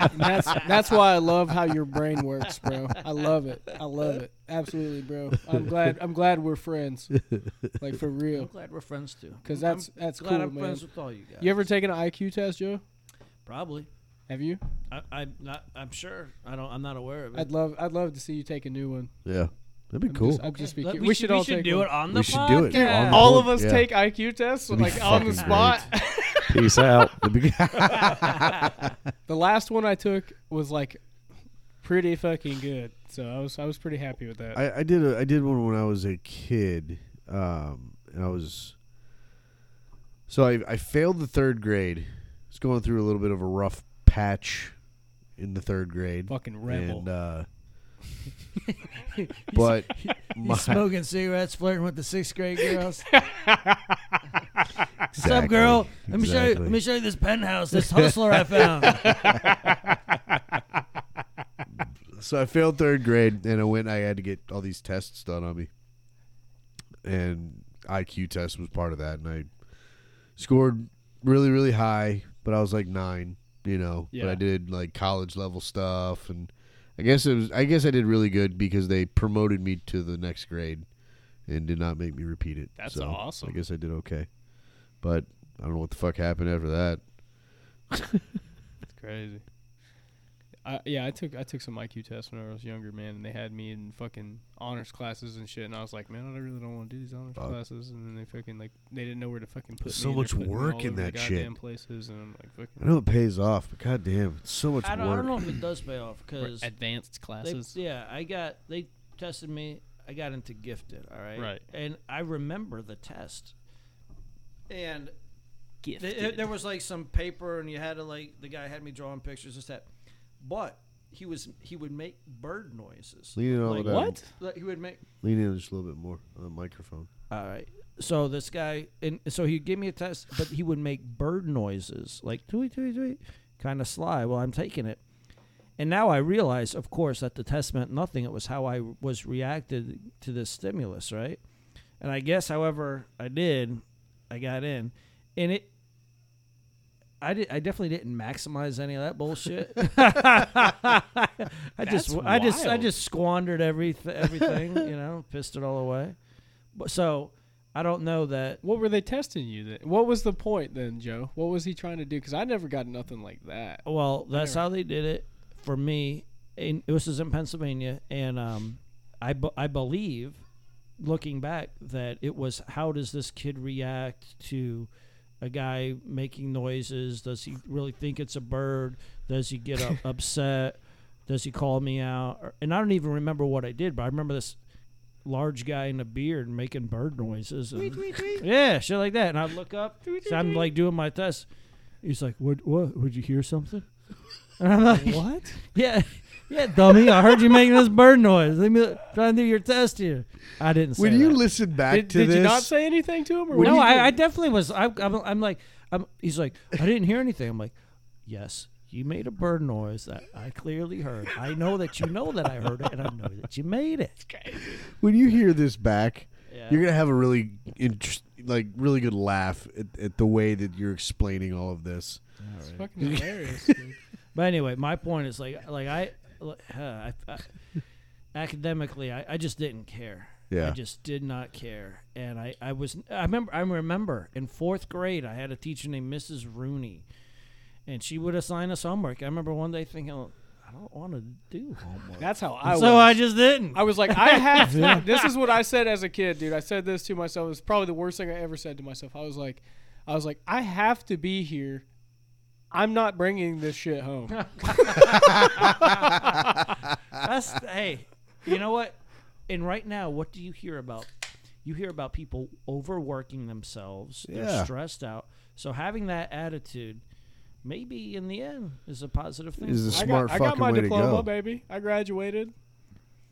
[SPEAKER 3] And that's that's why I love how your brain works, bro. I love it. I love it. Absolutely, bro. I'm glad I'm glad we're friends. Like for
[SPEAKER 2] i'm
[SPEAKER 3] real.
[SPEAKER 2] glad we're friends too
[SPEAKER 3] 'Cause that's-
[SPEAKER 2] I'm
[SPEAKER 3] that's
[SPEAKER 2] glad
[SPEAKER 3] cool,
[SPEAKER 2] i'm
[SPEAKER 3] man.
[SPEAKER 2] friends with all you guys
[SPEAKER 3] You ever taken an IQ test, Joe?
[SPEAKER 2] probably
[SPEAKER 3] Have you?
[SPEAKER 2] I, i'm not i'm sure i don't i'm not aware of it
[SPEAKER 3] I'd love I'd love to see you take a new one.
[SPEAKER 1] Yeah, that'd be
[SPEAKER 3] I'm
[SPEAKER 1] cool.
[SPEAKER 3] just, I'd just be
[SPEAKER 2] Let-
[SPEAKER 3] curious.
[SPEAKER 2] we, should, we
[SPEAKER 3] all
[SPEAKER 2] should
[SPEAKER 3] take
[SPEAKER 2] do
[SPEAKER 3] one.
[SPEAKER 2] it on the
[SPEAKER 1] We should do it.
[SPEAKER 2] podcast.
[SPEAKER 1] On the
[SPEAKER 3] all
[SPEAKER 1] whole-
[SPEAKER 3] of us
[SPEAKER 1] yeah.
[SPEAKER 3] take IQ tests
[SPEAKER 1] It'd be
[SPEAKER 3] like on
[SPEAKER 1] fucking
[SPEAKER 3] the spot.
[SPEAKER 4] Peace out.
[SPEAKER 1] That'd be-
[SPEAKER 3] The last one I took was like pretty fucking good. So I was I was pretty happy with that.
[SPEAKER 1] I, I did a, I did one when I was a kid, um, and I was so I, I failed the third grade. I was going through a little bit of a rough patch in the third grade,
[SPEAKER 3] fucking rebel.
[SPEAKER 1] and uh, but my,
[SPEAKER 2] smoking cigarettes, flirting with the sixth grade girls. What's
[SPEAKER 1] Exactly,
[SPEAKER 2] up, girl? Let me show you.
[SPEAKER 1] exactly.
[SPEAKER 2] Let me show you this penthouse, this hustler I found.
[SPEAKER 1] so I failed third grade, and I went. I had to get all these tests done on me, and IQ test was part of that. And I scored really, really high, but I was like nine, you know. But
[SPEAKER 3] Yeah.
[SPEAKER 1] I did like college level stuff, and I guess it was. I guess I did really good because they promoted me to the next grade, and did not make me repeat it.
[SPEAKER 3] That's
[SPEAKER 1] So
[SPEAKER 3] awesome.
[SPEAKER 1] I guess I did okay, but I don't know what the fuck happened after that.
[SPEAKER 3] Crazy. I, yeah, I took I took some IQ tests when I was younger, man, and they had me in fucking honors classes and shit, and I was like, man, I really don't want to do these honors
[SPEAKER 1] Fuck.
[SPEAKER 3] classes, and then they fucking like they didn't know where to fucking put me,
[SPEAKER 1] So
[SPEAKER 3] and they're
[SPEAKER 1] much
[SPEAKER 3] putting me
[SPEAKER 1] work
[SPEAKER 3] all
[SPEAKER 1] in
[SPEAKER 3] over the
[SPEAKER 1] that shit.
[SPEAKER 3] goddamn places, and I'm like
[SPEAKER 1] I
[SPEAKER 3] fucking
[SPEAKER 1] know it pays off, but goddamn, it's so much
[SPEAKER 2] I don't, I
[SPEAKER 1] work.
[SPEAKER 2] don't know if it does pay off because
[SPEAKER 3] advanced classes.
[SPEAKER 2] yeah, I got they tested me. I got into gifted. All right,
[SPEAKER 3] Right.
[SPEAKER 2] and I remember the test, and th- there was like some paper, and you had to like the guy had me drawing pictures, this that, but he was he would make bird noises.
[SPEAKER 1] Lean it on
[SPEAKER 2] like,
[SPEAKER 1] the-
[SPEAKER 3] what?
[SPEAKER 2] Like, He would make
[SPEAKER 1] Lean in just a little bit more on the microphone.
[SPEAKER 2] All right. So this guy, and so he gave me a test, but he would make bird noises, like tweet, tweet, tweet, kind of sly while I'm taking it. And now I realize, of course, that the test meant nothing. It was how I was reacted to this stimulus, right? And I guess, however, I did, I got in, and it. I, did, I definitely didn't maximize any of that bullshit. I just
[SPEAKER 3] That's
[SPEAKER 2] I just I
[SPEAKER 3] wild.
[SPEAKER 2] just squandered everything everything, you know, pissed it all away. But so I don't know that.
[SPEAKER 3] What were they testing you? Then? What was the point then, Joe? What was he trying to do? Because I never got nothing like that.
[SPEAKER 2] Well, that's
[SPEAKER 3] never-
[SPEAKER 2] how they did it for me. And this is in Pennsylvania, and um, I bu- I believe, looking back, that it was how does this kid react to a guy making noises? Does he really think it's a bird? Does he get up, upset? Does he call me out? Or- And I don't even remember what I did, but I remember this large guy in a beard making bird noises. and- Yeah, shit like that. And I'd look up. so I'm like doing my test. He's like, "What? What? Would you hear something?" And I'm like,
[SPEAKER 3] What?
[SPEAKER 2] "Yeah, yeah, dummy. I heard you making this bird noise. Let me trying to do your test here." I didn't. Say
[SPEAKER 1] When you
[SPEAKER 2] that.
[SPEAKER 1] listen back
[SPEAKER 3] Did,
[SPEAKER 1] to
[SPEAKER 3] did
[SPEAKER 1] this,
[SPEAKER 3] you not say anything to him? Or what?
[SPEAKER 2] no, I, I definitely was. I, I'm, I'm like, I'm, he's like, I didn't hear anything. I'm like, yes, you made a bird noise that I clearly heard. I know that you know that I heard it, and I know that you made it.
[SPEAKER 1] when you hear this back,
[SPEAKER 2] Yeah.
[SPEAKER 1] you're gonna have a really interest, like really good laugh at, at the way that you're explaining all of this.
[SPEAKER 3] It's fucking hilarious. dude.
[SPEAKER 2] But anyway, my point is like, like I, like, uh, I, I academically, I, I just didn't care.
[SPEAKER 1] Yeah.
[SPEAKER 2] I just did not care, and I, I was I remember I remember in fourth grade I had a teacher named Mrs. Rooney, and she would assign us homework. I remember one day thinking, "Oh, I don't want to do homework.
[SPEAKER 3] That's how I.
[SPEAKER 2] so
[SPEAKER 3] was.
[SPEAKER 2] I just didn't.
[SPEAKER 3] I was like, I have to. This is what I said as a kid, dude. I said this to myself. It's probably the worst thing I ever said to myself. I was like, I was like, I have to be here. I'm not bringing this shit home.
[SPEAKER 2] That's hey, you know what? And right now, what do you hear about? You hear about people overworking themselves.
[SPEAKER 1] Yeah.
[SPEAKER 2] They're stressed out. So having that attitude, maybe in the end, is a positive thing.
[SPEAKER 1] Is the
[SPEAKER 3] I
[SPEAKER 1] smart
[SPEAKER 3] got, I
[SPEAKER 1] fucking
[SPEAKER 3] got my
[SPEAKER 1] way
[SPEAKER 3] diploma,
[SPEAKER 1] to go.
[SPEAKER 3] baby. I graduated.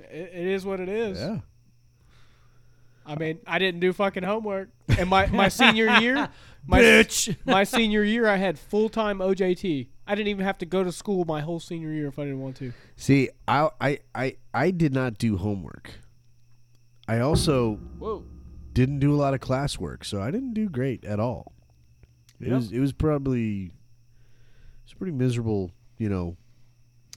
[SPEAKER 3] It, it is what it is.
[SPEAKER 1] Yeah.
[SPEAKER 3] I mean, I didn't do fucking homework. And my, my senior year, my,
[SPEAKER 2] Bitch.
[SPEAKER 3] my senior year, I had full time OJT. I didn't even have to go to school my whole senior year if I didn't want to.
[SPEAKER 1] See, I, I, I, I did not do homework. I also
[SPEAKER 3] Whoa.
[SPEAKER 1] didn't do a lot of classwork, so I didn't do great at all. It
[SPEAKER 3] Yeah.
[SPEAKER 1] was, it was probably, it's pretty miserable, you know,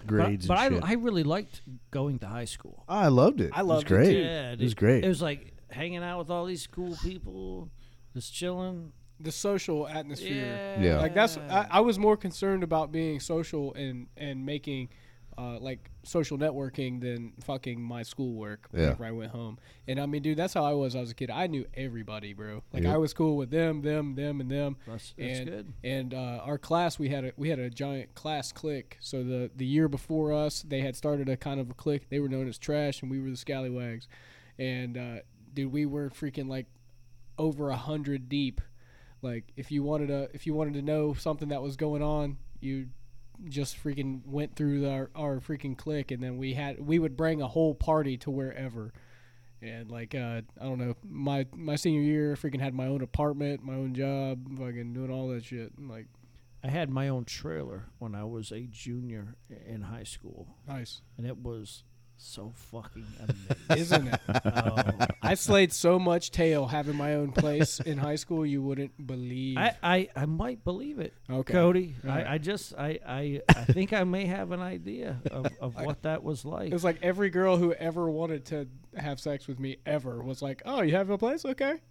[SPEAKER 1] grades.
[SPEAKER 2] But, but
[SPEAKER 1] and shit. Ah,
[SPEAKER 2] I, I really liked going to high school.
[SPEAKER 1] I loved it.
[SPEAKER 3] I loved it
[SPEAKER 1] it. Was great.
[SPEAKER 3] too.
[SPEAKER 2] Yeah,
[SPEAKER 1] it was
[SPEAKER 2] dude.
[SPEAKER 1] great.
[SPEAKER 2] It was like hanging out with all these cool people, just chilling.
[SPEAKER 3] The social atmosphere.
[SPEAKER 2] Yeah.
[SPEAKER 1] Yeah.
[SPEAKER 3] Like that's I, I was more concerned about being social and and making uh, like social networking than fucking my schoolwork
[SPEAKER 1] Yeah.
[SPEAKER 3] whenever I went home. And I mean, dude, that's how I was. as a kid. I knew everybody, bro. Like I was cool with them, them, them, and them.
[SPEAKER 2] That's- that's
[SPEAKER 3] and,
[SPEAKER 2] good.
[SPEAKER 3] And uh, our class, we had a we had a giant class clique. So the the year before us, they had started a kind of a clique. They were known as trash, and we were the scallywags. And uh, dude, we were freaking like over a hundred deep. Like if you wanted to if you wanted to know something that was going on, you just freaking went through the, our our freaking clique, and then we had we would bring a whole party to wherever. And like uh, I don't know, my my senior year, I freaking had my own apartment, my own job, fucking doing all that shit. and, Like
[SPEAKER 2] I had my own trailer when I was a junior in high school,
[SPEAKER 3] nice,
[SPEAKER 2] and it was so fucking amazing.
[SPEAKER 3] isn't it?
[SPEAKER 2] Oh.
[SPEAKER 3] I slayed so much tail having my own place in high school, you wouldn't believe.
[SPEAKER 2] I, I, I might believe it,
[SPEAKER 3] okay,
[SPEAKER 2] Cody.
[SPEAKER 3] All right.
[SPEAKER 2] I, I just I, I, I think I may have an idea of, of what that was like.
[SPEAKER 3] It was like every girl who ever wanted to have sex with me ever was like, "Oh, you have a place? Okay."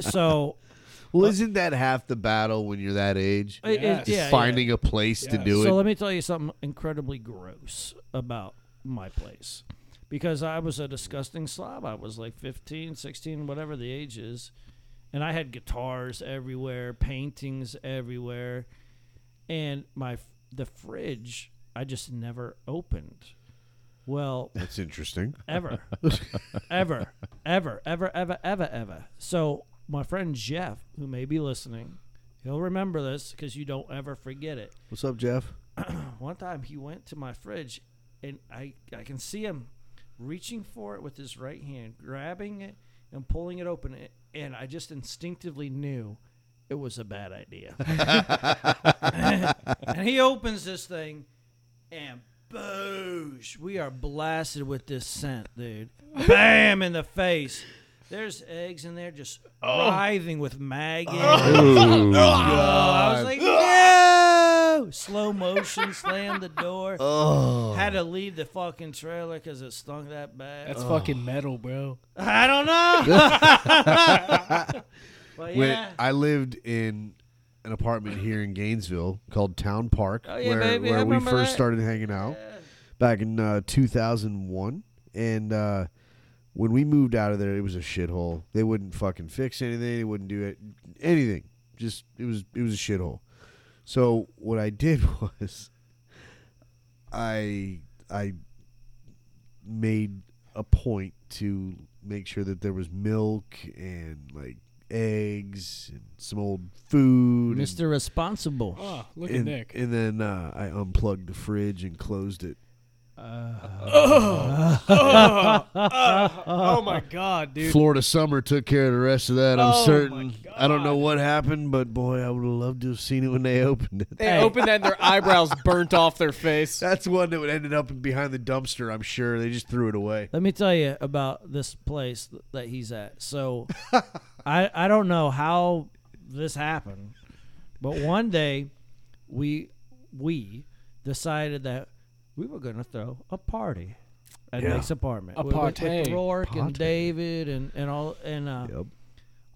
[SPEAKER 2] So
[SPEAKER 1] well, isn't that half the battle when you're that age?
[SPEAKER 2] it- it-
[SPEAKER 3] Yes.
[SPEAKER 2] Oh, yeah, yeah.
[SPEAKER 1] Finding a place to
[SPEAKER 3] Yes.
[SPEAKER 1] do
[SPEAKER 2] So
[SPEAKER 1] it.
[SPEAKER 2] let me tell you something incredibly gross about my place. Because I was a disgusting slob. I was like 15, 16, whatever the age is. And I had guitars everywhere, paintings everywhere. And my the fridge I just never opened. Well,
[SPEAKER 1] That's interesting.
[SPEAKER 2] ever, ever, ever, ever, ever, ever, ever. So my friend Jeff, who may be listening, he'll remember this because you don't ever forget it.
[SPEAKER 1] What's up, Jeff?
[SPEAKER 2] One time he went to my fridge, and I I can see him reaching for it with his right hand, grabbing it and pulling it open. a- And I just instinctively knew it was a bad idea. and he opens this thing, and boosh, we are blasted with this scent, dude. Bam in the face. There's eggs in there just writhing with maggots. Oh, I was like, no! Slow motion, slammed the door. Had to leave the fucking trailer because it stunk that bad.
[SPEAKER 3] That's fucking metal, bro.
[SPEAKER 2] I don't know. but
[SPEAKER 1] When
[SPEAKER 2] yeah.
[SPEAKER 1] I lived in an apartment here in Gainesville called Town Park,
[SPEAKER 2] Oh, yeah,
[SPEAKER 1] where,
[SPEAKER 2] baby, I
[SPEAKER 1] where we
[SPEAKER 2] remember
[SPEAKER 1] first
[SPEAKER 2] that.
[SPEAKER 1] started hanging out back in uh, 2001. And uh, when we moved out of there, it was a shithole. They wouldn't fucking fix anything. They wouldn't do it, anything. Just it was it was a shithole. So what I did was, I I made a point to make sure that there was milk and like eggs and some old food. and-
[SPEAKER 7] Mr. Responsible.
[SPEAKER 3] Oh, look
[SPEAKER 1] And,
[SPEAKER 3] at Nick.
[SPEAKER 1] and then uh, I unplugged the fridge and closed it.
[SPEAKER 3] oh my God, dude.
[SPEAKER 1] Florida summer took care of the rest of that. I'm
[SPEAKER 3] Oh, my
[SPEAKER 1] certain. I don't know
[SPEAKER 3] God.
[SPEAKER 1] what happened, but boy, I would have loved to have seen it when they opened it.
[SPEAKER 3] They opened that and their eyebrows burnt off their face.
[SPEAKER 1] That's one that would ended up behind the dumpster. I'm sure they just threw it away.
[SPEAKER 2] Let me tell you about this place th- that he's at. So I I don't know how this happened, but one day we we decided that we were gonna throw a party at
[SPEAKER 1] Yeah.
[SPEAKER 2] Nick's apartment.
[SPEAKER 3] A
[SPEAKER 2] with- with- with
[SPEAKER 3] party.
[SPEAKER 2] Rourke and
[SPEAKER 1] Party.
[SPEAKER 2] David and and all and uh,
[SPEAKER 1] Yep.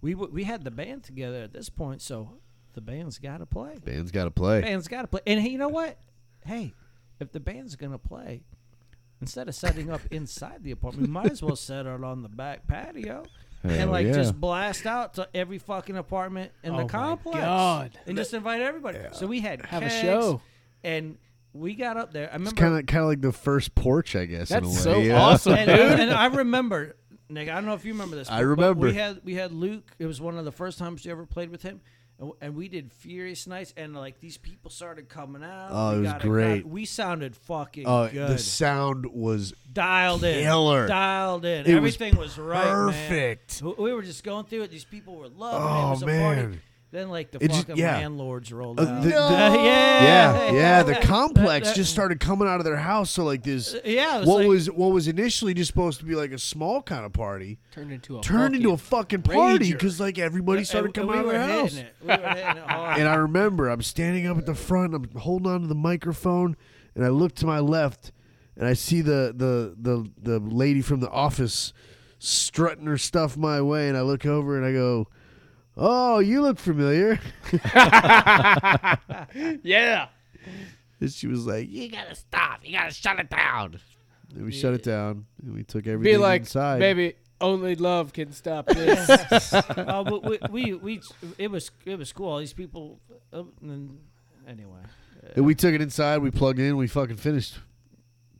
[SPEAKER 2] we w- we had the band together at this point, so the band's got to play
[SPEAKER 1] Band's got to play.
[SPEAKER 2] band's got to play. And hey, you know what? Hey, if the band's gonna play, instead of setting up inside the apartment, we might as well set it on the back patio and
[SPEAKER 1] Hell
[SPEAKER 2] like
[SPEAKER 1] yeah.
[SPEAKER 2] just blast out to every fucking apartment in
[SPEAKER 3] Oh
[SPEAKER 2] the
[SPEAKER 3] my
[SPEAKER 2] complex
[SPEAKER 3] God.
[SPEAKER 2] and just invite everybody. So we had
[SPEAKER 3] Have a
[SPEAKER 2] kegs,
[SPEAKER 3] show.
[SPEAKER 2] and we got up there. I
[SPEAKER 1] It's
[SPEAKER 2] remember
[SPEAKER 1] kind of kind of like the first porch, I guess. in a way.
[SPEAKER 3] That's so
[SPEAKER 1] yeah.
[SPEAKER 3] awesome,
[SPEAKER 2] and,
[SPEAKER 3] dude.
[SPEAKER 2] and I remember, Nick. I don't know if you remember this.
[SPEAKER 1] I
[SPEAKER 2] but
[SPEAKER 1] remember.
[SPEAKER 2] We had we had Luke. It was one of the first times you ever played with him, and, and we did Furious Nights, and like these people started coming out.
[SPEAKER 1] Oh,
[SPEAKER 2] we
[SPEAKER 1] it was
[SPEAKER 2] got
[SPEAKER 1] great.
[SPEAKER 2] we sounded fucking
[SPEAKER 1] Uh,
[SPEAKER 2] good.
[SPEAKER 1] the sound was
[SPEAKER 2] dialed in,
[SPEAKER 1] killer.
[SPEAKER 2] dialed in.
[SPEAKER 1] It was
[SPEAKER 2] Everything was, right, man.
[SPEAKER 1] perfect.
[SPEAKER 2] We- We were just going through it. These people were loving it.
[SPEAKER 1] Oh,
[SPEAKER 2] It was a
[SPEAKER 1] man.
[SPEAKER 2] party. Then like the
[SPEAKER 1] It just-
[SPEAKER 2] fucking
[SPEAKER 1] yeah.
[SPEAKER 2] landlords rolled
[SPEAKER 1] Uh,
[SPEAKER 2] out.
[SPEAKER 1] the- the-
[SPEAKER 2] yeah,
[SPEAKER 1] yeah, yeah. The complex
[SPEAKER 2] that- Uh,
[SPEAKER 1] just started coming out of their house. So like this,
[SPEAKER 2] yeah. it was
[SPEAKER 1] what
[SPEAKER 2] like-
[SPEAKER 1] was what was initially just supposed to be like a small kind of party
[SPEAKER 3] Turned into a
[SPEAKER 1] turned into a
[SPEAKER 3] fucking-
[SPEAKER 1] fucking party
[SPEAKER 3] rager.
[SPEAKER 1] because like everybody started
[SPEAKER 2] and- and
[SPEAKER 1] coming out of
[SPEAKER 2] we
[SPEAKER 1] their
[SPEAKER 2] were hitting
[SPEAKER 1] house.
[SPEAKER 2] It. We were hitting it hard.
[SPEAKER 1] And I remember I'm standing up at the front, I'm holding on to the microphone, and I look to my left, and I see the the the, the lady from the office strutting her stuff my way, and I look over and I go, "Oh, you look familiar."
[SPEAKER 3] yeah.
[SPEAKER 1] And she was like, "You gotta stop, you gotta shut it down." And we shut it down, and we took everything
[SPEAKER 3] Be like,
[SPEAKER 1] inside.
[SPEAKER 3] baby, only love can stop this.
[SPEAKER 2] uh, but we, we we it was it was cool. All these people. Uh, and anyway,
[SPEAKER 1] And we took it inside, we plugged in, we fucking finished.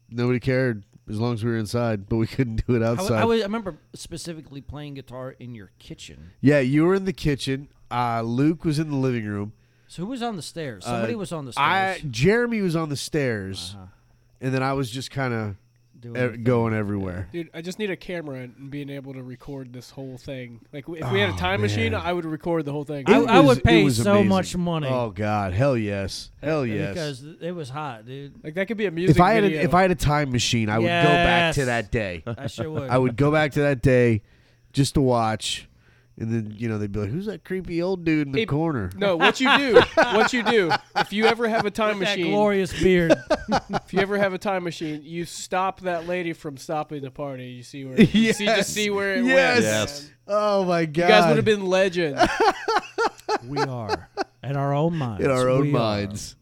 [SPEAKER 1] Nobody cared as long as we were inside, but we couldn't do it
[SPEAKER 2] I,
[SPEAKER 1] outside.
[SPEAKER 2] w- I was- I remember specifically playing guitar in your kitchen.
[SPEAKER 1] Yeah, you were in the kitchen. Uh, Luke was in the living room.
[SPEAKER 2] So who was on the stairs? Somebody
[SPEAKER 1] Uh,
[SPEAKER 2] was on the stairs.
[SPEAKER 1] I Jeremy was on the stairs,
[SPEAKER 2] Uh-huh.
[SPEAKER 1] and then I was just kind
[SPEAKER 2] doing
[SPEAKER 1] of e- going everywhere.
[SPEAKER 3] Dude, I just need a camera and being able to record this whole thing. Like, if we had a time machine, I would record the whole thing.
[SPEAKER 2] I-
[SPEAKER 1] It
[SPEAKER 2] I would
[SPEAKER 1] it
[SPEAKER 2] pay
[SPEAKER 1] was
[SPEAKER 2] so much money.
[SPEAKER 1] Oh God, hell yes, hell yes.
[SPEAKER 2] because it was hot, dude.
[SPEAKER 3] like, that could be a music
[SPEAKER 1] if I had
[SPEAKER 3] video.
[SPEAKER 1] a, if I had a time machine, I would go back to
[SPEAKER 2] Yes.
[SPEAKER 1] that day.
[SPEAKER 2] I sure would.
[SPEAKER 1] I would go back to that day just to watch, and then you know they'd be like, "Who's that creepy old dude in the
[SPEAKER 3] It-
[SPEAKER 1] corner?"
[SPEAKER 3] no, what you do, what you do, if you ever have a time
[SPEAKER 2] that
[SPEAKER 3] machine,
[SPEAKER 2] glorious beard.
[SPEAKER 3] if you ever have a time machine, you stop that lady from stopping the party. You see where, you see,
[SPEAKER 1] Yes.
[SPEAKER 3] just see where
[SPEAKER 1] Yes.
[SPEAKER 3] it went.
[SPEAKER 4] Yes.
[SPEAKER 3] man.
[SPEAKER 1] Oh my God!
[SPEAKER 3] You guys would have been legends.
[SPEAKER 2] we are in our own minds.
[SPEAKER 1] in our own
[SPEAKER 2] We uh, are.
[SPEAKER 1] minds.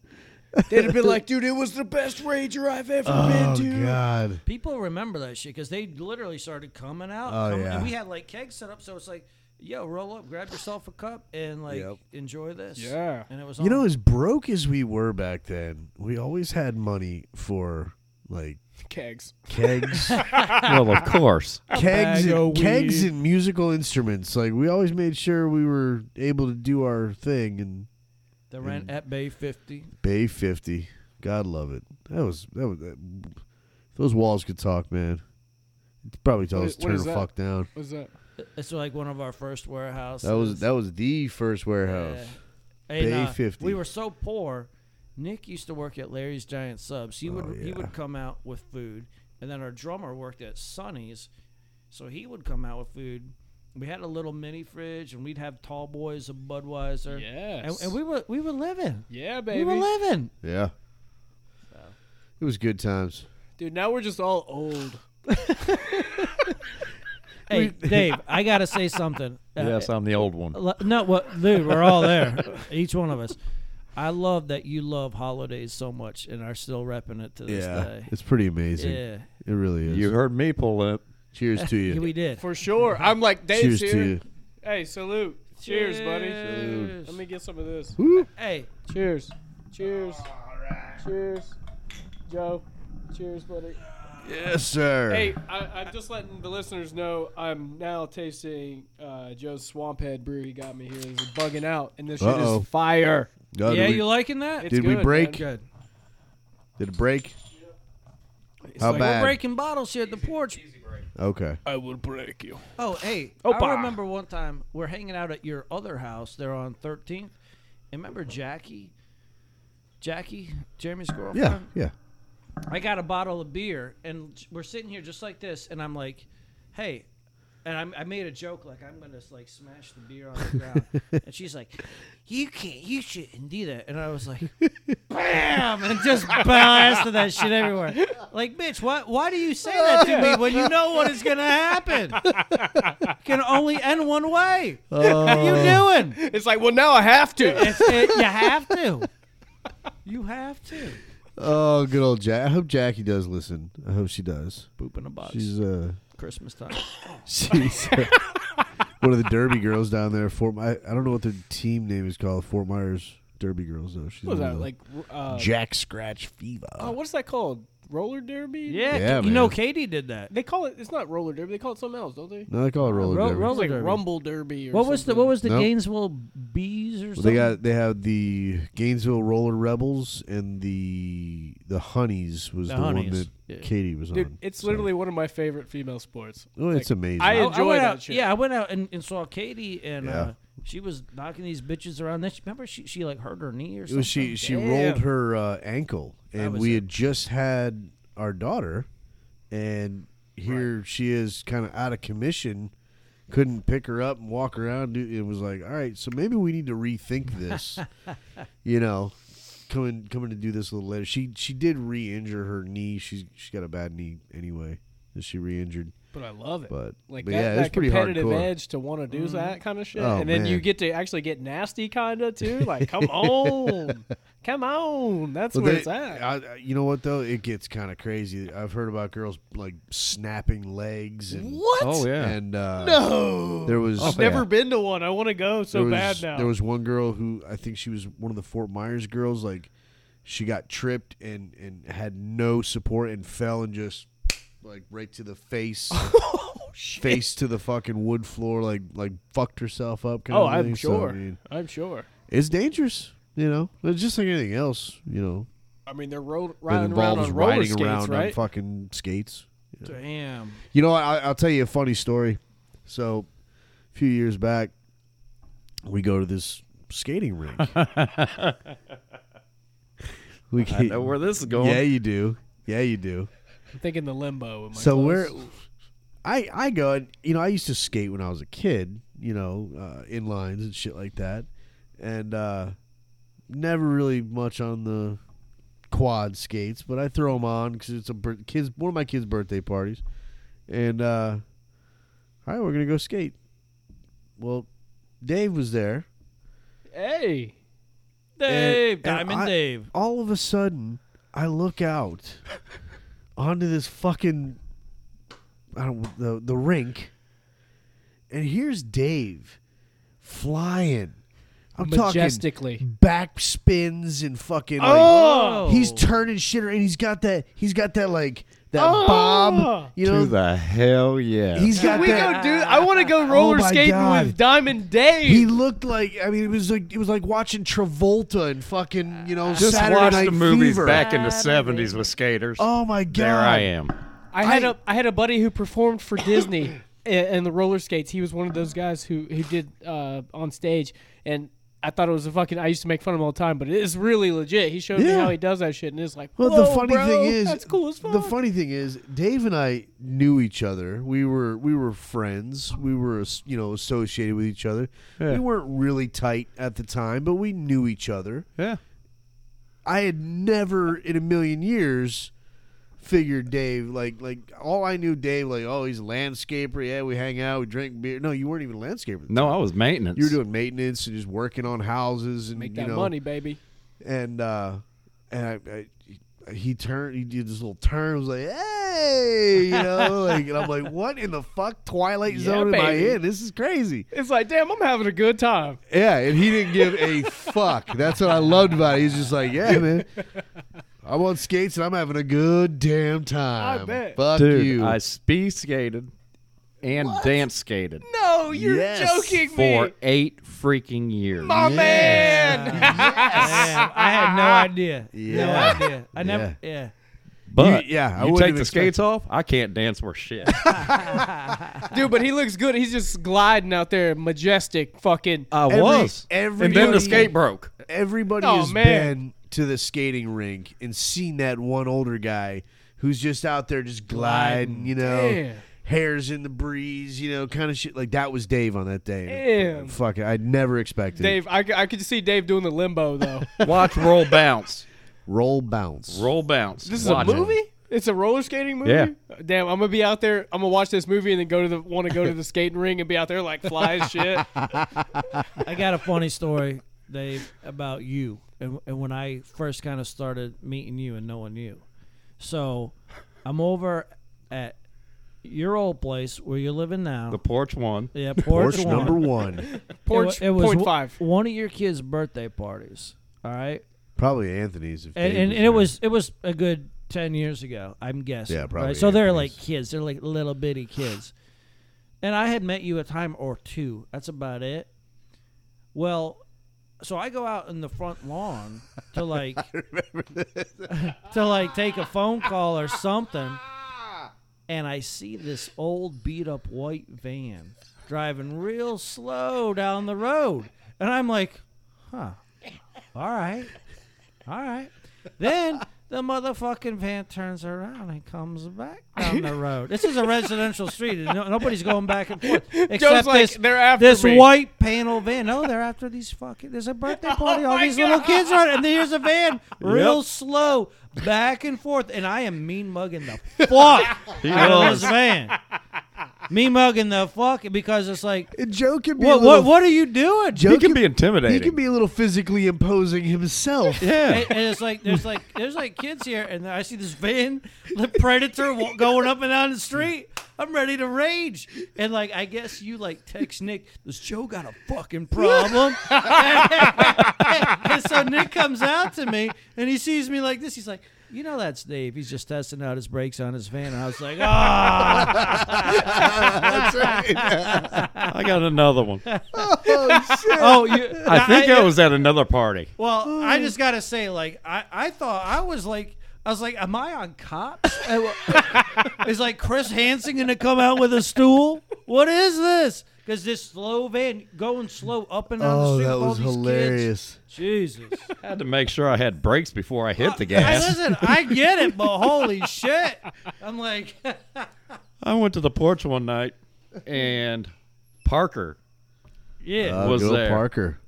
[SPEAKER 3] They'd have been like, dude, it was the best rager I've ever
[SPEAKER 1] Oh
[SPEAKER 3] been to.
[SPEAKER 1] God!
[SPEAKER 2] People remember that shit because they literally started coming out.
[SPEAKER 1] Oh,
[SPEAKER 2] coming-
[SPEAKER 1] yeah.
[SPEAKER 2] And we had like kegs set up, so it's like, yo, roll up, grab yourself a cup, and like
[SPEAKER 1] Yep.
[SPEAKER 2] enjoy this.
[SPEAKER 3] Yeah.
[SPEAKER 2] And it was.
[SPEAKER 1] You know,
[SPEAKER 2] on.
[SPEAKER 1] as broke as we were back then, we always had money for like
[SPEAKER 3] Kegs.
[SPEAKER 1] kegs,
[SPEAKER 4] well, of course.
[SPEAKER 1] kegs,
[SPEAKER 2] bag
[SPEAKER 1] and,
[SPEAKER 2] of
[SPEAKER 1] kegs,
[SPEAKER 2] weed.
[SPEAKER 1] and musical instruments. Like we always made sure we were able to do our thing. And
[SPEAKER 2] the rent
[SPEAKER 1] Mm.
[SPEAKER 2] at Bay Fifty.
[SPEAKER 1] Bay Fifty, God love it. That was that was that, those walls could talk, man. It'd probably tell
[SPEAKER 3] What
[SPEAKER 1] us
[SPEAKER 3] is-
[SPEAKER 1] to
[SPEAKER 3] what
[SPEAKER 1] turn
[SPEAKER 3] is
[SPEAKER 1] the
[SPEAKER 3] that?
[SPEAKER 1] fuck down.
[SPEAKER 3] Was that?
[SPEAKER 2] It's like one of our first warehouses.
[SPEAKER 1] That was that was the first warehouse.
[SPEAKER 2] Yeah. And,
[SPEAKER 1] Bay
[SPEAKER 2] uh,
[SPEAKER 1] 50.
[SPEAKER 2] We were so poor. Nick used to work at Larry's Giant Subs. He would
[SPEAKER 1] Oh,
[SPEAKER 2] he
[SPEAKER 1] yeah.
[SPEAKER 2] would come out with food, and then our drummer worked at Sonny's, so he would come out with food. We had a little mini fridge, and we'd have Tall Boys and Budweiser. And,
[SPEAKER 3] Yes.
[SPEAKER 2] and we were we were living.
[SPEAKER 3] yeah, baby.
[SPEAKER 2] We were living.
[SPEAKER 1] Yeah, it was good times.
[SPEAKER 3] Dude, now we're just all old.
[SPEAKER 2] Hey, Dave, I gotta say something. Uh,
[SPEAKER 4] Yes, I'm the old one.
[SPEAKER 2] Lo- No, what, dude? We're all there, each one of us. I love that you love holidays so much and are still repping it to this
[SPEAKER 1] Yeah, it's pretty amazing.
[SPEAKER 2] day.
[SPEAKER 1] It really is.
[SPEAKER 4] You heard me pull up.
[SPEAKER 1] Cheers to
[SPEAKER 2] Yeah,
[SPEAKER 1] you.
[SPEAKER 2] we did.
[SPEAKER 3] For sure. I'm like,
[SPEAKER 1] Cheers
[SPEAKER 3] Dave's here.
[SPEAKER 1] to you.
[SPEAKER 3] Hey, salute. Cheers, buddy.
[SPEAKER 2] Cheers.
[SPEAKER 3] Let me get some of this.
[SPEAKER 2] Hey,
[SPEAKER 3] Cheers. Cheers. Cheers. Joe. Cheers, buddy.
[SPEAKER 1] Yes, sir.
[SPEAKER 3] Hey, I, I'm just letting the listeners know I'm now tasting uh, Joe's Swamphead brew he got me here. He's bugging out, and this shit
[SPEAKER 1] Uh-oh.
[SPEAKER 3] is fire.
[SPEAKER 1] Oh,
[SPEAKER 2] yeah,
[SPEAKER 1] did we,
[SPEAKER 2] you liking that?
[SPEAKER 3] It's
[SPEAKER 1] Did we
[SPEAKER 3] good,
[SPEAKER 1] break?
[SPEAKER 3] man.
[SPEAKER 2] Good.
[SPEAKER 1] did it break?
[SPEAKER 3] It's
[SPEAKER 1] How
[SPEAKER 3] like-
[SPEAKER 1] bad?
[SPEAKER 2] We're breaking bottles here at the porch.
[SPEAKER 1] Okay.
[SPEAKER 3] I will break you.
[SPEAKER 2] Oh, hey, I
[SPEAKER 3] Opa.
[SPEAKER 2] remember one time we're hanging out at your other house there on 13th. And remember Jackie? Jackie, Jeremy's girlfriend?
[SPEAKER 1] Yeah,
[SPEAKER 3] um,
[SPEAKER 1] yeah.
[SPEAKER 2] I got a bottle of beer, and we're sitting here just like this, and I'm like, "Hey," and I'm, I made a joke like I'm gonna like smash the beer on the ground, and she's like, "You can't, you shouldn't do that," and I was like, "Bam!" and just blasted that shit everywhere. Like, bitch, why why do you say that to me when you know what is gonna happen? Can only end one way. what are you doing?
[SPEAKER 3] It's like, well, now I have to.
[SPEAKER 2] It's, it, you have to. You have to.
[SPEAKER 1] Oh, good old Jack. I hope Jackie does listen. I hope she does.
[SPEAKER 2] Poop in a box.
[SPEAKER 1] She's uh,
[SPEAKER 2] Christmas time.
[SPEAKER 1] she's uh, one of the Derby girls down there. Fort. My- I don't know what their team name is called. Fort Myers Derby girls though. She's
[SPEAKER 3] What was
[SPEAKER 1] one of
[SPEAKER 3] that
[SPEAKER 1] the-
[SPEAKER 3] like? Uh,
[SPEAKER 1] Jack Scratch Fever.
[SPEAKER 3] oh, what's that called? Roller derby?
[SPEAKER 2] Yeah,
[SPEAKER 1] Yeah,
[SPEAKER 2] you know
[SPEAKER 1] man.
[SPEAKER 2] Katie did that.
[SPEAKER 3] They call it. It's not roller derby. They call it something else, don't they?
[SPEAKER 1] no, they call it roller
[SPEAKER 2] Ro-
[SPEAKER 1] derby.
[SPEAKER 2] roller
[SPEAKER 3] It's like
[SPEAKER 2] derby.
[SPEAKER 3] rumble derby. Or
[SPEAKER 2] What was the
[SPEAKER 3] something.
[SPEAKER 2] What was the
[SPEAKER 1] Nope.
[SPEAKER 2] Gainesville Bees or
[SPEAKER 1] Well,
[SPEAKER 2] something?
[SPEAKER 1] they got they have the Gainesville Roller Rebels and the the Honeys was
[SPEAKER 2] The
[SPEAKER 1] the,
[SPEAKER 2] Honeys,
[SPEAKER 1] one that
[SPEAKER 2] yeah.
[SPEAKER 1] Katie was
[SPEAKER 3] Dude,
[SPEAKER 1] on.
[SPEAKER 3] it's
[SPEAKER 1] so-
[SPEAKER 3] literally one of my favorite female sports.
[SPEAKER 1] oh, it's amazing.
[SPEAKER 2] I-
[SPEAKER 3] I-
[SPEAKER 2] I
[SPEAKER 3] enjoy
[SPEAKER 2] went
[SPEAKER 3] that
[SPEAKER 2] out-
[SPEAKER 3] shit.
[SPEAKER 2] Yeah, I went out and, and saw Katie, and
[SPEAKER 1] Yeah.
[SPEAKER 2] uh, she was knocking these bitches around. Then she, remember she she like hurt her knee or
[SPEAKER 1] It
[SPEAKER 2] something.
[SPEAKER 1] was she she
[SPEAKER 2] Damn.
[SPEAKER 1] rolled her uh, ankle, and
[SPEAKER 2] was
[SPEAKER 1] we
[SPEAKER 2] it.
[SPEAKER 1] had just had our daughter, and here she is, kind of out of commission. Couldn't pick her up and walk around. do- It was like, all right, so maybe we need to rethink this. you know, coming coming to do this a little later. She she did re-injure her knee. She's she got a bad knee anyway. That she re-injured,
[SPEAKER 3] But I love it.
[SPEAKER 1] but
[SPEAKER 3] like
[SPEAKER 1] but
[SPEAKER 3] that,
[SPEAKER 1] yeah,
[SPEAKER 3] that
[SPEAKER 1] it's pretty
[SPEAKER 3] competitive
[SPEAKER 1] hardcore.
[SPEAKER 3] edge to want to do
[SPEAKER 2] Mm-hmm.
[SPEAKER 3] that kind of shit,
[SPEAKER 1] Oh,
[SPEAKER 3] and then you
[SPEAKER 1] man.
[SPEAKER 3] get to actually get nasty, kind of too. Like, come on, come on, that's
[SPEAKER 1] But
[SPEAKER 3] where
[SPEAKER 1] they-
[SPEAKER 3] it's at.
[SPEAKER 1] I- I- you know what though? It gets kind of crazy. I've heard about girls like snapping legs and
[SPEAKER 3] what?
[SPEAKER 4] Oh yeah.
[SPEAKER 1] And uh,
[SPEAKER 3] no,
[SPEAKER 1] there was
[SPEAKER 4] Oh,
[SPEAKER 3] never
[SPEAKER 4] yeah.
[SPEAKER 3] been to one. I want to go so
[SPEAKER 1] there was,
[SPEAKER 3] bad now.
[SPEAKER 1] There was one girl who I think she was one of the Fort Myers girls. Like she got tripped and and had no support and fell and just like right to the face,
[SPEAKER 3] Oh,
[SPEAKER 1] face to the fucking wood floor. Like like fucked herself up. Kind
[SPEAKER 3] oh,
[SPEAKER 1] of
[SPEAKER 3] I'm
[SPEAKER 1] thing. So,
[SPEAKER 3] sure.
[SPEAKER 1] I mean,
[SPEAKER 3] I'm sure.
[SPEAKER 1] it's dangerous. You know, it's just like anything else. You know,
[SPEAKER 3] I mean, they're ro-
[SPEAKER 1] that
[SPEAKER 3] riding around
[SPEAKER 1] involves
[SPEAKER 3] on roller
[SPEAKER 1] riding
[SPEAKER 3] skates,
[SPEAKER 1] around on
[SPEAKER 3] right?
[SPEAKER 1] fucking skates.
[SPEAKER 2] Damn.
[SPEAKER 1] You know, what, I, I'll tell you a funny story. So, a few years back, we go to this skating rink. we
[SPEAKER 4] I know where this is going.
[SPEAKER 1] yeah, you do. Yeah, you do.
[SPEAKER 3] I'm thinking the limbo. With my
[SPEAKER 1] so
[SPEAKER 3] clothes.
[SPEAKER 1] we're, I I go and you know I used to skate when I was a kid. You know, uh, inlines and shit like that, and uh, never really much on the quad skates, but I throw them on because it's a bir- kids one of my kids' birthday parties, and uh, all right, we're gonna go skate. Well, Dave was there.
[SPEAKER 3] hey,
[SPEAKER 2] Dave,
[SPEAKER 1] and
[SPEAKER 2] Diamond
[SPEAKER 1] I-
[SPEAKER 2] Dave.
[SPEAKER 1] All of a sudden, I look out onto this fucking I don't the the rink, and here's Dave flying. I'm talking
[SPEAKER 3] majestically.
[SPEAKER 1] back spins and fucking like,
[SPEAKER 2] Oh!
[SPEAKER 1] he's turning shit around. and He's got that. He's got that like that bob. You know.
[SPEAKER 4] to the hell yeah.
[SPEAKER 1] He's got
[SPEAKER 3] we
[SPEAKER 1] that.
[SPEAKER 3] go do. I want to go roller
[SPEAKER 1] Oh my
[SPEAKER 3] skating
[SPEAKER 1] God.
[SPEAKER 3] with Diamond Dave.
[SPEAKER 1] he looked like I mean it was like it was like watching Travolta and fucking you know
[SPEAKER 4] just
[SPEAKER 1] Saturday
[SPEAKER 4] watch
[SPEAKER 1] Night
[SPEAKER 4] the movies
[SPEAKER 1] Fever.
[SPEAKER 4] back in the seventies with skaters.
[SPEAKER 1] Oh my god!
[SPEAKER 4] there I am.
[SPEAKER 3] I had a I had a buddy who performed for Disney a- and the roller skates. He was one of those guys who who did uh, on stage, and I thought it was a fucking. I used to make fun of him all the time, but it is really legit. He showed me
[SPEAKER 1] Yeah.
[SPEAKER 3] how he does that shit, and it's like,
[SPEAKER 1] Well,
[SPEAKER 3] "Whoa,
[SPEAKER 1] the funny
[SPEAKER 3] bro,
[SPEAKER 1] thing is,
[SPEAKER 3] that's cool as fuck.
[SPEAKER 1] the funny thing is, Dave and I knew each other. We were we were friends. We were you know associated with each other.
[SPEAKER 4] Yeah.
[SPEAKER 1] We weren't really tight at the time, but we knew each other.
[SPEAKER 4] Yeah.
[SPEAKER 1] I had never in a million years figured Dave like like all I knew Dave like oh he's a landscaper yeah we hang out we drink beer no you weren't even a landscaper
[SPEAKER 4] No, I was maintenance.
[SPEAKER 1] you were doing maintenance and just working on houses and
[SPEAKER 3] make
[SPEAKER 1] you
[SPEAKER 3] that
[SPEAKER 1] know,
[SPEAKER 3] money, baby.
[SPEAKER 1] and uh and I, I he turned he did this little turn was like hey you know like and I'm like what in the fuck twilight zone am I
[SPEAKER 3] baby.
[SPEAKER 1] in this is crazy
[SPEAKER 3] It's like, damn, I'm having a good time.
[SPEAKER 1] yeah and he didn't give a fuck that's what I loved about it he's just like yeah man I'm on skates and I'm having a good damn time.
[SPEAKER 3] I bet.
[SPEAKER 1] Fuck
[SPEAKER 4] Dude,
[SPEAKER 1] you.
[SPEAKER 4] I speed skated and dance skated
[SPEAKER 3] No, you're
[SPEAKER 1] Yes,
[SPEAKER 3] joking
[SPEAKER 4] for
[SPEAKER 3] me.
[SPEAKER 4] eight freaking years.
[SPEAKER 3] My man.
[SPEAKER 2] Damn, I had no idea. No
[SPEAKER 1] Yeah.
[SPEAKER 2] idea. I never. Yeah.
[SPEAKER 4] But
[SPEAKER 1] You- yeah, I
[SPEAKER 4] you
[SPEAKER 1] wouldn't
[SPEAKER 4] take
[SPEAKER 1] have
[SPEAKER 4] the skates off, I can't dance worth shit.
[SPEAKER 3] Dude, but he looks good. He's just gliding out there, majestic fucking.
[SPEAKER 4] I
[SPEAKER 1] Every-
[SPEAKER 4] was. and then
[SPEAKER 1] everybody-
[SPEAKER 4] the skate broke.
[SPEAKER 1] Everybody
[SPEAKER 3] Oh,
[SPEAKER 1] has
[SPEAKER 3] man.
[SPEAKER 1] been to the skating rink and seen that one older guy who's just out there just gliding, you know,
[SPEAKER 3] Damn.
[SPEAKER 1] hairs in the breeze, you know, kind of shit. Like that was Dave on that day.
[SPEAKER 3] Damn.
[SPEAKER 1] Fuck it. I never expected it.
[SPEAKER 3] Dave, I, c- I could see Dave doing the limbo though.
[SPEAKER 4] Watch roll bounce.
[SPEAKER 1] Roll bounce.
[SPEAKER 4] Roll bounce.
[SPEAKER 3] this is
[SPEAKER 4] Watch
[SPEAKER 3] a
[SPEAKER 4] it.
[SPEAKER 3] movie. It's a roller skating movie.
[SPEAKER 4] Yeah.
[SPEAKER 3] Damn, I'm gonna be out there. I'm gonna watch this movie and then go to the want to go to the skating ring and be out there like fly as shit.
[SPEAKER 2] I got a funny story, Dave, about you and, and when I first kind of started meeting you and knowing you. So I'm over at your old place where you're living now.
[SPEAKER 4] The porch one.
[SPEAKER 2] yeah,
[SPEAKER 1] Porch
[SPEAKER 2] Porch, One.
[SPEAKER 1] number one.
[SPEAKER 3] Porch
[SPEAKER 2] It, wa- it was
[SPEAKER 3] point
[SPEAKER 2] wa-
[SPEAKER 3] five.
[SPEAKER 2] One of your kids' birthday parties. All right,
[SPEAKER 1] Probably Anthony's. If
[SPEAKER 2] and
[SPEAKER 1] Dave
[SPEAKER 2] and, and it
[SPEAKER 1] there.
[SPEAKER 2] was it was a good ten years ago. I'm guessing.
[SPEAKER 1] Yeah, probably
[SPEAKER 2] Right? So they're like
[SPEAKER 1] Anthony's.
[SPEAKER 2] kids. They're like little bitty kids. And I had met you a time or two. That's about it. Well, so I go out in the front lawn to like to like take a phone call or something, and I see this old beat up white van driving real slow down the road, and I'm like, huh, all right, all right. Then the motherfucking van turns around and comes back down the road. This is a residential street. and No, nobody's going back and forth. Except
[SPEAKER 3] like,
[SPEAKER 2] this,
[SPEAKER 3] "They're after
[SPEAKER 2] this
[SPEAKER 3] me." Oh
[SPEAKER 2] white panel van. No, they're after these fucking. There's a birthday party. all these little kids are, and here's a van, real slow, back and forth. And I am mean mugging the fuck out of this van. Mean mugging the fuck because it's like,
[SPEAKER 1] And Joe can be a
[SPEAKER 2] what,
[SPEAKER 1] little,
[SPEAKER 2] what, what are you doing?
[SPEAKER 1] Joe
[SPEAKER 4] He can be intimidating.
[SPEAKER 1] He can be a little physically imposing himself.
[SPEAKER 4] Yeah.
[SPEAKER 2] and, and it's like there's like there's like kids here, and I see this van, the predator wa- going up and down the street. I'm ready to rage, and like I guess you like text Nick. Does Joe got a fucking problem? and so Nick comes out to me, and he sees me like this. He's like. You know that's Dave. He's just testing out his brakes on his van, and I was like, "Ah,
[SPEAKER 4] I got another one.
[SPEAKER 2] oh, you,
[SPEAKER 4] I think I was at another party.
[SPEAKER 2] Well, I just gotta say, like, I, I thought I was like, I was like, am I on cops? I wa- Is like Chris Hansen gonna come out with a stool? What is this? Because this slow van going slow up and down the
[SPEAKER 1] Oh,
[SPEAKER 2] street
[SPEAKER 1] that
[SPEAKER 2] with all
[SPEAKER 1] was
[SPEAKER 2] these
[SPEAKER 1] hilarious.
[SPEAKER 2] kids. Jesus,
[SPEAKER 4] I had to make sure I had brakes before I hit the
[SPEAKER 2] I,
[SPEAKER 4] gas.
[SPEAKER 2] listen, I get it, but holy shit, I'm like,
[SPEAKER 4] I went to the porch one night and Parker,
[SPEAKER 2] yeah,
[SPEAKER 1] Uh,
[SPEAKER 4] Was
[SPEAKER 1] good old
[SPEAKER 4] there.
[SPEAKER 1] Parker.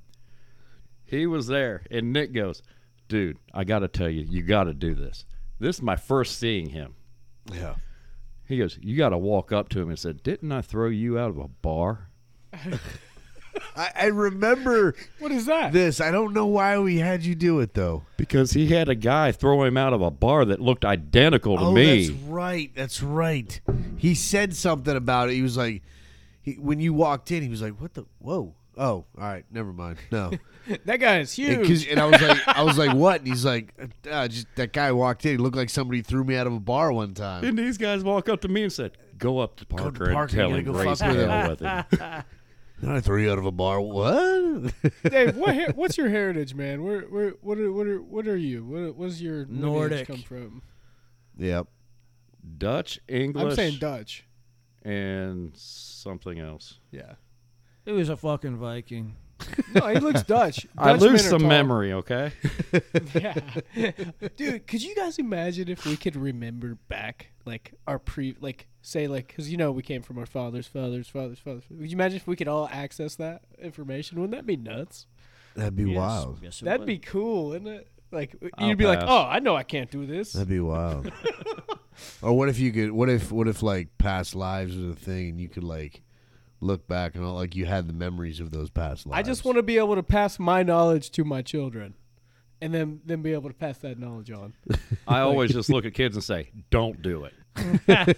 [SPEAKER 4] he was there. And Nick goes, Dude, I got to tell you, you got to do this. This is my first seeing him.
[SPEAKER 1] Yeah.
[SPEAKER 4] He goes, You got to walk up to him and said, Didn't I throw you out of a bar?
[SPEAKER 1] I, I remember
[SPEAKER 3] What is that?
[SPEAKER 1] this. I don't know why we had you do it though.
[SPEAKER 4] Because he had a guy throw him out of a bar that looked identical to
[SPEAKER 1] oh,
[SPEAKER 4] me.
[SPEAKER 1] that's right. That's right. He said something about it. He was like, he, when you walked in, he was like, "What the? Whoa! Oh, all right. Never mind. No."
[SPEAKER 3] That guy is huge.
[SPEAKER 1] And, 'cause- and I was like, I was like, "What?" And he's like, uh, "Just that guy walked in. He looked like somebody threw me out of a bar one time."
[SPEAKER 4] And these guys walk up to me and said, "Go up to
[SPEAKER 1] Parker,
[SPEAKER 4] Parker,
[SPEAKER 1] you
[SPEAKER 4] and tell
[SPEAKER 1] gotta
[SPEAKER 4] him
[SPEAKER 1] go
[SPEAKER 4] Grace
[SPEAKER 1] fuck with him."
[SPEAKER 4] hell with him."
[SPEAKER 1] Then I threw you out of a bar. What?
[SPEAKER 3] Dave, what her- what's your heritage, man? Where where what are what are what are you? What what's your
[SPEAKER 2] Nordic.
[SPEAKER 3] lineage come from?
[SPEAKER 1] yep.
[SPEAKER 4] Dutch, English,
[SPEAKER 3] I'm saying Dutch.
[SPEAKER 4] and something else.
[SPEAKER 3] Yeah.
[SPEAKER 2] it was a fucking Viking.
[SPEAKER 3] No, he looks Dutch. Dutch
[SPEAKER 4] I
[SPEAKER 3] men are
[SPEAKER 4] lose some
[SPEAKER 3] tall.
[SPEAKER 4] memory, okay?
[SPEAKER 3] Yeah. Dude, could you guys imagine if we could remember back like our pre like say like cuz you know we came from our fathers, fathers, fathers, fathers. Would you imagine if we could all access that information? Wouldn't that be nuts?
[SPEAKER 1] That'd be
[SPEAKER 2] Yes.
[SPEAKER 1] wild.
[SPEAKER 2] Yes, it
[SPEAKER 3] That'd
[SPEAKER 2] would.
[SPEAKER 3] be cool, wouldn't it? Like you'd
[SPEAKER 4] I'll
[SPEAKER 3] be like,
[SPEAKER 4] pass.
[SPEAKER 3] "Oh, I know I can't do this."
[SPEAKER 1] That'd be wild. or what if you could? What if? What if like past lives was a thing, and you could like look back and all like you had the memories of those past lives.
[SPEAKER 3] I just want to be able to pass my knowledge to my children and then then be able to pass that knowledge on.
[SPEAKER 4] I always just look at kids and say, "Don't do it."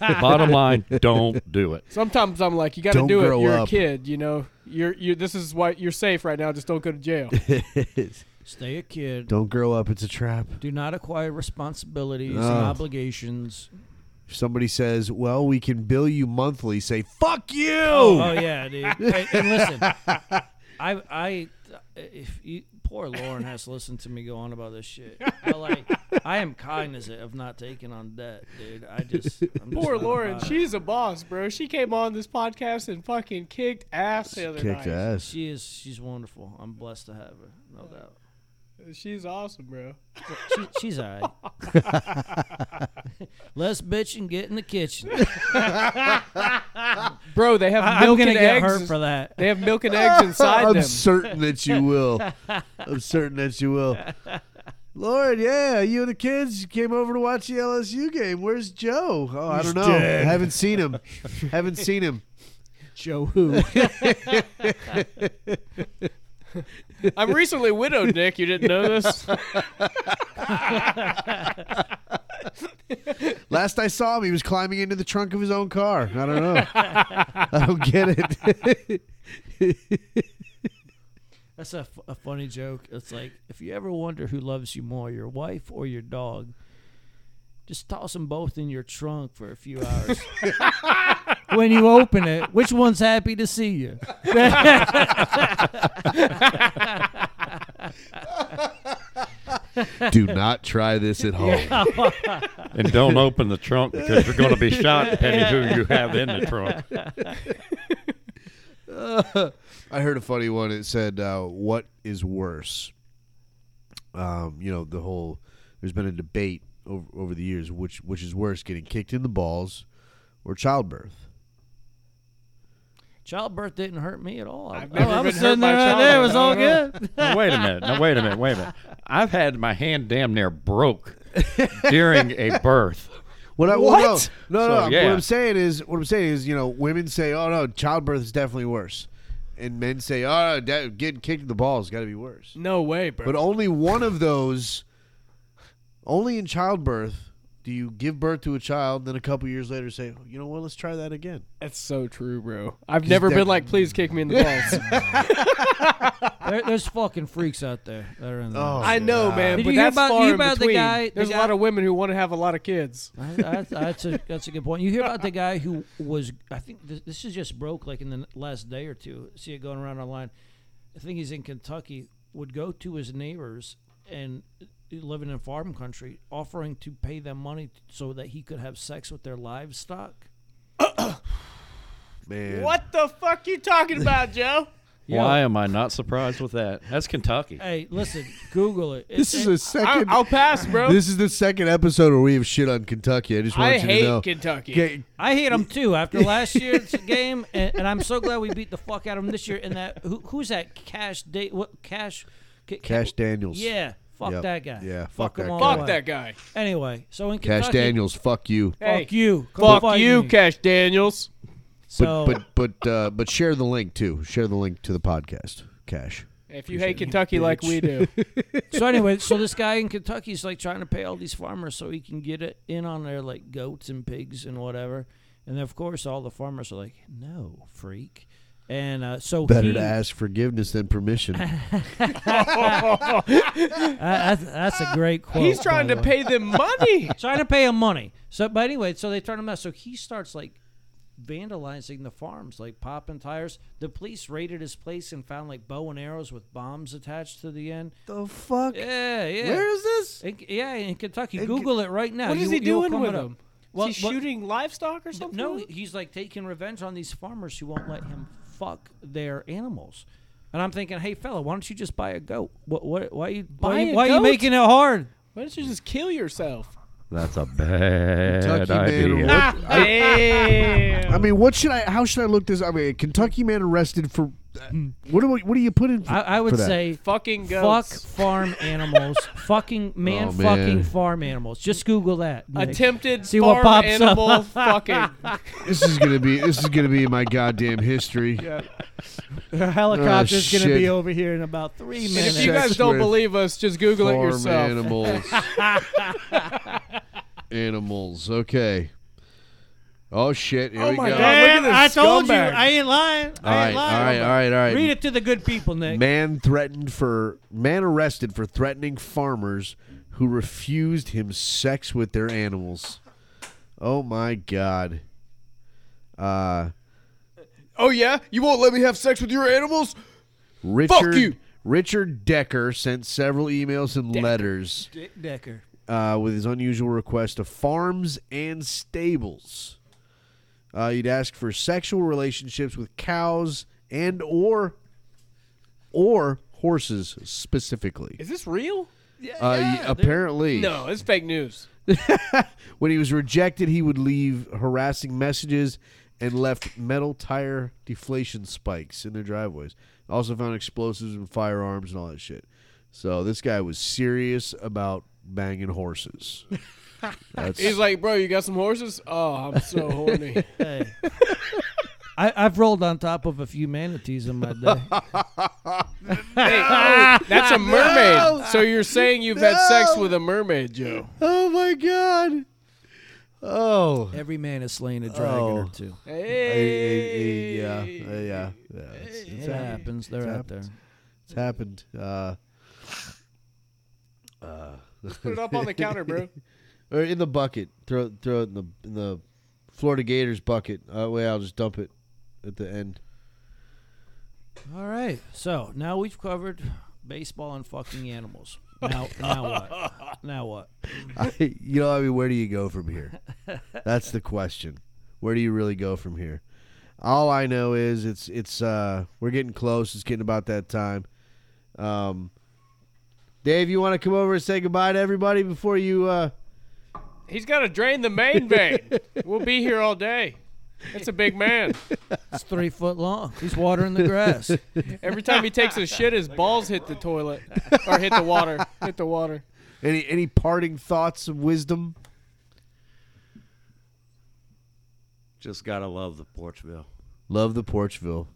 [SPEAKER 4] Bottom line, don't do it.
[SPEAKER 3] Sometimes I'm like, you got to
[SPEAKER 1] Don't
[SPEAKER 3] do it.
[SPEAKER 1] grow
[SPEAKER 3] You're
[SPEAKER 1] up.
[SPEAKER 3] a kid, you know. You're you. This is why you're safe right now. Just don't go to jail.
[SPEAKER 2] Stay a kid.
[SPEAKER 1] Don't grow up. It's a trap.
[SPEAKER 2] Do not acquire responsibilities and
[SPEAKER 1] Oh.
[SPEAKER 2] obligations.
[SPEAKER 1] If somebody says, well, we can bill you monthly, say, fuck you.
[SPEAKER 2] Oh yeah, dude. And, and listen, I I if you poor Lauren has to listen to me go on about this shit. But like I am cognizant of not taking on debt, dude. I just I'm just
[SPEAKER 3] Poor
[SPEAKER 2] not
[SPEAKER 3] Lauren,
[SPEAKER 2] about it.
[SPEAKER 3] she's a boss, bro. She came on this podcast and fucking kicked ass the other
[SPEAKER 1] Kicked
[SPEAKER 3] night.
[SPEAKER 1] ass.
[SPEAKER 2] she is she's wonderful. I'm blessed to have her, no doubt.
[SPEAKER 3] She's awesome, bro.
[SPEAKER 2] She, she's all right. Let's bitch and get in the kitchen.
[SPEAKER 3] Bro, they have
[SPEAKER 2] I, am
[SPEAKER 3] milk
[SPEAKER 2] gonna
[SPEAKER 3] and
[SPEAKER 2] get
[SPEAKER 3] eggs.
[SPEAKER 2] hurt for that.
[SPEAKER 3] They have milk and eggs inside
[SPEAKER 1] I'm
[SPEAKER 3] them.
[SPEAKER 1] certain that you will. I'm certain that you will. Lauren, yeah, you and the kids came over to watch the LSU game. Where's Joe? Oh, I don't know. Haven't seen him. Haven't seen him.
[SPEAKER 3] Joe who? I'm recently widowed, Nick. You didn't know this?
[SPEAKER 1] Last I saw him, he was climbing into the trunk of his own car. I don't know. I don't get it.
[SPEAKER 2] That's a, f- a funny joke. It's like if you ever wonder who loves you more, your wife or your dog, just toss them both in your trunk for a few hours. when you open it, which one's happy to see you?
[SPEAKER 1] Do not try this at home.
[SPEAKER 4] And don't open the trunk because you're going to be shot depending who you have in the trunk.
[SPEAKER 1] I heard a funny one. It said, uh, "What is worse?" Um, you know, the whole there's been a debate over, over the years which which is worse, getting kicked in the balls or childbirth.
[SPEAKER 2] Childbirth didn't hurt me at all. Oh,
[SPEAKER 3] I've never
[SPEAKER 2] I was
[SPEAKER 3] been hurt
[SPEAKER 2] sitting
[SPEAKER 3] by
[SPEAKER 2] there right there. It was all
[SPEAKER 3] childbirth.
[SPEAKER 2] good.
[SPEAKER 4] Now, wait a minute. Now, wait a minute. Wait a minute. I've had my hand damn near broke during a birth.
[SPEAKER 1] What? I, what? Well, no, no.
[SPEAKER 4] So,
[SPEAKER 1] no I'm-
[SPEAKER 4] yeah.
[SPEAKER 1] What I'm saying is, what I'm saying is, you know, women say, "Oh no, childbirth is definitely worse," and men say, "Oh, da- getting kicked in the balls got to be worse."
[SPEAKER 3] No way, bro.
[SPEAKER 1] But only one of those, only in childbirth, do you give birth to a child, then a couple years later say, "You know what? Let's try that again."
[SPEAKER 3] That's so true, bro. I've never been
[SPEAKER 1] that-
[SPEAKER 3] like, please kick me in the balls.
[SPEAKER 2] There, there's fucking freaks out there that are in there.
[SPEAKER 1] Oh,
[SPEAKER 3] I know, man,
[SPEAKER 2] Did
[SPEAKER 3] but
[SPEAKER 2] you hear
[SPEAKER 3] that's
[SPEAKER 2] about-
[SPEAKER 3] far
[SPEAKER 2] you
[SPEAKER 3] in
[SPEAKER 2] about the
[SPEAKER 3] between.
[SPEAKER 2] guy- the
[SPEAKER 3] There's a
[SPEAKER 2] guy-
[SPEAKER 3] lot of women who want to have a lot of kids.
[SPEAKER 2] I- that's, that's, a, that's a good point. You hear about the guy who was, I think th- this is just broke like in the last day or two. See it going around online. I think he's in Kentucky, would go to his neighbors and uh, living in farm country, offering to pay them money so that he could have sex with their livestock.
[SPEAKER 1] man.
[SPEAKER 3] What the fuck you talking about, Joe?
[SPEAKER 4] Why am I not surprised with that? That's Kentucky.
[SPEAKER 2] Hey, listen, Google it. It-
[SPEAKER 1] This is
[SPEAKER 2] it-
[SPEAKER 1] the second.
[SPEAKER 3] I'll pass, bro.
[SPEAKER 1] this is the second episode where we have shit on Kentucky. I just want
[SPEAKER 3] I
[SPEAKER 1] you
[SPEAKER 3] hate
[SPEAKER 1] to know.
[SPEAKER 3] Kentucky.
[SPEAKER 1] Okay,
[SPEAKER 2] I hate them too after last year's game, and, and I'm so glad we beat the fuck out of them this year. And that who, who's that Cash Day? What Cash? Ca- Ca-
[SPEAKER 1] Cash Daniels.
[SPEAKER 2] Yeah, fuck
[SPEAKER 1] Yep.
[SPEAKER 2] that guy.
[SPEAKER 1] Yeah, fuck
[SPEAKER 2] him
[SPEAKER 1] that
[SPEAKER 2] all
[SPEAKER 1] guy.
[SPEAKER 2] the way.
[SPEAKER 3] Fuck that guy.
[SPEAKER 2] Anyway, so in
[SPEAKER 1] Cash
[SPEAKER 2] Kentucky,
[SPEAKER 1] Daniels. Fuck you.
[SPEAKER 2] fuck
[SPEAKER 3] Hey,
[SPEAKER 2] you, Come
[SPEAKER 3] Fuck
[SPEAKER 2] fight
[SPEAKER 3] you,
[SPEAKER 2] me.
[SPEAKER 3] Cash Daniels.
[SPEAKER 2] So
[SPEAKER 1] but but but uh, but share the link too. Share the link to the podcast. Cash.
[SPEAKER 3] If you hate Kentucky like we do,
[SPEAKER 2] so anyway, so this guy in Kentucky's like trying to pay all these farmers so he can get it in on their like goats and pigs and whatever. And of course, all the farmers are like, "No, freak." And uh, so
[SPEAKER 1] Better
[SPEAKER 2] he,
[SPEAKER 1] to ask forgiveness than permission.
[SPEAKER 2] I- that's, that's a great quote.
[SPEAKER 3] he's trying
[SPEAKER 2] by
[SPEAKER 3] to
[SPEAKER 2] the way.
[SPEAKER 3] pay them money.
[SPEAKER 2] trying to pay him money. So, but anyway, so they turn him out. So he starts like vandalizing the farms, like popping tires. The police raided his place and found like bow and arrows with bombs attached to the end.
[SPEAKER 1] the fuck?
[SPEAKER 2] Yeah, yeah.
[SPEAKER 1] Where is this?
[SPEAKER 2] In- yeah, in Kentucky.
[SPEAKER 1] In-
[SPEAKER 2] Google it right now.
[SPEAKER 3] What is
[SPEAKER 2] You-
[SPEAKER 3] he
[SPEAKER 2] you'll
[SPEAKER 3] doing
[SPEAKER 2] come
[SPEAKER 3] with
[SPEAKER 2] it up.
[SPEAKER 3] them?
[SPEAKER 2] Well,
[SPEAKER 3] Is he
[SPEAKER 2] well,
[SPEAKER 3] shooting livestock or
[SPEAKER 2] th-
[SPEAKER 3] something?
[SPEAKER 2] No, he's like taking revenge on these farmers who won't let him fuck their animals. And I'm thinking, hey fella, why don't you just buy a goat? What? What? Why you?
[SPEAKER 3] Buy
[SPEAKER 2] Why, you,
[SPEAKER 3] a
[SPEAKER 2] why you
[SPEAKER 3] goat?
[SPEAKER 2] making it hard?
[SPEAKER 3] Why don't you just kill yourself?
[SPEAKER 4] That's a bad
[SPEAKER 1] Kentucky man.
[SPEAKER 4] idea.
[SPEAKER 3] Ah!
[SPEAKER 1] arre-
[SPEAKER 3] Damn.
[SPEAKER 1] I mean, what should I? How should I look this? I mean, Kentucky man arrested for. What do we, What do you put in? For,
[SPEAKER 2] Hmm. I, I
[SPEAKER 1] for
[SPEAKER 2] would
[SPEAKER 1] that?
[SPEAKER 2] say
[SPEAKER 3] fucking
[SPEAKER 2] Fuck
[SPEAKER 3] goats.
[SPEAKER 2] farm animals. fucking man,
[SPEAKER 1] Oh, man.
[SPEAKER 2] fucking farm animals. Just Google that. Nick.
[SPEAKER 3] Attempted
[SPEAKER 2] See
[SPEAKER 3] farm
[SPEAKER 2] what pops up.
[SPEAKER 3] animal fucking.
[SPEAKER 1] this is gonna be. This is gonna be in my goddamn history.
[SPEAKER 2] Your helicopter's
[SPEAKER 1] Oh,
[SPEAKER 2] gonna
[SPEAKER 1] shit.
[SPEAKER 2] be over here in about three
[SPEAKER 3] And
[SPEAKER 2] minutes.
[SPEAKER 3] if you guys
[SPEAKER 1] Sex
[SPEAKER 3] don't
[SPEAKER 1] with
[SPEAKER 3] believe us, just Google it
[SPEAKER 1] Farm
[SPEAKER 3] yourself.
[SPEAKER 1] animals. animals. Okay. Oh shit! Here we
[SPEAKER 4] my
[SPEAKER 1] go.
[SPEAKER 4] God. look at
[SPEAKER 2] Damn,
[SPEAKER 4] this
[SPEAKER 2] I told
[SPEAKER 4] scumbag.
[SPEAKER 2] you. I ain't lying.
[SPEAKER 1] All
[SPEAKER 2] I
[SPEAKER 1] right, all
[SPEAKER 2] ain't lying.
[SPEAKER 1] right, all right, all right.
[SPEAKER 2] Read it to the good people, Nick.
[SPEAKER 1] Man threatened for man arrested for threatening farmers who refused him sex with their animals. Oh my god. Uh
[SPEAKER 8] Oh yeah, you won't let me have sex with your animals?
[SPEAKER 1] Richard
[SPEAKER 8] you.
[SPEAKER 1] Richard Decker sent several emails and letters
[SPEAKER 2] Dick Decker.
[SPEAKER 1] uh, with his unusual request to farms and stables. Uh, he'd ask for sexual relationships with cows and or or horses specifically.
[SPEAKER 3] Is this real?
[SPEAKER 1] Uh, y- apparently,
[SPEAKER 3] No, it's fake news.
[SPEAKER 1] when he was rejected, he would leave harassing messages and left metal tire deflation spikes in their driveways. Also found explosives and firearms and all that shit. So this guy was serious about banging horses. That's,
[SPEAKER 3] He's like, bro, you got some horses? Oh, I'm so horny.
[SPEAKER 2] Hey. I, I've rolled on top of a few manatees in my day.
[SPEAKER 3] That's a mermaid. So you're saying you've had sex with a mermaid, Joe?
[SPEAKER 1] oh my god! Oh,
[SPEAKER 2] Every man has slain a dragon or
[SPEAKER 1] Oh.
[SPEAKER 2] two.
[SPEAKER 1] Eh, eh, eh, yeah, eh, yeah, yeah. It's, it's
[SPEAKER 2] It happens. They're out there.
[SPEAKER 1] it's happened. Uh,
[SPEAKER 3] Put it up on the counter, bro.
[SPEAKER 1] or in the bucket. Throw throw it in the in the Florida Gators bucket. Uh, way I'll just dump it at the end.
[SPEAKER 2] All right. So now we've covered baseball and fucking animals. Now, now what? Now what?
[SPEAKER 1] I, you know, I mean, where do you go from here? That's the question. Where do you really go from here? All I know is it's it's uh we're getting close. It's getting about that time. Um, Dave, you want to come over and say goodbye to everybody before you? uh
[SPEAKER 3] He's got to drain the main vein. We'll be here all day. That's a big man.
[SPEAKER 2] It's three foot long. He's watering the grass.
[SPEAKER 3] Every time he takes a shit, his balls hit the toilet or hit the water. Hit the water.
[SPEAKER 1] Any any parting thoughts of wisdom?
[SPEAKER 4] Just gotta love the Porchville.
[SPEAKER 1] Love the Porchville.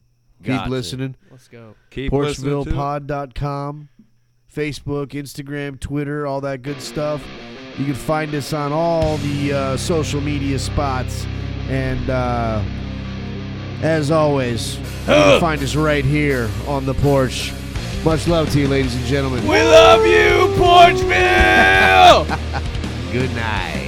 [SPEAKER 4] Got
[SPEAKER 1] Keep
[SPEAKER 4] to.
[SPEAKER 1] listening.
[SPEAKER 3] Let's go.
[SPEAKER 4] Keep listening to it.
[SPEAKER 1] porchvillepod.com, Facebook, Instagram, Twitter, all that good stuff. You can find us on all the uh, social media spots. And uh, as always, you can find us right here on the porch. Much love to you, ladies and gentlemen.
[SPEAKER 3] We love you, Porchville!
[SPEAKER 1] Good night.